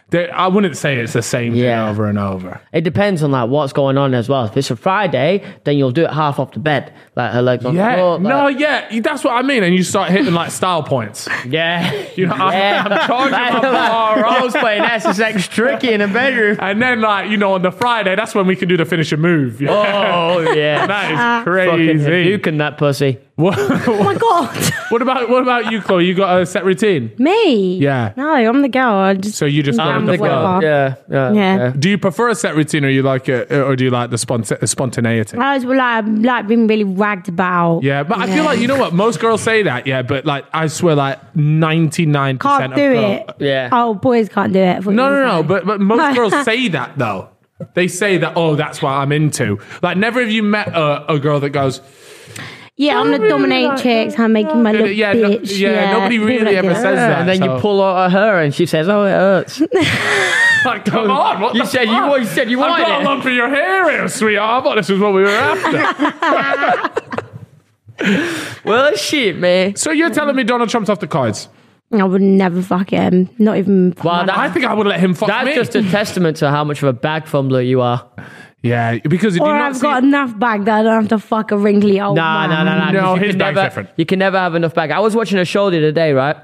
They, I wouldn't say it's the same
Yeah.
thing over and over.
It depends on like what's going on as well. If it's a Friday, then you'll do it half off the bed, like her legs on the
Yeah,
floor. like-
no, yeah, that's what I mean. And you start hitting like style points. (laughs)
yeah,
You know, I'm- I'm charging my bar up.
(laughs) I was playing SSX tricky in the bedroom.
And then, like, you know, on the Friday, that's when we can do the finishing move. (laughs)
Oh (laughs) yeah,
that is
fucking
crazy.
can that pussy.
What,
Oh my (laughs) god,
what about what about you, Chloe? You got a set routine?
me?
Yeah.
No, I'm the girl. I just
So you just go
Um,
I'm
with
the
the
girl.
flow.
girl. Yeah, yeah,
Yeah.
Do you prefer a set routine, or you like it, or do you like the sponta- spontaneity?
I was like like being really ragged about.
Yeah, but I
Yeah.
feel like you know what most girls say that. Yeah, but like I swear, like ninety nine
Can't
percent of
do
girls.
it.
Yeah.
Oh, boys can't do it.
No, no, no. But but most
(laughs)
girls say that though. They say that. Oh, that's what I'm into. Like, never have you met a, a girl that goes,
Yeah, I'm the dominatrix. I'm making my little
yeah, no-
bitch.
yeah, nobody
people
really
don't
ever
do it.
says that.
And then
So-
you pull out at her, and she says, "Oh, it hurts."
like, "Come on, what
You
the
said you-
fuck?
you said you
I've
wanted
got a
it."
lump in your hair here, sweetheart. I thought this was what we
(laughs)
were after."
(laughs) well, shit, man.
so you're telling me Donald Trump's off the cards?
I would never fuck him. Not even.
Well, that-
I think I would let him fuck
That's
me.
just a testament to how much of a bag fumbler you are.
yeah, because you do
or
not
I've
see-
got enough bag that I don't have to fuck a wrinkly old
Nah,
man.
nah, nah, nah.
No,
'cause you
his
can
bag's
never-
different.
You can never have enough bag. I was watching a show the other day, right?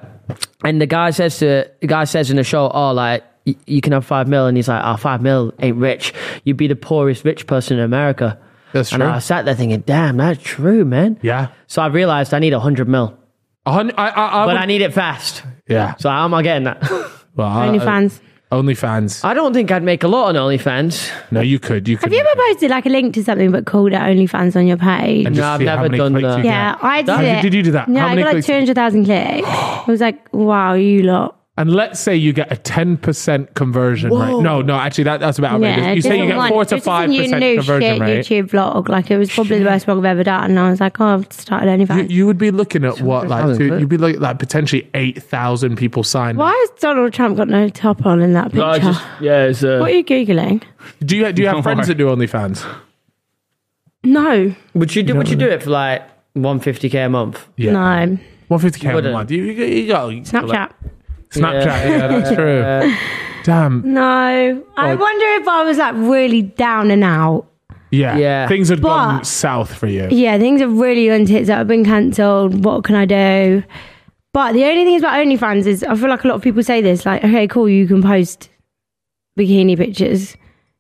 And the guy says to the guy says in the show, "Oh, like y- you can have five mil," and he's like, "Oh, five mil ain't rich. You'd be the poorest rich person in America."
That's
and
true.
I sat there thinking, "Damn, that's true, man."
Yeah.
So I realized I need a hundred mil,
A hun- I, I, I
but
would-
I need it fast.
yeah.
So how am I getting that?
Well, I-
Only fans.
Uh,
Only fans.
I don't think I'd make a lot on OnlyFans.
No, you could. You could.
Uh, Have you ever posted like a link to something but called it OnlyFans on your page?
And
No,
just
I've
see how
never
many
done
clicks
that.
you get.
Yeah, I did.
How
many
it.
did you do that?
No,
How
I
many
got like
clicks-
two hundred thousand clicks. I was like, wow, you lot.
And let's say you get a 10% conversion rate. No, no, actually, that, that's about outrageous.
Yeah,
you say you
different
get
one.
4 to
This isn't
5%
your new
conversion
shit
rate.
YouTube vlog. Like it was probably the worst vlog I've ever done. And I was like, oh, I've started
You,
OnlyFans.
you would be looking at what, like,
thousand
two,
clicks.
you'd be like, like potentially 8,000 people signed.
Why has Donald Trump got no top on in that picture?
I just, yeah, it's uh,
what are
a,
you googling?
Do you, do you have
(laughs)
No.
friends that do OnlyFans?
No,
Would you do? Would you do it for like one fifty k a month?
Yeah.
no.
150k a
Wouldn't.
month. You, you, you got
Snapchat.
Snapchat. Yeah, that's true.
(laughs)
Damn.
No.
Oh.
I wonder if I was like really down and out.
Yeah.
Yeah.
Things had gone
But-
south for you.
Yeah, things have really gone tits up. I've been cancelled. What can I do? But the only thing is about OnlyFans is I feel like a lot of people say this like, okay, cool, you can post bikini pictures.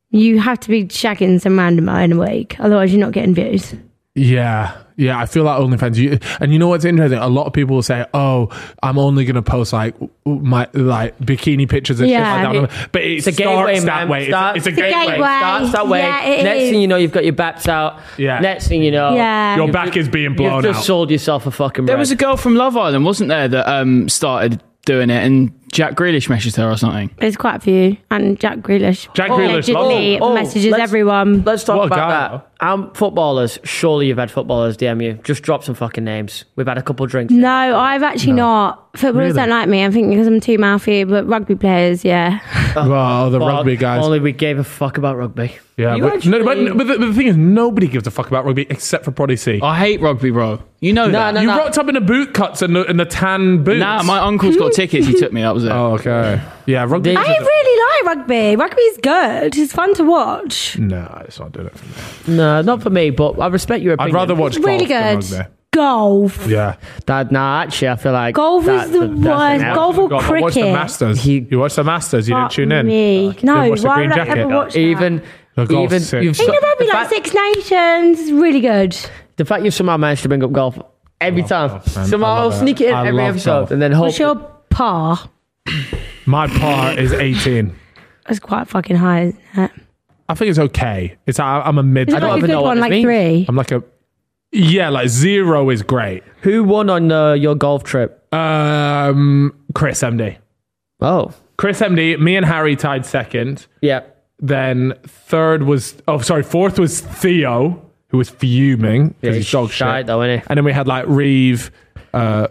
You have to be shagging some random guy in a week, otherwise you're not getting views.
Yeah. Yeah, I feel like OnlyFans. You, and you know what's interesting? A lot of people will say, "Oh, I'm only going to post like w- my like bikini pictures and
Yeah.
shit like that." But it
It's a
starts
gateway,
that
man.
way. It's-
Start-
it's, a
It's a
gateway.
gateway.
Starts that way.
Yeah, it
Next
is.
thing you know, you've got your baps out.
Yeah.
Next thing you know,
Yeah.
Your back is being
You've
blown
just
out.
sold yourself a fucking.
there
rag.
was a girl from Love Island, wasn't there, that um, started doing it and Jack Grealish messaged her or something.
There's quite a few. And Jack Grealish.
Jack
Oh,
Grealish,
oh,
Allegedly
oh,
messages
let's-
everyone.
Let's talk
What a
about
guy,
that. Um, footballers. Surely you've had footballers DM you. Just drop some fucking names. We've had a couple drinks.
No, I've actually not. Footballers don't like me, I think, because I'm too mouthy, but rugby players, yeah.
well, the
But
rugby guys.
Only we gave a fuck about rugby.
yeah,
You
but,
actually-
no, but, but the, but the thing is, nobody gives a fuck about rugby except for Prodigy. C.
I hate rugby, bro. You know that.
Oh, no,
you
no.
rocked up in the boot cuts and the, and the tan boots.
Nah, my uncle's (laughs) got tickets. He took me. That was it.
oh, okay. Yeah, rugby.
They-
I really like rugby. Rugby's good. It's fun to watch.
no, it's not doing it for me.
No, not for me. But I respect your
I'd
opinion.
rather watch golf
really
than
good.
rugby.
Golf.
Yeah,
that. Nah, actually, I feel like
Golf
that's
is the worst.
that's-
Golf or
God, I watched the
cricket.
Masters.
He-
you watched the Masters. You didn't
Fuck
tune in.
me. No,
watch the
why
Green
would I
Jacket.
ever watch that?
Even
The golf's
even
sick.
you've
Ain't
so-
Probably
the fact-
like Six Nations. It's really good.
The fact you somehow managed to bring up golf every time.
golf, man. I
somehow I'll
love it.
sneak it in
I
every
love
episode
golf.
and then hope.
What's your par?
My par is 18.
That's quite fucking high, isn't it?
I think it's okay. It's I, I'm a mid.
It's
I
like
don't.
a
even
good
know what
one,
this
like
means.
three.
I'm like a. Yeah, like zero is great.
who won on uh, your golf trip?
Um, Chris MD.
Oh,
Chris MD. Me and Harry tied second.
yeah.
Then third was oh sorry fourth was Theo who was fuming because he's dog
shy
shit.
though, isn't he?
And then we had like Reeve, uh,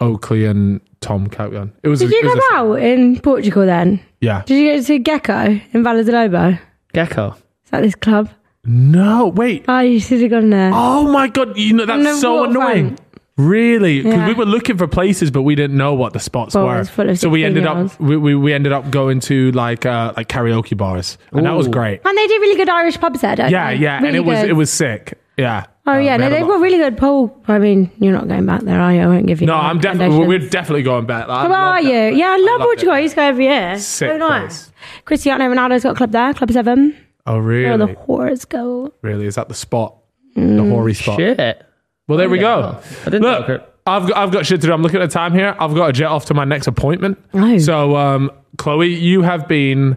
Oakley, and Tom Calgon. It was.
Did you
it was
go
a-
out in Portugal then?
Yeah.
Did you go to Gecko in Vale do Lobo?
Gecko.
Is that this club?
No, wait.
Oh, you should have gone there.
Oh my god! You know
On the
that's so
waterfront.
annoying. Really? 'Cause
Yeah.
we were looking for places, but we didn't know what the spots
Well, it
were.
was full of
So we ended up
16-year-olds.
we, we, we ended up going to like uh, like karaoke bars, and that was
Ooh.
great.
And they do really good Irish pubs there, don't
Yeah,
they?
yeah, and
Really
it was
good.
it was sick. Yeah.
Oh
Uh,
yeah,
we
no,
had a
they've
lot-
got really good pool. I mean, you're not going back there, are you? I won't give you.
No,
any
I'm definitely
recommendations.
we're definitely going back. I
Who
love
are
that
you?
place.
Yeah, I love
loved
Portugal.
it.
I used to go over here. so
Sick
nice.
place.
Cristiano Ronaldo's got a club there, Club Seven.
Oh
Where all the Mm,
really?
whores go.
Really? Is that the spot? The hoary spot.
Shit.
Well, there we
Yeah.
go.
I didn't
Look,
know that.
I've got, I've got shit to do. I'm looking at the time here. I've got to jet off to my next appointment.
Oh.
So, um, Chloe, you have been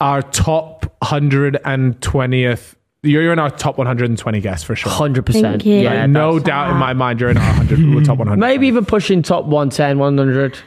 our top 120th. You're you're in our top 120 guests for sure.
100%.
Thank you.
Yeah,
Like, no
that's-
doubt in my mind, you're in our 100, we're top 100.
Maybe even pushing top 110, 100.